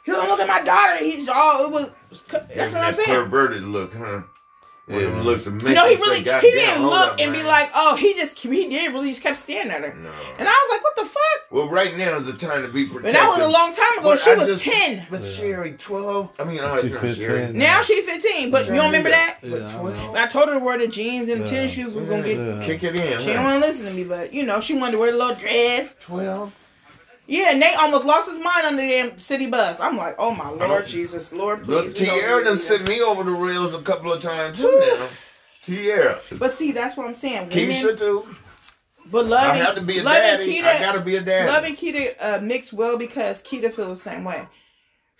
Speaker 1: He don't look at my daughter. He's all, it was, that's
Speaker 3: Gave
Speaker 1: what
Speaker 3: me
Speaker 1: I'm
Speaker 3: that
Speaker 1: saying.
Speaker 3: Perverted look, huh? One of
Speaker 2: Yeah.
Speaker 3: them looks that make
Speaker 1: You know, he
Speaker 3: you say,
Speaker 1: really,
Speaker 3: "God
Speaker 1: he
Speaker 3: damn,
Speaker 1: didn't
Speaker 3: hold
Speaker 1: look
Speaker 3: up,
Speaker 1: and be
Speaker 3: man."
Speaker 1: like, oh, he just, he did really just kept staring at her.
Speaker 3: No.
Speaker 1: And I was like, what the fuck?
Speaker 3: well, right now is the time to be protective.
Speaker 1: And that was a long time ago.
Speaker 3: But
Speaker 1: she
Speaker 3: I
Speaker 1: was
Speaker 3: just-
Speaker 1: 10.
Speaker 3: But Sherry, twelve. I mean, uh,
Speaker 2: She
Speaker 3: not
Speaker 2: 15.
Speaker 3: Sherry.
Speaker 1: Now she 15. But you don't remember that?
Speaker 2: Yeah, I
Speaker 3: But twelve.
Speaker 1: When I told her to wear the jeans and the
Speaker 2: Yeah.
Speaker 1: tennis shoes. We are going to get,
Speaker 2: Yeah.
Speaker 3: Kick it in.
Speaker 1: she
Speaker 3: huh?
Speaker 1: didn't want to listen to me, but you know, she wanted to wear the little dread.
Speaker 3: 12?
Speaker 1: Yeah, Nate almost lost his mind on the damn city bus. I'm like, oh my lord, Jesus, Lord, please.
Speaker 3: Look,
Speaker 1: we don't
Speaker 3: Tierra done
Speaker 1: need
Speaker 3: sent me over the rails a couple of times too
Speaker 1: Whew.
Speaker 3: now. Tierra.
Speaker 1: this. But see, that's what I'm saying. Women,
Speaker 3: Keisha too.
Speaker 1: but love
Speaker 3: I
Speaker 1: and,
Speaker 3: have to be a
Speaker 1: love and
Speaker 3: daddy.
Speaker 1: Keita,
Speaker 3: I gotta be a daddy.
Speaker 1: love and Keita uh, mix well because Keita feel the same way.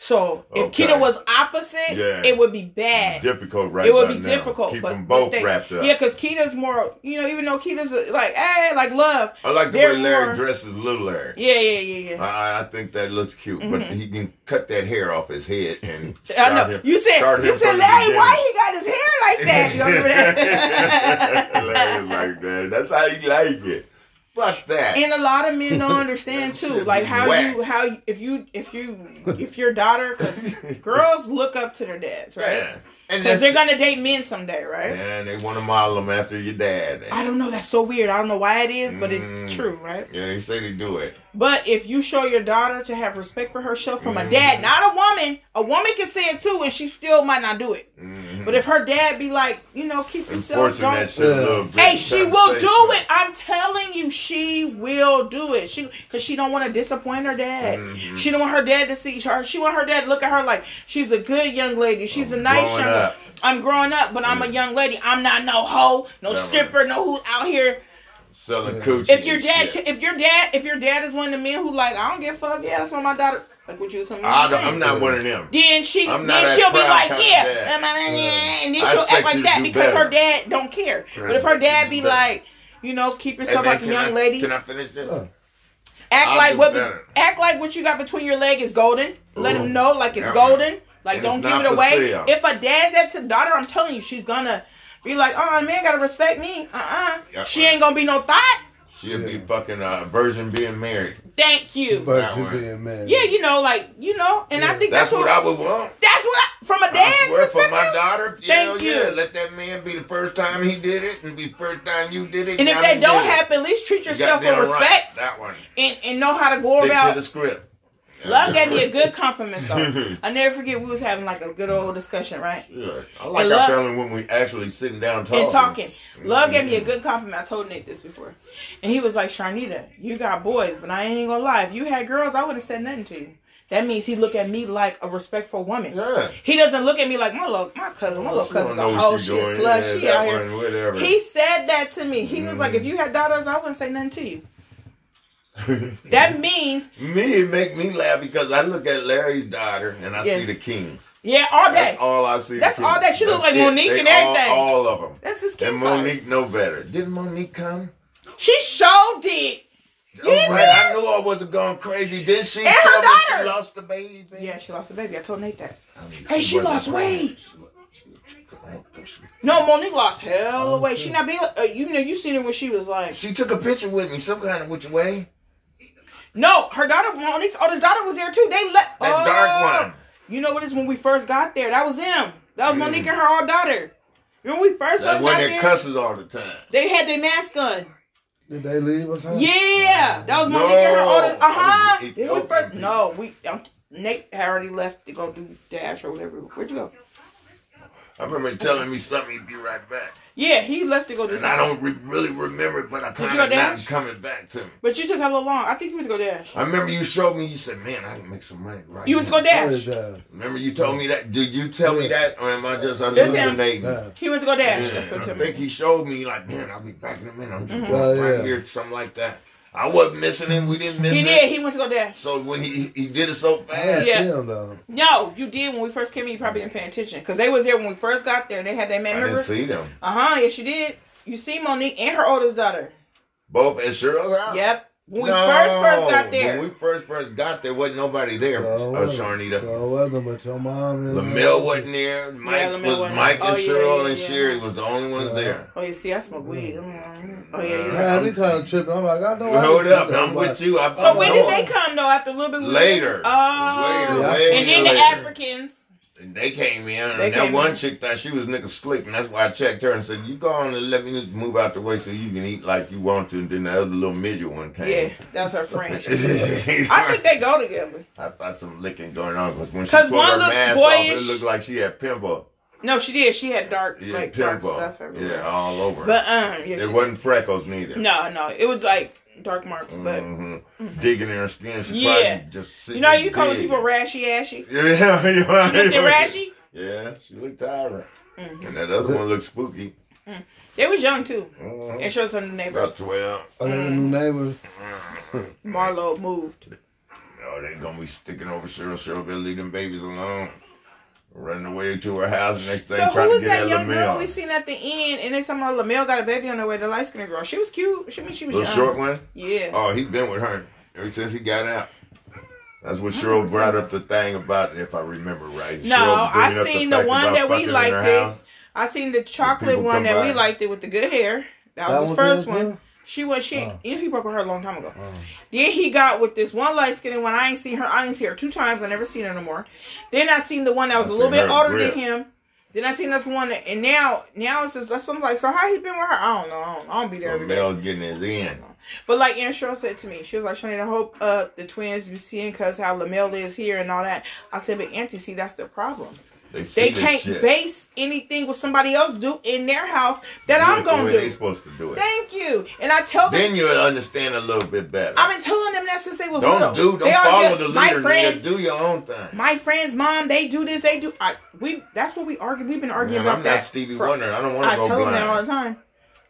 Speaker 1: So if
Speaker 3: Okay.
Speaker 1: Keita was opposite,
Speaker 3: Yeah.
Speaker 1: it would be bad.
Speaker 3: difficult right
Speaker 1: it would
Speaker 3: about
Speaker 1: be
Speaker 3: now.
Speaker 1: difficult.
Speaker 3: Keep
Speaker 1: but,
Speaker 3: them
Speaker 1: but
Speaker 3: both
Speaker 1: they-
Speaker 3: wrapped up.
Speaker 1: Yeah, because Keita's more, you know, even though Keita's uh, like, hey, like love.
Speaker 3: I like the
Speaker 1: they're
Speaker 3: way Larry
Speaker 1: more-
Speaker 3: dresses little Larry.
Speaker 1: Yeah, yeah, yeah, yeah.
Speaker 3: I, I think that looks cute, but
Speaker 1: Mhm.
Speaker 3: he can cut that hair off his head and start
Speaker 1: I know.
Speaker 3: him.
Speaker 1: you said
Speaker 3: start
Speaker 1: you
Speaker 3: him
Speaker 1: said
Speaker 3: from the
Speaker 1: Larry,
Speaker 3: beginning.
Speaker 1: why he got his hair like that? You remember that?
Speaker 3: Larry like that. That's how he like it. Fuck that.
Speaker 1: and a lot of men don't understand
Speaker 3: That
Speaker 1: too
Speaker 3: shit
Speaker 1: like
Speaker 3: be
Speaker 1: how
Speaker 3: whack.
Speaker 1: you how you, if you if you if your daughter because girls look up to their dads right
Speaker 3: yeah. And
Speaker 1: because
Speaker 3: that's,
Speaker 1: they're gonna date men someday right
Speaker 3: and they want to model him after your dad.
Speaker 1: i don't know that's so weird i don't know why it is but it's
Speaker 3: Mm.
Speaker 1: true right
Speaker 3: yeah, they say they do it.
Speaker 1: but if you show your daughter to have
Speaker 3: Mm.
Speaker 1: respect for herself from a dad not a woman a woman can say it too and she still might not do it
Speaker 3: Mhm.
Speaker 1: But if her dad be like, you know, keep yourself,
Speaker 3: Enforcing that
Speaker 1: don't
Speaker 3: shit a little bit.
Speaker 1: Hey, she
Speaker 3: Trying to
Speaker 1: will
Speaker 3: say
Speaker 1: do
Speaker 3: something.
Speaker 1: it. I'm telling you, she will do it. She because she don't want to disappoint her dad.
Speaker 3: Mm-hmm.
Speaker 1: She don't want her dad to see her. She want her dad to look at her like she's a good young lady. She's a nice
Speaker 3: growing
Speaker 1: young.
Speaker 3: up. Mm.
Speaker 1: I'm growing up, but I'm a young lady. I'm not no hoe, no
Speaker 3: Never.
Speaker 1: stripper, no who out here.
Speaker 3: Selling coochie.
Speaker 1: If your
Speaker 3: and
Speaker 1: dad,
Speaker 3: shit.
Speaker 1: if your dad, if your dad is one of the men who like, I don't give a fuck. Yeah, that's what my daughter. Like what you was telling me.
Speaker 3: I don't, I'm not one of them.
Speaker 1: Then she,
Speaker 3: I'm not
Speaker 1: then
Speaker 3: that
Speaker 1: she'll be
Speaker 3: proud
Speaker 1: like,
Speaker 3: kind of
Speaker 1: yeah,
Speaker 3: dad.
Speaker 1: and then- and then
Speaker 3: I
Speaker 1: she'll act
Speaker 3: expect
Speaker 1: like
Speaker 3: you to
Speaker 1: that
Speaker 3: do
Speaker 1: because her
Speaker 3: better.
Speaker 1: dad don't care. But if her
Speaker 3: expect you
Speaker 1: dad
Speaker 3: to
Speaker 1: be
Speaker 3: do better.
Speaker 1: like, you know, keep
Speaker 3: Hey,
Speaker 1: yourself
Speaker 3: man,
Speaker 1: like a
Speaker 3: can
Speaker 1: young
Speaker 3: I-
Speaker 1: lady,
Speaker 3: Can I finish this?
Speaker 2: Oh,
Speaker 1: act
Speaker 3: I'll
Speaker 1: like
Speaker 3: do
Speaker 1: what, be-
Speaker 3: better.
Speaker 1: act like what you got between your leg is golden. Let him know like it's
Speaker 3: Yeah.
Speaker 1: golden. Like
Speaker 3: And
Speaker 1: don't
Speaker 3: it's
Speaker 1: give
Speaker 3: not
Speaker 1: it
Speaker 3: for
Speaker 1: away.
Speaker 3: sale.
Speaker 1: If a dad that's a daughter, I'm telling you, she's gonna be like, oh man, gotta respect me. Uh uh
Speaker 3: Yeah.
Speaker 1: She ain't gonna be no thought.
Speaker 3: She'll be fucking uh, virgin being married.
Speaker 1: Thank you.
Speaker 2: But
Speaker 3: That
Speaker 2: you
Speaker 3: way.
Speaker 2: being mad.
Speaker 1: yeah, you know, like you know, and I think
Speaker 3: That's
Speaker 1: that's,
Speaker 3: what I would want.
Speaker 1: That's what I, from a
Speaker 3: I
Speaker 1: dad's
Speaker 3: swear for
Speaker 1: perspective.
Speaker 3: my daughter,
Speaker 1: Thank
Speaker 3: hell yeah,
Speaker 1: you.
Speaker 3: let that man be the first time he did it and be first time you did it.
Speaker 1: And if
Speaker 3: now
Speaker 1: that
Speaker 3: he
Speaker 1: don't
Speaker 3: did it.
Speaker 1: happen, at least treat
Speaker 3: You
Speaker 1: yourself with
Speaker 3: goddamn right.
Speaker 1: respect
Speaker 3: That one.
Speaker 1: and, and know how to go
Speaker 3: Stick
Speaker 1: about.
Speaker 3: to the script.
Speaker 1: Love gave me a good compliment though. I never forget we was having like a good old discussion, right?
Speaker 3: Yeah, I like
Speaker 1: And
Speaker 3: our
Speaker 1: love-
Speaker 3: family when we actually sitting down talking. Mm-hmm.
Speaker 1: And talking. Love gave me a good compliment. I told Nate this before, and he was like, "Sharnita, you got boys, but I ain't gonna lie. If you had girls, I would have said nothing to you." That means he look at me like a respectful woman.
Speaker 3: Yeah. Oh,
Speaker 1: He doesn't look at me like my little my cousin, my little
Speaker 3: She
Speaker 1: cousin,
Speaker 3: don't
Speaker 1: the
Speaker 3: know
Speaker 1: whole
Speaker 3: what
Speaker 1: shit
Speaker 3: she doing.
Speaker 1: slut.
Speaker 3: Yeah,
Speaker 1: she
Speaker 3: that
Speaker 1: out here.
Speaker 3: one, Mm-hmm. whatever.
Speaker 1: He said that to me. He was like, if you had daughters, I wouldn't say nothing to you.
Speaker 3: Mm-hmm.
Speaker 1: that means,
Speaker 3: me, it make me laugh because I look at Larry's daughter and I
Speaker 1: Yeah.
Speaker 3: see the Kings.
Speaker 1: yeah, all day.
Speaker 3: That's all I see.
Speaker 1: That's
Speaker 3: the Kings.
Speaker 1: all that- she look
Speaker 3: That's
Speaker 1: like
Speaker 3: it.
Speaker 1: Monique
Speaker 3: They
Speaker 1: and
Speaker 3: all-
Speaker 1: everything.
Speaker 3: All of them.
Speaker 1: That's his kid
Speaker 3: And Monique know better. Didn't Monique come?
Speaker 1: She showed it.
Speaker 3: All
Speaker 1: didn't
Speaker 3: right,
Speaker 1: see her?
Speaker 3: I knew I wasn't going crazy. Didn't she
Speaker 1: And her
Speaker 3: tell me
Speaker 1: daughter.
Speaker 3: she lost the baby?
Speaker 1: Yeah, she lost a baby. I told Nate that.
Speaker 3: I mean,
Speaker 1: Hey, she
Speaker 3: wasn't
Speaker 1: lost
Speaker 3: pregnant.
Speaker 1: weight.
Speaker 3: She wa- she- I don't think she-
Speaker 1: No, Monique lost hell away. She not being. Uh, you know, you seen her when she was like.
Speaker 3: Oh, She took a picture with me, some kind of which way.
Speaker 1: No, her daughter Monique's oldest daughter was there too. They let
Speaker 3: That
Speaker 1: oh,
Speaker 3: dark one.
Speaker 1: You know what it is when we first got there? That was them. That was Monique and her old daughter. Remember when we first
Speaker 3: That
Speaker 1: first
Speaker 3: one
Speaker 1: got
Speaker 3: that
Speaker 1: there?
Speaker 3: cusses all the time.
Speaker 1: they had their mask on.
Speaker 2: Did they leave us? huh?
Speaker 1: Yeah, that was Monique and her
Speaker 3: No,
Speaker 1: oldest. Uh huh.
Speaker 3: that was
Speaker 1: When we
Speaker 3: Ethiopian
Speaker 1: first,
Speaker 3: people.
Speaker 1: no, we um, Nate had already left to go do dash or whatever. Where'd you go?
Speaker 3: I remember him telling me something. He'd be right back,
Speaker 1: Yeah, he left to go do.
Speaker 3: and I
Speaker 1: Something.
Speaker 3: don't re- really remember it, but I
Speaker 1: you
Speaker 3: kind
Speaker 1: go
Speaker 3: of
Speaker 1: dash?
Speaker 3: not coming back to me.
Speaker 1: But you took hella long. I think you went to go dash.
Speaker 3: I remember you showed me. You said, "Man, I can make some money right."
Speaker 1: You
Speaker 3: now.
Speaker 1: went to go dash.
Speaker 2: Where's, uh,
Speaker 3: Remember you told me that. Did you tell me
Speaker 2: Yeah.
Speaker 3: that, or am I just
Speaker 1: That's him.
Speaker 3: hallucinating?
Speaker 2: uh,
Speaker 1: He went to go dash.
Speaker 3: Yeah,
Speaker 1: That's what Mm-hmm.
Speaker 3: I
Speaker 1: you
Speaker 3: think
Speaker 1: mean.
Speaker 3: he showed me like, man, I'll be back in a minute. I'm just
Speaker 2: Oh,
Speaker 3: walking right
Speaker 2: yeah.
Speaker 3: here, something like that. I wasn't missing him. We didn't miss
Speaker 1: He
Speaker 3: him.
Speaker 1: did. He went to go dash.
Speaker 3: So when he he- he did it so
Speaker 2: I
Speaker 3: fast,
Speaker 2: had
Speaker 1: Yeah.
Speaker 2: them, though.
Speaker 1: No, you did when we first came in. You probably didn't pay attention because they was there when we first got there. and They had that
Speaker 3: I
Speaker 1: man.
Speaker 3: didn't
Speaker 1: Remember?
Speaker 3: see them.
Speaker 1: Uh huh. Yes, you did. You see Monique and her oldest daughter.
Speaker 3: Both at Cheryl's house.
Speaker 1: Yep. When we first first got there.
Speaker 3: When we first first got there, wasn't nobody there.
Speaker 2: So,
Speaker 3: uh,
Speaker 2: uh,
Speaker 3: Sharnita.
Speaker 2: So it wasn't, but your mom and
Speaker 3: Lamel wasn't there. Mike
Speaker 1: Lamel
Speaker 3: was
Speaker 1: wasn't
Speaker 3: Mike
Speaker 1: there.
Speaker 3: and
Speaker 1: Oh, yeah,
Speaker 3: Cheryl
Speaker 1: yeah,
Speaker 3: and
Speaker 1: yeah.
Speaker 3: Sherry was the only ones
Speaker 2: Yeah.
Speaker 3: there.
Speaker 1: Oh, you see, I smoke weed. Mm. Oh yeah. you
Speaker 3: Uh,
Speaker 1: right.
Speaker 2: Man, we kind of tripping. I'm like, I know. I
Speaker 3: Hold
Speaker 2: didn't
Speaker 3: up,
Speaker 2: see
Speaker 3: I'm with
Speaker 2: nobody.
Speaker 3: you. I,
Speaker 1: So
Speaker 3: I'm
Speaker 1: when
Speaker 3: going.
Speaker 1: did they come though? After a little bit we-
Speaker 3: Later.
Speaker 1: Oh.
Speaker 3: Later,
Speaker 2: Yeah.
Speaker 3: way
Speaker 1: And then the
Speaker 3: later.
Speaker 1: Africans.
Speaker 3: And they came in, and
Speaker 1: They
Speaker 3: that
Speaker 1: came
Speaker 3: one
Speaker 1: in.
Speaker 3: chick thought she was nigga slick, and that's why I checked her and said, "You go on and let me just move out the way so you can eat like you want to." And then the other little midget one
Speaker 1: Yeah,
Speaker 3: came.
Speaker 1: that's her friend. I
Speaker 3: I
Speaker 1: think they go together.
Speaker 3: I thought some licking going on because when she
Speaker 1: 'Cause
Speaker 3: pulled
Speaker 1: one
Speaker 3: her
Speaker 1: looked
Speaker 3: mask off,
Speaker 1: boyish.
Speaker 3: it looked like she had pimple,
Speaker 1: No, she did. She had dark,
Speaker 3: yeah,
Speaker 1: like dark
Speaker 3: pimple,
Speaker 1: stuff everywhere.
Speaker 3: yeah, all over.
Speaker 1: But um, yeah, she,
Speaker 3: it wasn't freckles neither.
Speaker 1: no, no, it was like dark marks. But mm-hmm.
Speaker 3: Mhm. digging in her skin. She
Speaker 1: Yeah.
Speaker 3: probably just
Speaker 1: you know, how you
Speaker 3: sitting
Speaker 1: calling
Speaker 3: dead.
Speaker 1: people rashy, ashy.
Speaker 3: Yeah, you
Speaker 1: You know they rashy. Mm-hmm.
Speaker 3: Yeah, she looked tired. And that other one looked spooky.
Speaker 1: They was young too.
Speaker 3: Mhm.
Speaker 1: And shows some
Speaker 3: About
Speaker 1: neighbors.
Speaker 3: twelve.
Speaker 2: Are Oh, they the new neighbors?
Speaker 1: Marlo moved.
Speaker 3: Oh, they gonna be sticking over Cheryl. Cheryl better leave them babies alone. Running away to her house next
Speaker 1: So
Speaker 3: thing
Speaker 1: who
Speaker 3: trying to
Speaker 1: was
Speaker 3: get
Speaker 1: that
Speaker 3: at
Speaker 1: young girl we
Speaker 3: Lamel.
Speaker 1: seen at the end? And then somehow Lamel got a baby on the way. The light skinned girl. She was cute. She I mean she was
Speaker 3: Little
Speaker 1: young.
Speaker 3: short one?
Speaker 1: Yeah.
Speaker 3: Oh, he been with her ever since he got out. That's what Cheryl brought up the thing about, if I remember right.
Speaker 1: No,
Speaker 3: Cheryl was
Speaker 1: I
Speaker 3: bringing up
Speaker 1: seen the
Speaker 3: fact
Speaker 1: one
Speaker 3: about
Speaker 1: that
Speaker 3: fucking
Speaker 1: we
Speaker 3: in her
Speaker 1: liked it.
Speaker 3: house.
Speaker 1: I seen the chocolate
Speaker 3: people
Speaker 1: one
Speaker 3: come
Speaker 1: that we
Speaker 3: by.
Speaker 1: liked it with the good hair. That
Speaker 2: That
Speaker 1: was his
Speaker 2: was
Speaker 1: first
Speaker 2: his, yeah?
Speaker 1: one. She was she.
Speaker 3: Uh.
Speaker 2: Oh.
Speaker 1: You know, he broke with her a long time ago. Then he got with this one light skinned one. I ain't seen her. I ain't seen her two times. I never seen her no more. Then I seen the one that was
Speaker 3: I
Speaker 1: a little
Speaker 3: seen
Speaker 1: bit
Speaker 3: her
Speaker 1: older
Speaker 3: grip.
Speaker 1: than him. Then I seen this one, that- and now now it's just that's what I'm like. So how he been with her? I don't know. I don't, I don't be there. every day.
Speaker 3: Lamel getting his in.
Speaker 1: But like Aunt Cheryl said to me, she was like, Shani, I hope uh, the twins you seeing cause how Lamel is here and all that. I said, but Auntie, see, that's the problem. They, they can't base anything what somebody else do in their house that
Speaker 3: Do it
Speaker 1: I'm
Speaker 3: the
Speaker 1: gonna
Speaker 3: way
Speaker 1: do.
Speaker 3: They supposed to do it.
Speaker 1: Thank you. And I tell them
Speaker 3: then you'll understand a little bit better.
Speaker 1: I've been telling them that since they was
Speaker 3: don't
Speaker 1: little.
Speaker 3: do, don't
Speaker 1: They already-
Speaker 3: follow the
Speaker 1: My
Speaker 3: leader.
Speaker 1: friends,
Speaker 3: Nigga. Do your own thing.
Speaker 1: my friends, mom, they do this, they do. I we that's what we argue. We've been arguing
Speaker 3: Man,
Speaker 1: about
Speaker 3: I'm
Speaker 1: that.
Speaker 3: not Stevie
Speaker 1: for-
Speaker 3: Wonder. I don't want
Speaker 1: I
Speaker 3: to go
Speaker 1: tell them that all the
Speaker 3: blind.
Speaker 1: time.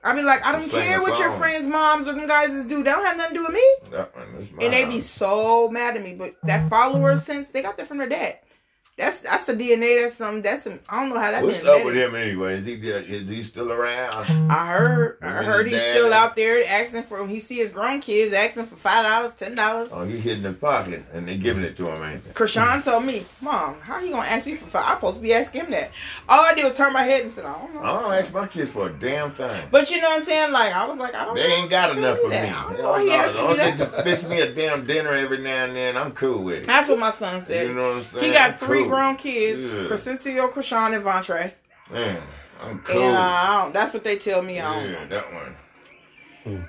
Speaker 1: I be like, I
Speaker 3: It's
Speaker 1: don't
Speaker 3: the same
Speaker 1: care
Speaker 3: as
Speaker 1: what your
Speaker 3: song.
Speaker 1: friends' moms or them guys do. They don't have nothing to do with me.
Speaker 3: That one is
Speaker 1: And they
Speaker 3: mine.
Speaker 1: be so mad at me. But that follower sense, they got that from their dad. That's that's the DNA. That's some. That's some. I don't know how that.
Speaker 3: What's
Speaker 1: been
Speaker 3: up with
Speaker 1: embedded.
Speaker 3: him anyway? Is he is he still around?
Speaker 1: I heard. I
Speaker 3: Him and
Speaker 1: heard
Speaker 3: his
Speaker 1: he's
Speaker 3: dad.
Speaker 1: still out there asking for. He see his grown kids asking for five dollars, ten dollars.
Speaker 3: Oh, he's hitting the pocket and they giving it to him, ain't they?
Speaker 1: Krishan told me, Mom, how you gonna ask me for five? I'm supposed to be asking him that. All I did was turn my head and said, I don't know.
Speaker 3: I don't ask my kids for a damn thing.
Speaker 1: But you know what I'm saying? Like I was like, I don't.
Speaker 3: They
Speaker 1: know
Speaker 3: ain't got
Speaker 1: what to
Speaker 3: enough
Speaker 1: do
Speaker 3: for me.
Speaker 1: that. I
Speaker 3: Hell
Speaker 1: don't know
Speaker 3: no.
Speaker 1: why he
Speaker 3: As
Speaker 1: asked me
Speaker 3: long as they
Speaker 1: that.
Speaker 3: can fix me a damn dinner every now and then, I'm cool with it.
Speaker 1: That's what my son said.
Speaker 3: You know what I'm saying?
Speaker 1: He got
Speaker 3: I'm
Speaker 1: three
Speaker 3: cool.
Speaker 1: grown kids:
Speaker 3: Yeah.
Speaker 1: Crescencio, Krishan, and Vontre.
Speaker 3: Man, I'm cool.
Speaker 1: And uh, I don't, that's what they tell me. I don't
Speaker 3: yeah, that one.
Speaker 1: know.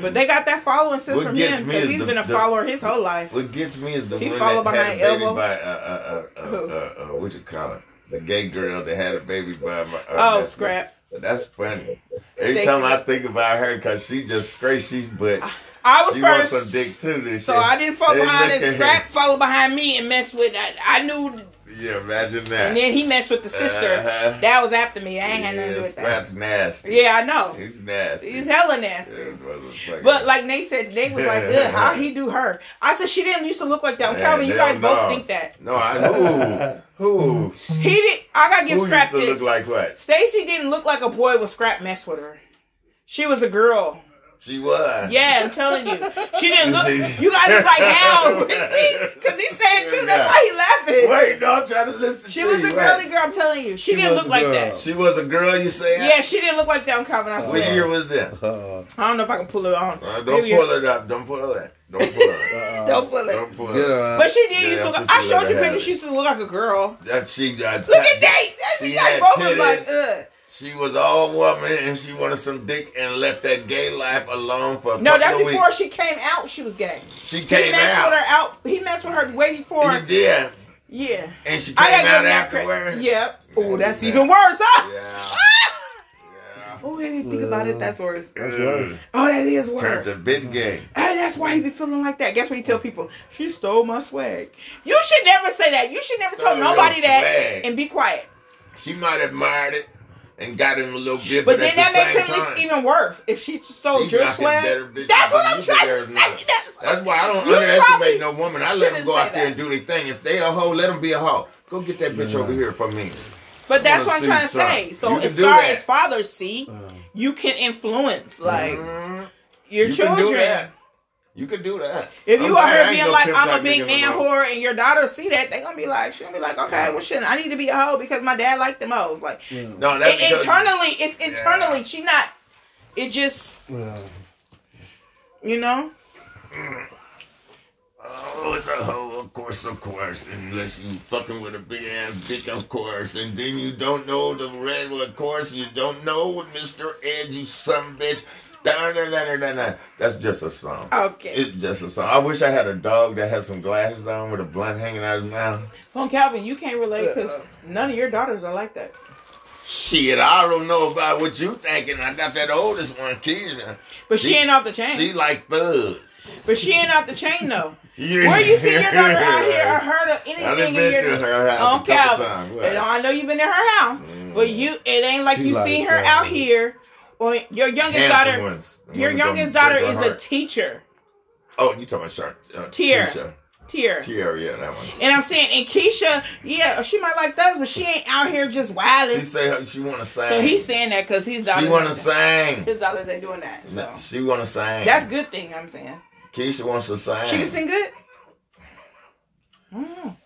Speaker 1: But they got that following sense
Speaker 3: What
Speaker 1: from
Speaker 3: gets
Speaker 1: him
Speaker 3: me
Speaker 1: because
Speaker 3: is
Speaker 1: he's
Speaker 3: the-
Speaker 1: been a
Speaker 3: the-
Speaker 1: follower his whole life.
Speaker 3: What gets me is the
Speaker 1: He
Speaker 3: one
Speaker 1: followed
Speaker 3: that had a
Speaker 1: behind
Speaker 3: baby
Speaker 1: elbow.
Speaker 3: by uh, uh, uh, uh,
Speaker 1: Who?
Speaker 3: uh, uh, what you call it? The gay girl that had a baby by my. Uh,
Speaker 1: oh,
Speaker 3: nephew.
Speaker 1: scrap!
Speaker 3: That's funny. Every
Speaker 1: Stacey.
Speaker 3: time I think about her, cause she just straight, she but
Speaker 1: I was
Speaker 3: she wants some
Speaker 1: first,
Speaker 3: dick too. This
Speaker 1: so I didn't fall behind.
Speaker 3: it.
Speaker 1: And scrap followed behind me and messed with. I, I knew,
Speaker 3: Yeah, imagine that.
Speaker 1: and then he messed with the sister.
Speaker 3: Uh-huh.
Speaker 1: That was after me. I ain't
Speaker 3: yeah,
Speaker 1: had nothing to do with that.
Speaker 3: Scrap's nasty.
Speaker 1: Yeah, I know.
Speaker 3: he's nasty.
Speaker 1: He's hella
Speaker 3: Yeah,
Speaker 1: nasty.
Speaker 3: motherfucker.
Speaker 1: But like they said, they was like, "Ugh, how he do her?" I said, "She didn't used to look like that."
Speaker 3: Yeah,
Speaker 1: Calvin, you
Speaker 3: hell
Speaker 1: guys both
Speaker 3: no.
Speaker 1: think that.
Speaker 3: no, I who who
Speaker 1: He did. I gotta give
Speaker 3: who
Speaker 1: Scrap
Speaker 3: used to
Speaker 1: this.
Speaker 3: look like what
Speaker 1: Stacy didn't look like a boy when Scrap messed with her. She was a girl.
Speaker 3: she was.
Speaker 1: Yeah, I'm telling you, she didn't look. You guys was like, "How?" Because he said too. That's why he laughing.
Speaker 3: Wait, no, I'm trying to listen.
Speaker 1: She
Speaker 3: to
Speaker 1: was
Speaker 3: you,
Speaker 1: a
Speaker 3: right.
Speaker 1: girly girl. I'm telling you, she,
Speaker 2: She
Speaker 1: didn't
Speaker 2: was
Speaker 1: look
Speaker 2: a
Speaker 1: like
Speaker 2: girl.
Speaker 1: that.
Speaker 3: She was a girl, you say?
Speaker 1: Yeah, she didn't look like that on Calvin. I
Speaker 3: What
Speaker 1: swear.
Speaker 3: year was that?
Speaker 2: Uh,
Speaker 1: I don't know if I can pull her on.
Speaker 3: Uh,
Speaker 1: Maybe
Speaker 3: don't pull it up. Don't pull it up. Don't pull it up.
Speaker 2: uh,
Speaker 1: Don't pull it.
Speaker 3: Don't pull
Speaker 2: Get
Speaker 3: it
Speaker 2: her
Speaker 3: up.
Speaker 2: out.
Speaker 1: But she did
Speaker 3: Uh, Yeah,
Speaker 1: used to look.
Speaker 3: pussy
Speaker 1: I showed
Speaker 3: like
Speaker 1: you
Speaker 3: that.
Speaker 1: pictures. She used to look like a girl.
Speaker 3: That she got.
Speaker 1: Look at that. That's
Speaker 3: She
Speaker 1: you guys
Speaker 3: had
Speaker 1: both was
Speaker 3: titties.
Speaker 1: like, ugh.
Speaker 3: She was all woman and she wanted some dick and left that gay life alone for a
Speaker 1: No,
Speaker 3: couple
Speaker 1: that's
Speaker 3: of
Speaker 1: before
Speaker 3: weeks.
Speaker 1: she came out. She was gay.
Speaker 3: She
Speaker 1: he
Speaker 3: came
Speaker 1: messed with her
Speaker 3: out.
Speaker 1: out. He messed with her way before.
Speaker 3: He did,
Speaker 1: Yeah.
Speaker 3: and she
Speaker 1: I gotta
Speaker 3: came
Speaker 1: give him
Speaker 3: out
Speaker 1: that credit.
Speaker 3: afterward.
Speaker 1: Yep. Oh,
Speaker 3: Yeah,
Speaker 1: that's
Speaker 3: yeah.
Speaker 1: even worse, huh?
Speaker 3: Yeah. Yeah.
Speaker 1: Oh, if you think about it, that's worse.
Speaker 2: That's right.
Speaker 1: Oh, that is
Speaker 3: Turned
Speaker 1: worse.
Speaker 3: the
Speaker 1: And
Speaker 3: bitch gay.
Speaker 1: that's why he be feeling like that. Guess what you tell people? She stole my swag. You should never say that. You should never tell
Speaker 3: Stole
Speaker 1: nobody
Speaker 3: your
Speaker 1: that
Speaker 3: swag.
Speaker 1: and be quiet.
Speaker 3: She might have admired it and got him a little bit,
Speaker 1: But
Speaker 3: but,
Speaker 1: then
Speaker 3: at
Speaker 1: that
Speaker 3: the
Speaker 1: makes him
Speaker 3: same time,
Speaker 1: look even worse. If she stole
Speaker 3: She
Speaker 1: your
Speaker 3: knocking better
Speaker 1: swag,
Speaker 3: bitches
Speaker 1: that's what
Speaker 3: than
Speaker 1: I'm
Speaker 3: you
Speaker 1: trying
Speaker 3: deserve
Speaker 1: to
Speaker 3: now.
Speaker 1: say. That's
Speaker 3: That's why I don't
Speaker 1: You probably
Speaker 3: underestimate no woman. I let
Speaker 1: shouldn't
Speaker 3: them go
Speaker 1: say
Speaker 3: out there
Speaker 1: that.
Speaker 3: and do their thing. If they a hoe, let them be a hoe. Go get that bitch over here for me.
Speaker 1: But that's
Speaker 3: wanna
Speaker 1: what I'm trying
Speaker 3: see
Speaker 1: to
Speaker 3: something.
Speaker 1: say.
Speaker 3: You
Speaker 1: So
Speaker 3: can
Speaker 1: as
Speaker 3: do
Speaker 1: far
Speaker 3: that.
Speaker 1: as fathers see,
Speaker 2: Uh.
Speaker 1: you can influence like
Speaker 3: Mhm.
Speaker 1: your
Speaker 3: you
Speaker 1: children.
Speaker 3: Can do that. You can do that.
Speaker 1: If
Speaker 3: I'm
Speaker 1: you
Speaker 3: glad
Speaker 1: are
Speaker 3: I
Speaker 1: her
Speaker 3: ain't
Speaker 1: being
Speaker 3: no
Speaker 1: like
Speaker 3: pimp
Speaker 1: I'm a
Speaker 3: type
Speaker 1: big
Speaker 3: nigga
Speaker 1: man
Speaker 3: no more.
Speaker 1: whore and your daughter see that, they gonna be like, she'll be like, okay,
Speaker 3: Yeah.
Speaker 1: well shit, I need to be a hoe because my dad liked them hoes. Like
Speaker 3: No, that's
Speaker 1: it,
Speaker 3: because
Speaker 1: internally, it's internally. She not. It just
Speaker 2: Yeah.
Speaker 1: you know.
Speaker 3: Oh, it's a hoe, of course, of course. Unless you fucking with a big ass bitch, of course. And then you don't know the regular course. You don't know what Mr. Ed, you some bitch. Da, da, da, da, da, da. That's just a song.
Speaker 1: Okay.
Speaker 3: It's just a song. I wish I had a dog that had some glasses on with a blunt hanging out his mouth.
Speaker 1: Well, Calvin, you can't relate
Speaker 3: uh,
Speaker 1: because none of your daughters are like that.
Speaker 3: Shit, I don't know about what you thinking. I got that oldest one, Keisha.
Speaker 1: But she,
Speaker 3: She-
Speaker 1: ain't off the
Speaker 3: She
Speaker 1: chain.
Speaker 3: like thugs.
Speaker 1: but she ain't off the chain though.
Speaker 3: Yeah.
Speaker 1: Where you see your daughter out here or heard of
Speaker 3: I done
Speaker 1: anything in
Speaker 3: been
Speaker 1: your
Speaker 3: to her house
Speaker 1: on
Speaker 3: a couple
Speaker 1: Calvin.
Speaker 3: times. Mm.
Speaker 1: And I know you've been in her house, but you it ain't like
Speaker 2: She
Speaker 1: you
Speaker 2: like
Speaker 1: seen her
Speaker 2: that.
Speaker 1: out here. Or your youngest
Speaker 3: Handsome
Speaker 1: daughter,
Speaker 3: ones. The
Speaker 1: your
Speaker 3: ones that
Speaker 1: youngest
Speaker 3: break
Speaker 1: daughter
Speaker 3: her
Speaker 1: is a
Speaker 3: heart.
Speaker 1: teacher,
Speaker 3: Oh, you talking about Shark? Uh,
Speaker 1: Tier.
Speaker 3: Keisha.
Speaker 1: tier.
Speaker 3: Tier, yeah, that one.
Speaker 1: And I'm saying, and Keisha, yeah, she might like thugs, but she ain't out here just
Speaker 3: She
Speaker 1: wilding.
Speaker 3: say she want to sing.
Speaker 1: So he's saying that because his daughters,
Speaker 3: she want to
Speaker 1: ain't-
Speaker 3: sing.
Speaker 1: his daughters ain't doing that. So
Speaker 3: She want to sing.
Speaker 1: that's good thing. I'm saying
Speaker 3: Keisha wants to sing.
Speaker 1: she can sing good.
Speaker 3: Have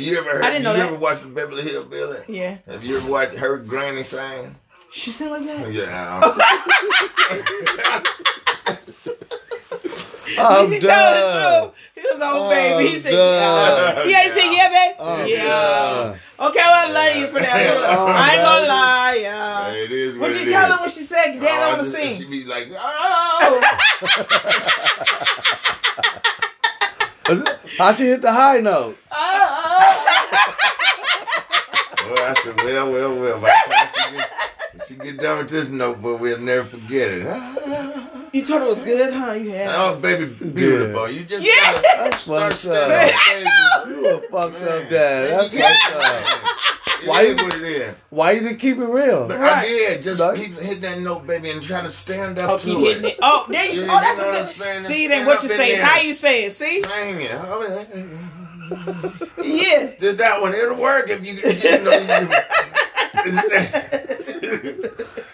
Speaker 3: you ever heard?
Speaker 1: I didn't know
Speaker 3: you
Speaker 1: that.
Speaker 3: ever watched the Beverly Hillbilly?
Speaker 1: Yeah,
Speaker 3: Have you ever watched her granny sing?
Speaker 1: she sing like that.
Speaker 3: Yeah.
Speaker 1: He
Speaker 2: I'm
Speaker 1: said, tell
Speaker 2: done.
Speaker 1: the truth. He was old
Speaker 2: I'm
Speaker 1: baby. He said, yeah.
Speaker 2: done.
Speaker 1: See how he said, yeah, babe?
Speaker 2: I'm
Speaker 1: yeah.
Speaker 2: done.
Speaker 1: Okay, well, I love you for that.
Speaker 3: Yeah.
Speaker 1: I ain't gonna
Speaker 2: Oh,
Speaker 1: lie, yeah.
Speaker 3: it is what
Speaker 1: What
Speaker 3: it
Speaker 1: you tell
Speaker 3: is.
Speaker 1: her when she said, Dad, I wanna
Speaker 3: Oh, just- She
Speaker 1: sing?
Speaker 3: be like, oh.
Speaker 1: Uh,
Speaker 2: How she hit the high note?
Speaker 1: Oh, oh.
Speaker 3: Well, I said, well, well, well. By the time she get, when she get done with this notebook, we'll never forget it.
Speaker 1: You told her it was good, huh? You had.
Speaker 3: Oh, baby, beautiful. You just
Speaker 1: Yeah.
Speaker 3: gotta
Speaker 2: That's
Speaker 3: start
Speaker 2: fucked
Speaker 3: studying,
Speaker 2: up.
Speaker 3: baby.
Speaker 2: You a fucked
Speaker 3: Man,
Speaker 2: up dad.
Speaker 3: you
Speaker 2: That's
Speaker 3: got
Speaker 2: fucked up.
Speaker 3: it.
Speaker 2: Why
Speaker 3: It is
Speaker 2: you-
Speaker 3: what it is.
Speaker 2: Why you didn't keep it real?
Speaker 3: But
Speaker 1: Right.
Speaker 3: I did. Just
Speaker 2: No.
Speaker 3: keep hitting that note, baby, and trying to stand up
Speaker 1: Oh,
Speaker 3: to
Speaker 1: keep hitting it. Oh, there you.
Speaker 3: Yeah,
Speaker 1: Oh,
Speaker 3: you
Speaker 1: that's
Speaker 3: know what I'm
Speaker 1: a
Speaker 3: saying?
Speaker 1: good.
Speaker 3: It's
Speaker 1: See,
Speaker 3: been
Speaker 1: then what
Speaker 3: up
Speaker 1: you
Speaker 3: in
Speaker 1: say is
Speaker 3: there.
Speaker 1: how you say it. See,
Speaker 3: Hang it. Oh, yeah.
Speaker 1: yeah.
Speaker 3: Did that one? It'll work if you. You, know, you,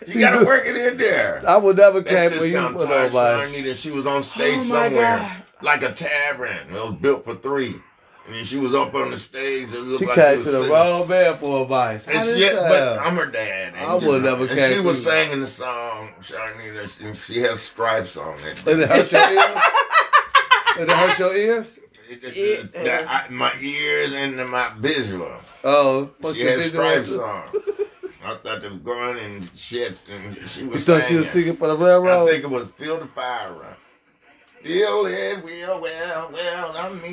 Speaker 3: you gotta work it in there.
Speaker 2: I would never
Speaker 3: That
Speaker 2: camp
Speaker 3: shit
Speaker 2: when you
Speaker 3: sound
Speaker 2: put
Speaker 3: tight,
Speaker 2: nobody.
Speaker 3: Shawnita. She was on stage
Speaker 1: Oh, my
Speaker 3: somewhere,
Speaker 1: God.
Speaker 3: like a tavern. It was built for three, and then she was up on the stage. It looked
Speaker 2: She
Speaker 3: like she
Speaker 2: came
Speaker 3: was
Speaker 2: to the
Speaker 3: sitting-
Speaker 2: wrong man for advice. How
Speaker 3: And
Speaker 2: this
Speaker 3: she, but
Speaker 2: sound?
Speaker 3: I'm her dad. And,
Speaker 2: I would never
Speaker 3: And
Speaker 2: catch
Speaker 3: she was
Speaker 2: you.
Speaker 3: singing the song, Shawnita, and she has stripes on it.
Speaker 2: Did it hurt your ears? Did it hurt your ears?
Speaker 3: It- it-
Speaker 1: It-
Speaker 3: that- I- my ears and my visual.
Speaker 2: Oh, what's
Speaker 3: She
Speaker 2: your
Speaker 3: had
Speaker 2: big
Speaker 3: stripes
Speaker 2: one?
Speaker 3: on. I thought they were going and shit, and she
Speaker 2: You
Speaker 3: was
Speaker 2: thought she was
Speaker 3: singing.
Speaker 2: thinking for the
Speaker 3: I
Speaker 2: railroad?
Speaker 3: think it was Feel the Fire Run. Feel it, will, well, well, I mean.